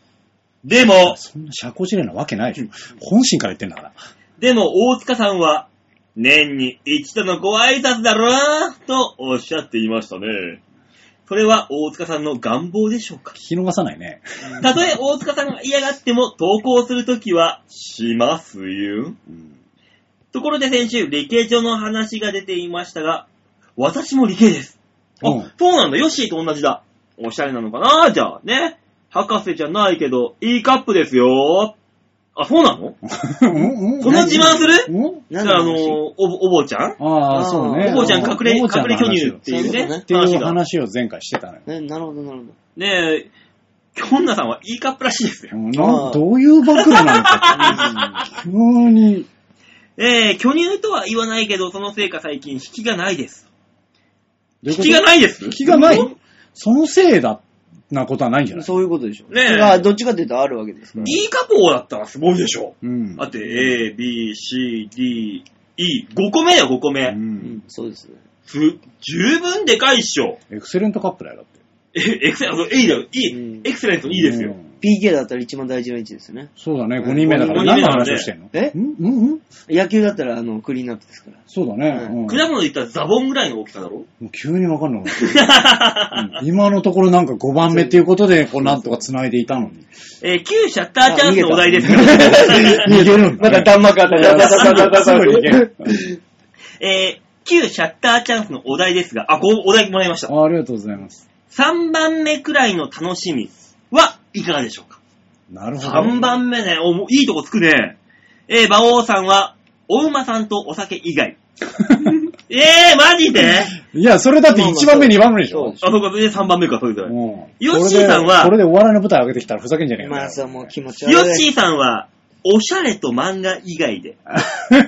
でも、
そんな社交辞令なわけないでしょ。本心から言ってんだから。
でも大塚さんは、年に一度のご挨拶だろなとおっしゃっていましたね。それは大塚さんの願望でしょうか
聞き逃さないね。
たとえ大塚さんが嫌がっても投稿するときは、しますよ。
うん
ところで先週、理系上の話が出ていましたが、私も理系です。あ、
うん
そうなんだ。ヨッシーと同じだ。おしゃれなのかなじゃあね。博士じゃないけど、いいカップですよ。あ、そうなの
こ
この自慢する
る
だ
何
からあのー
話、
お、お坊ちゃん
ああ、そうね。
お坊ちゃん隠れ、
お坊ちゃ
隠
ん
れ
の
巨
話を
乳っていうね、
ってい
話
う
が。
話を前回してたのよ。
ねなるほど、なるほど。
ねえ、今女さんはいいカップらしいですよ。
などういう暴露なのか って。急に。
えー、巨乳とは言わないけど、そのせいか最近、引きがないです。
どういう
引
こと
きがないです
引きがない
ね
そのせいだ、なことはないんじゃない
そういうことでしょ。
え
それはどっちかというとあるわけです。
うん
E カポーだったらすごいでしょ。
うん。
だって、A、B、C、D、E、5個目だよ、5個
う
目。
ん。
そうですね。
す十分でかいっしょ。
エクセレントカップだよ、だって。
え、エクセレント、A だよ、E、
うん
エクセレント、E ですよ
う。ん
PK だったら一番大事な位置ですよね。
そうだね、5人目だか
う
ら。
ん
何の話をしてんの
え
うんうんうん
野球だったら、あの、クリーンアップですから。
そうだね。
う
うん
果物で言ったらザボンぐらいの大きさだろ
もう急にわかんなくなった。 うん今のところなんか5番目っていうことで、こうなんとか繋いでいたのに。
えー、旧シャッターチャンスのお題ですよ。
逃げるんだね。
幕あった
いやすぐに逃げ る。
えー、旧シャッターチャンスのお題ですが、あ、こう、お題もらいました。
あありがとうございます。
3番目くらいの楽しみはいかがでしょうか
なるほど。
3番目ね、おもういいとこつくね。えー、馬王さんは、お馬さんとお酒以 外。えー、マジであ、
いや、それだって1番目、2番目でし
そう
ょ
で。し
そうか、それで3番目か、それぞれ。
うん
ヨッシーさんは
これでこれでお笑いの舞台上げてきたらふざけんじゃねえ
ょ。
よ。
まあさ、 もう気持ち悪い。
ヨッシーさんは、おしゃれと漫画以外で。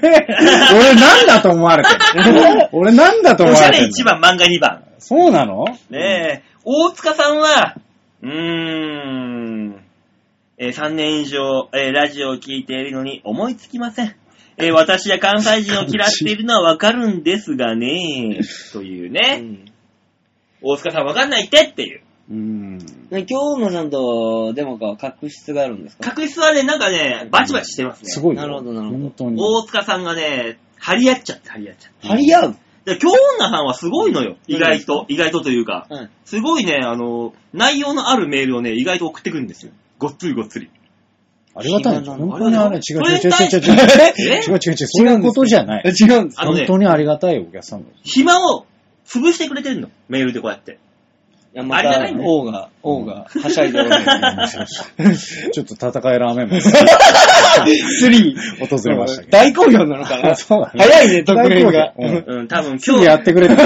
俺なんだと思われてる俺なんだと
お
思
し
わ
ゃ
れて
れ
る
1。番、漫画2番。
そうなの
ねえ、大塚さんは、うーん、えー3年以上、えーラジオを聞いているのに思いつきません。えー私や関西人を嫌っているのはわかるんですがね、という
う
ね。
ん
大塚さんわかんないってっていう。
うん。
ね今日のさんとデモカは確執があるんですか
確執はね、なんかね、バチバチしてますね。
すごいよ。
なるほどなるほど
本当に。
大塚さんがね、張り合っちゃって、張り合っちゃって。
張り合う
で、京女さんはすごいのよ。意外と、意外とというか、
うん。
すごいね、あの、内容のあるメールをね、意外と送ってくるんですよ。ごっつりごっつり。
ありがたいね。
暇な
本当にあれ、違う違う違う違う違
え
う。違う違う違う。そういうことじゃない。
違うんです
あのね
本当にありがたいお客さんだ。
暇を潰してくれてるの。メールでこうやって。
や
あれじゃないんだよ
王が、王が、はしゃいでおります。
ちょっと戦いラーメンも
スリー。
訪れま したけど。
大好評な のかな
そうだね
早いね、特例が。
大好評うん
うん、 多分
す
今
ぐ
日、
やってくれてる。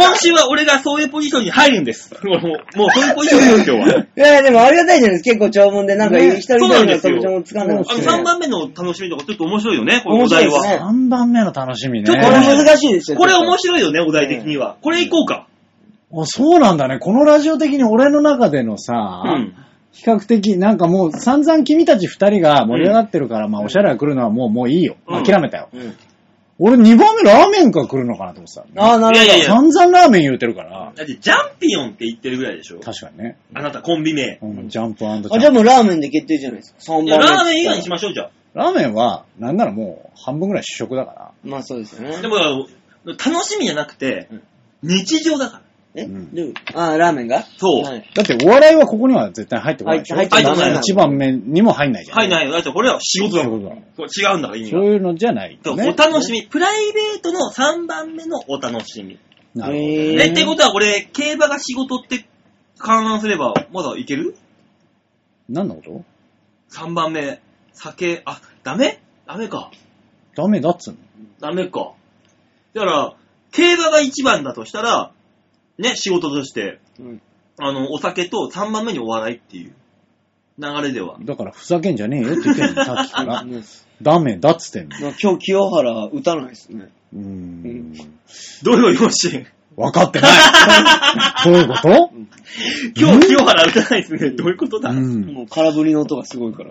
今週は俺がそういうポジションに入るんです。もう、もうそういうポジションよ、今日は。
いやいや、でもありがたいじゃないですか。結構長文で、なんか、
ね
一人一人の特徴もつかんでます
あの、
し
3
ね。
番目の楽しみとかちょっと面白いよね、このお
面白い
題
ですね
は。
3番目の楽しみね。
ちょっと
こ
面白
れ難しいですよ。
これ面白いよね、お題的には。これいこうか。
あそうなんだね。このラジオ的に俺の中でのさ、
うん。
比較的、なんかもう散々君たち二人が盛り上がってるから、まあおしゃれが来るのはもう、もういいよ。
うん
諦めたよ。
うん
俺2番目ラーメンが来るのかなと思ってた。
ああ、なるほ
いやいやいや
散々ラーメン言うてるから、
だって、ジャンピオンって言ってるぐらいでしょ
確かにね。
あなた、コンビ名。
うん、ジャンプジャン
ど。あ、じゃあ
プ。
もうラーメンで決定じゃないですか。3番
い
目。
やラーメン以外にしましょう、じゃ
ラーメンは、なんならもう半分ぐらい主食だか
まあそうですよね
あ。で。も、楽しみじゃなくて
うん、
日常だから。
え
うん
どういうことあー、ラーメンが
そう
はい
ら。だってお笑いはここには絶対入ってこないでしょ。
入って
入ってこない
1番目にも入んないじゃん。
はい、ないよ。だって、これは仕事だもん。
そういう
これ違うんだから、意味
そう
が。
いうのじゃない、ね。
そうお楽しみ。プライベートの3番目のお楽しみ。
なるほどね
え
え、ってことは、俺、競馬が仕事って勘案すれば、まだいける
何のこと
?3 番目。酒、あ、ダメダメか。
ダメだっつうの。
ダメか。だから、競馬が一番だとしたら、ね、仕事として、
うん
あの、お酒と3番目にお笑いっていう流れでは。
だからふざけんじゃねえよって言ってんの、さっきから。 ダメだっつってんの。
まあ今日清原打たないですね。
うーん。
どれもよろしい。
わかってない。 どういうこと
今日、清原打たないですね。どういうことだ、
うん。
もう空振りの音がすごいから。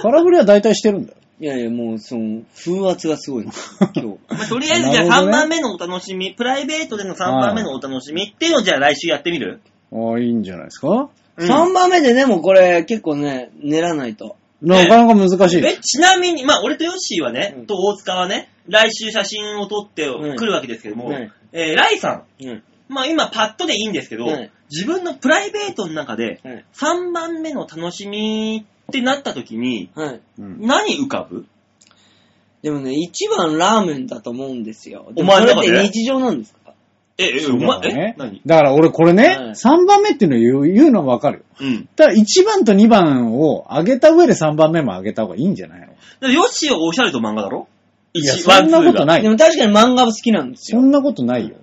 空振りは大体してるんだよ。
いやいや、もうその、風圧がすごいです今日。
まあとりあえず、じゃあ
な
3
るほどね
番目のお楽しみ、プライベートでの3番目のお楽しみっていうのをじゃあ来週やってみる
ああ、いいんじゃないですか
うん
3番目でね、もうこれ結構ね、練らないと。
なかなか難しい。
え、ちなみに、まあ、俺とヨッシーはね、
うん
と大塚はね、来週写真を撮って
うん
くるわけですけども、
はい
えーライさん、
うん。
まあ今パッとでいいんですけど、
はい
自分のプライベートの中で、
はい。
3番目の楽しみってなった時に、
はい。
うん
何浮かぶ
でもね、一番ラーメンだと思うんですよ。で
お
も
前
そ
の
れっ
中で
て日常なんですか
え、え、
そう
お
だ
前、
ね
え何
だから俺これ
は
ね、
い
3番目っていうのを言う言うのはわかる。
うん。
ただ1番と2番を上げた上で3番目も上げた方がいいんじゃないの
だからヨッシーはオシャレと漫画だろ
いや、
一
そんなこと
い。
な
で
い。
も確かに漫画は好きなんです
そ
よ。
んなことないよ。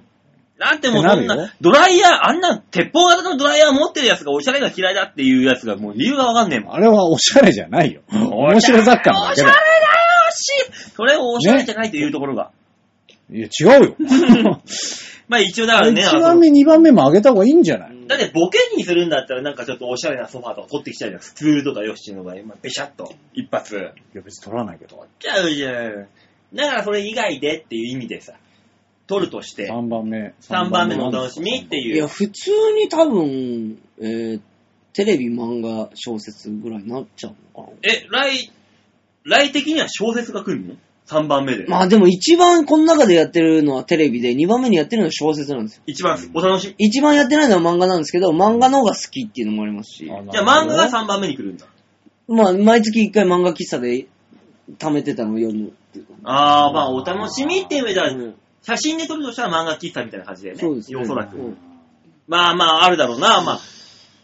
だってもう
ってな
そん
るよ
な、ドライヤー、あんな鉄砲型のドライヤー持ってるやつがオシャレが嫌いだっていうやつがもう理由がわかんねえもん。
あれはおしゃれじゃないよ。面白雑貨なんだけど。
しそれをおしゃれじゃないというところが。
いや、違うよ。
まあ一応だからね、あ
1
の
番目、2番目も上げた方がいいんじゃない
だってボケにするんだったらなんかちょっとおしゃれなソファーとか取ってきちゃうじゃん。スツールとかヨッシーの場合、まあ、ベシャッと、一発。
いや、別に取らないけど。
ちゃうじゃん。だからそれ以外でっていう意味でさ、取るとして、
3番目。
3番目のお楽しみって
い
い
や、
う。
普通に多分、えー、テレビ、漫画、小説ぐらいになっちゃうのか
え、来、来的には小説が来るの ?3 番目で。
な。まあでも一番この中でやってるのはテレビで、二番目にやってるのは小説なんですよ。
一番お楽しみ。
一番やってないのは漫画なんですけど、漫画の方が好きっていうのもありますし。
じゃあ漫画が3番目に来るんだ。
まあ、毎月一回漫画喫茶で貯めてたのを読むっていうか。
あー、まあお楽しみっていう意味で
う
は
ん、
写真で撮るとしたら漫画喫茶みたいな感じだよね。
そうですね
おそらく。
うん
まあまああるだろうな。まあ、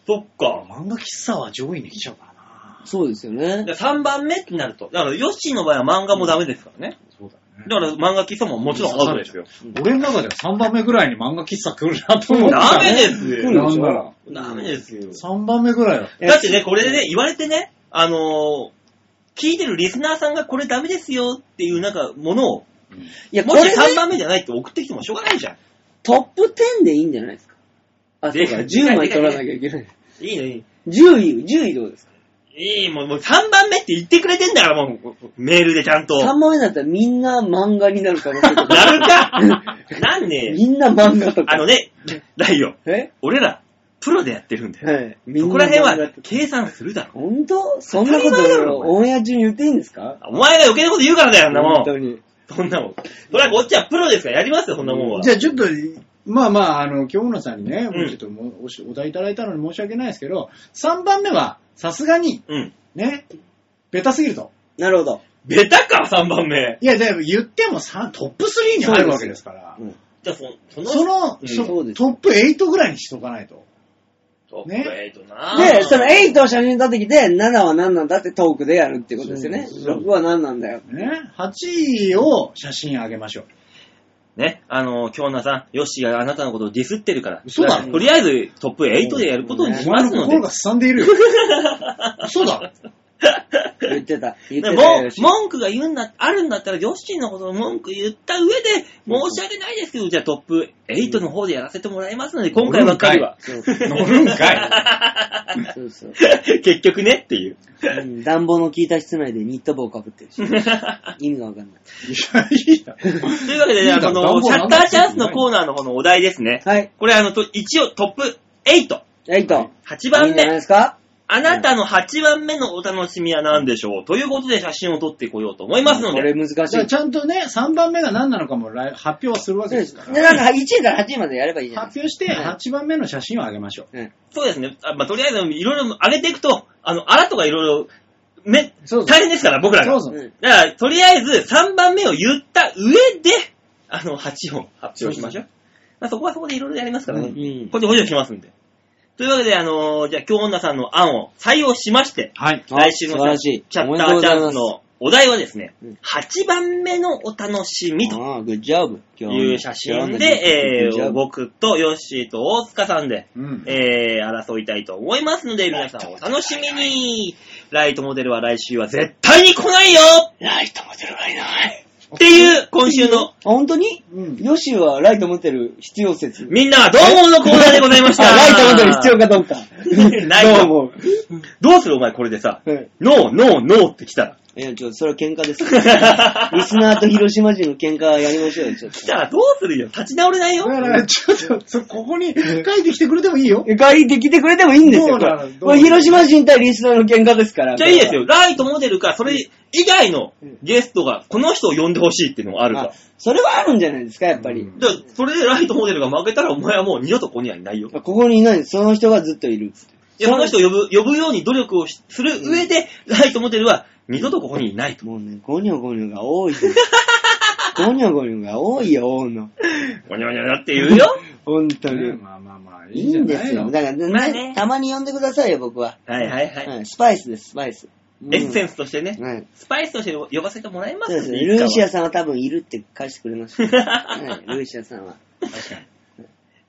そっか。
漫画喫茶は上位に来ちゃうからな。
そうですよね。
3番目ってなると。だから、ヨッシーの場合は漫画もダメですからね。
そうだね。
だから、漫画喫茶ももちろんアウトですよ。
俺の中では3番目ぐらいに漫画喫茶来るなと思った。
ダメです
う
よ。
ん
なんなら。
ダメですよ。
3番目ぐらいだった。
だってね、これでね、言われてね、あのー聞いてるリスナーさんがこれダメですよっていうなんかものを、
いや、こ
も
れ、
し
ね、
3番目じゃないって送ってきてもしょうがないじゃん。
トップ10でいいんじゃないですか。あ、そう
で
か、10枚取らなきゃいけない。
いいね、いい。
10位、10位どうですか
いい、もうもう3番目って言ってくれてんだから、もう、メールでちゃんと。
?3 番目だったらみんな漫画になる可能 性とか。
なるかなんねえ
みんな漫画とか。
あのね、ライオン、
え
俺ら、プロでやってるんだよ。
はい。みん
そ
な
こら辺
漫画
は
とか
計算するだろ。
本当そんなこ
当たり前だ
と
ろ
オンエア中に言っていいんですか
お前が余計なこと言うからだよ、あんなも
本
ん。
当に。
そんなもん。そりゃこっちはプロですからやりますよ、そんなもんは。
じゃあちょっと、まあまあ、あの、京女さんにね、
うん
ちょっともうおしお題いただいたのに申し訳ないですけど、3番目は、さすがに、
うん。
ね、ベタすぎると。
なるほど。
ベタか、3番目。
いや、でも言ってもさトップ3に入るわけですから。
そうです
じゃあそ、そ
そ
の、
の、
うん
そ
そうです
トップ8ぐらいにしとかないと。
トップ
ね
8な
で、その8を写真に立ってきて、7は何なんだってトークでやるっていうことですよね。
そうそうそう
6は何なんだよ。
ね。8位を写真あげましょう。
ね、あの、京奈さん、ヨッシーがあなたのことをディスってるから、
嘘だろ
とりあえずトップ8でやることにし
お
ま
前
す
の
ので
心、がすさんでいるよ。そうだ。
言ってた。言
で
ってた
も
よ。
文句が言うんだ、あるんだったら、ヨッシーのことを文句言った上で、申し訳ないですけど、じゃあトップ8の方でやらせてもらいますので、今回ばっかりは。
そうそう
乗るんかい
そうそう。
結局ねって いう。
うん暖房の効いた室内でニット帽をかぶっ てるし。意味がわかんない。
いや、いいだろ。
というわけで、
いい
ね、
ん
あ
だ
の、
暖
シ
房
ャッターチャンスのコーナーの方のお題ですね。
はい。
これ、あの、と一応トップ8。
えいと。
8番
いいんじゃない
目。
ですか
あなたの8番目のお楽しみは何でしょうということで写真を撮ってこようと思いますの
これ
で。
難し
じゃあ
い。
ちゃんとね、3番目が何なのかも来発表はするわけですか
で、
ら。
なんか1位から8位までやればいいじゃない
発
です
表して8番目の写真をあげましょう。
か。うん。
そうですね。あまあ、とりあえず、いろいろ上げていくと、あの、あらとかいろいろ、ね、
そうそう
大変ですから、僕らが。
そうそう。
うん
だから、とりあえず3番目を言った上で、あの、8を発表しましょう。まあ、そこはそこでいろいろやりますからね。
うん
こっち補助しますんで。というわけで、あのーじゃあ、京女さんの案を採用しまして、
はい。
あ
来週の
素晴らしい
チャ
お
ッ
め
タ
でと
ー
うご
チ
ざい
ャンス
ます
のお題はですね
うん、
8番目のお楽しみと
ああ、グッジョブ。今日の
いう写真で、えー、僕とヨッシーと大塚さんで、
うん。
えー、争いたいと思いますので、皆さんお楽しみにライトモデルは来週は絶対に来ないよ
ライト持ってるがいない。
っていう、今週の
あ、本当に
うん。
ヨシはライト持ってる必要説。
みんなはどう思うのコーナーでございました。
あライト持ってる必要 かどうか。
ない
どう
よ
思う
どうするお前これでさ、
うん
ノー、ノー、ノーって来たら。
いや、ちょ、それは喧嘩です。リスナーと広島人の喧嘩やりましょうよ、ちょっと
来。たらどうするよ立ち直れないよ
だから、ちょっと、そここに書いてきてくれてもいいよ。
帰ってきてくれてもいいんですよ。
どうなの
これ
どう
これ広島人対リスナーの喧嘩ですから。
じゃあいいですよ。ライトモデルか、それ以外のゲストが、この人を呼んでほしいっていうのもあ
こ
る
れは。
から。
あそれはあるんじゃないですか、やっぱり。
じゃあ、それでライトモデルが負けたら、お前はもう二度とここにはいないよ。
ここにいない、その人がずっといる。
いや、その人を呼ぶ、呼ぶように努力をしする上で、ライトモデルは二度とここにい ないと。
もうね、ゴニョゴニョが多い よ。ゴニョゴニョが多いよ、多いの。
ごにゃごにゃごにゃって言うよ。
本当
ね
に。
まあまあまあ、い
い
いんじゃ
いんで
な
す
い
よ。
の
だから、
まあね
たまに呼んでくださいよ、僕は。
はいはいはい。
うんスパイスです、スパイス。
エッセ
ン
ンスとしてね、
はい。
スパイスとして呼ばせてもらいま
そう
すん
です
で
ね。ルーシア
いつ
さんは多分いるって返してくれ ました。
かは
はいルーシアさんは。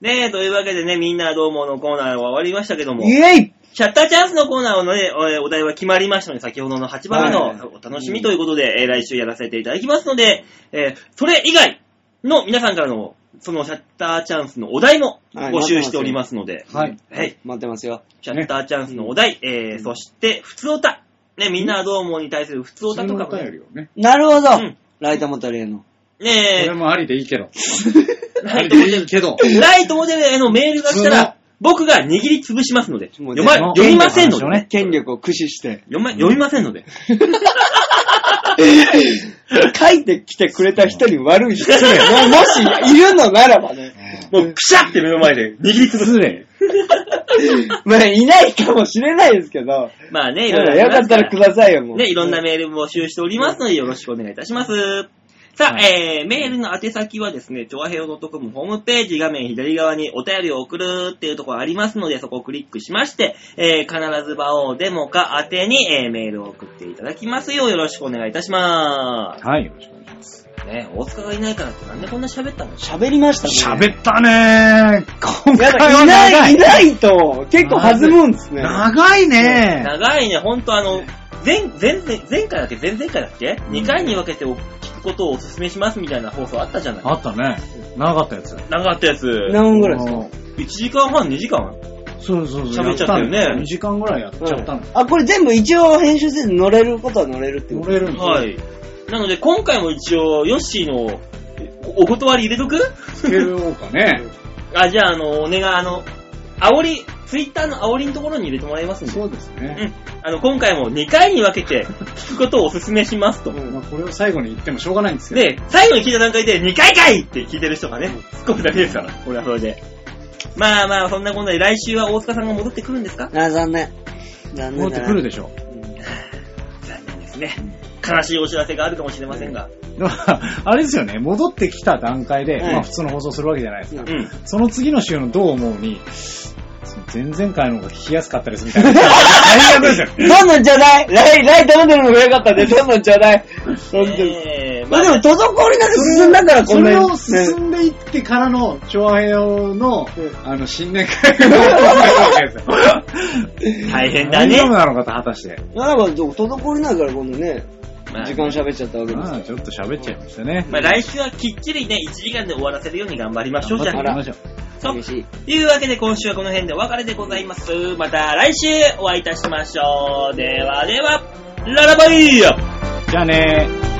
ねえ、というわけでね、みんなどうものコーナーは終わりましたけども、
イエイ
シャッターチャンスのコーナーのね、おお題は決まりましたので、先ほどの8番目
はい
のお楽しみということで、えー来週やらせていただきますので、えーそれ以外の皆さんからの、そのシャッターチャンスのお題も
はい
募集しておりますので、
はい。
はい。
待ってますよ。
シャッターチャンスのお題、えーそして、普通おた。ね、みんなどうもに対する普通おたとかも
普通のお
ね。
便りをね。
なるほど
うん
ライトモトレーの。
ね
こ
え
れ、もありでいいけ ど。
ライトモデ
いいけど。
ル、ライトモデルへのメールが
普
来た
通の
ら、僕が握り潰しますので、
もう
読
ね
ま、
もう
読みませんので
権力の話を、ね
権力を駆使して。
読ま、読みませんので。
書いてきてくれた人に悪い人ももしいるのならばね。
もう、くしゃって目の前で握りつぶす。
失礼。
まあ、いないかもしれないですけど。
まあね、いろいろあり
よ
ま
かっ
す
た
ら
らくださいよ、もう。
ね、いろんなメール募集しておりますので、よろしくお願いいたします。さあ、えー、メールの宛先はですね、ちょわへお .com ホームページ画面左側にお便りを送るっていうところありますので、そこをクリックしまして、えー、必ず場をデモか宛てに、えー、メールを送っていただきますようよろしくお願いいたしま
はい、よろしくお願いします。
す。ね、大塚がいないからってなんでこんな喋ったの
喋りましたね。
喋ったねー。今
や
回
だ
はい
な
長
い、
い。
いないと、結構弾むんですね。
長いねー。
長いね、ほんとあの、前、前、前前回だっけ前々回だっけ、?2 回に分けてお聞くことをお勧めしますみたいな放送あったじゃない
あったね。長かったやつ。
長かったやつ。
何分ぐらいですか
1時間半、2時間
そうそうそう。
喋っちゃったよね
2時間ぐらいやっちゃったの。
あ、これ全部一応編集せず乗れることは乗れるってこ
乗
と
れるの
はい。なので、今回も一応、ヨッシーのおお断り入れとく
つけようかね。
あ、じゃあ、あの、お願い、あの、煽り、ツイッターの煽りのところに入れてもらいますんで。
そうですね。
あの、今回も2回に分けて聞くことをお勧めしますと。
まあ、これを最後に言ってもしょうがないんですけど。
で、最後に聞いた段階で2回かいって聞いてる人がね、突っ込むだけですから、これはそれで。まあまあ、そんなこんなで来週は大塚さんが戻ってくるんですか
あ、残念。残
戻っ
念
て
だ
く
な
る。でしょう。
残念ですね。悲しいお知らせがあるかもしれませんが。
まあ あれですよね、戻ってきた段階で、
うん
まあ普通の放送するわけじゃないですか。
うん。
その次の週のどう思うに、前々回の方が聞きやすかったですみたいな。最悪ですよ。
どんどんちょうだいライ、ライ頼んでるのが良かったんで、どんどんちょうだい。本当に。
えー、
ま
まあ
あでも、滞りなく進んだから、こ
そ
んな
れ
に。
を進んでいってからの、長平洋の、あの、新年会が
大変だ
大
ね
丈夫。なのかと、果たして。
なんか、滞りないから、今度ね、
まあ
時間喋っちゃったわけです
まあ、
よ。
ちょっと喋っちゃいましたね。
まあ、来週はきっちりね、1時間で終わらせるように頑張りましょうじゃ
頑
あ。
張っていきましょう。
と
嬉しい。
いうわけで今週はこの辺でお別れでございます。また来週お会いいたしましょう。ではでは、ララバイ
じゃあねー。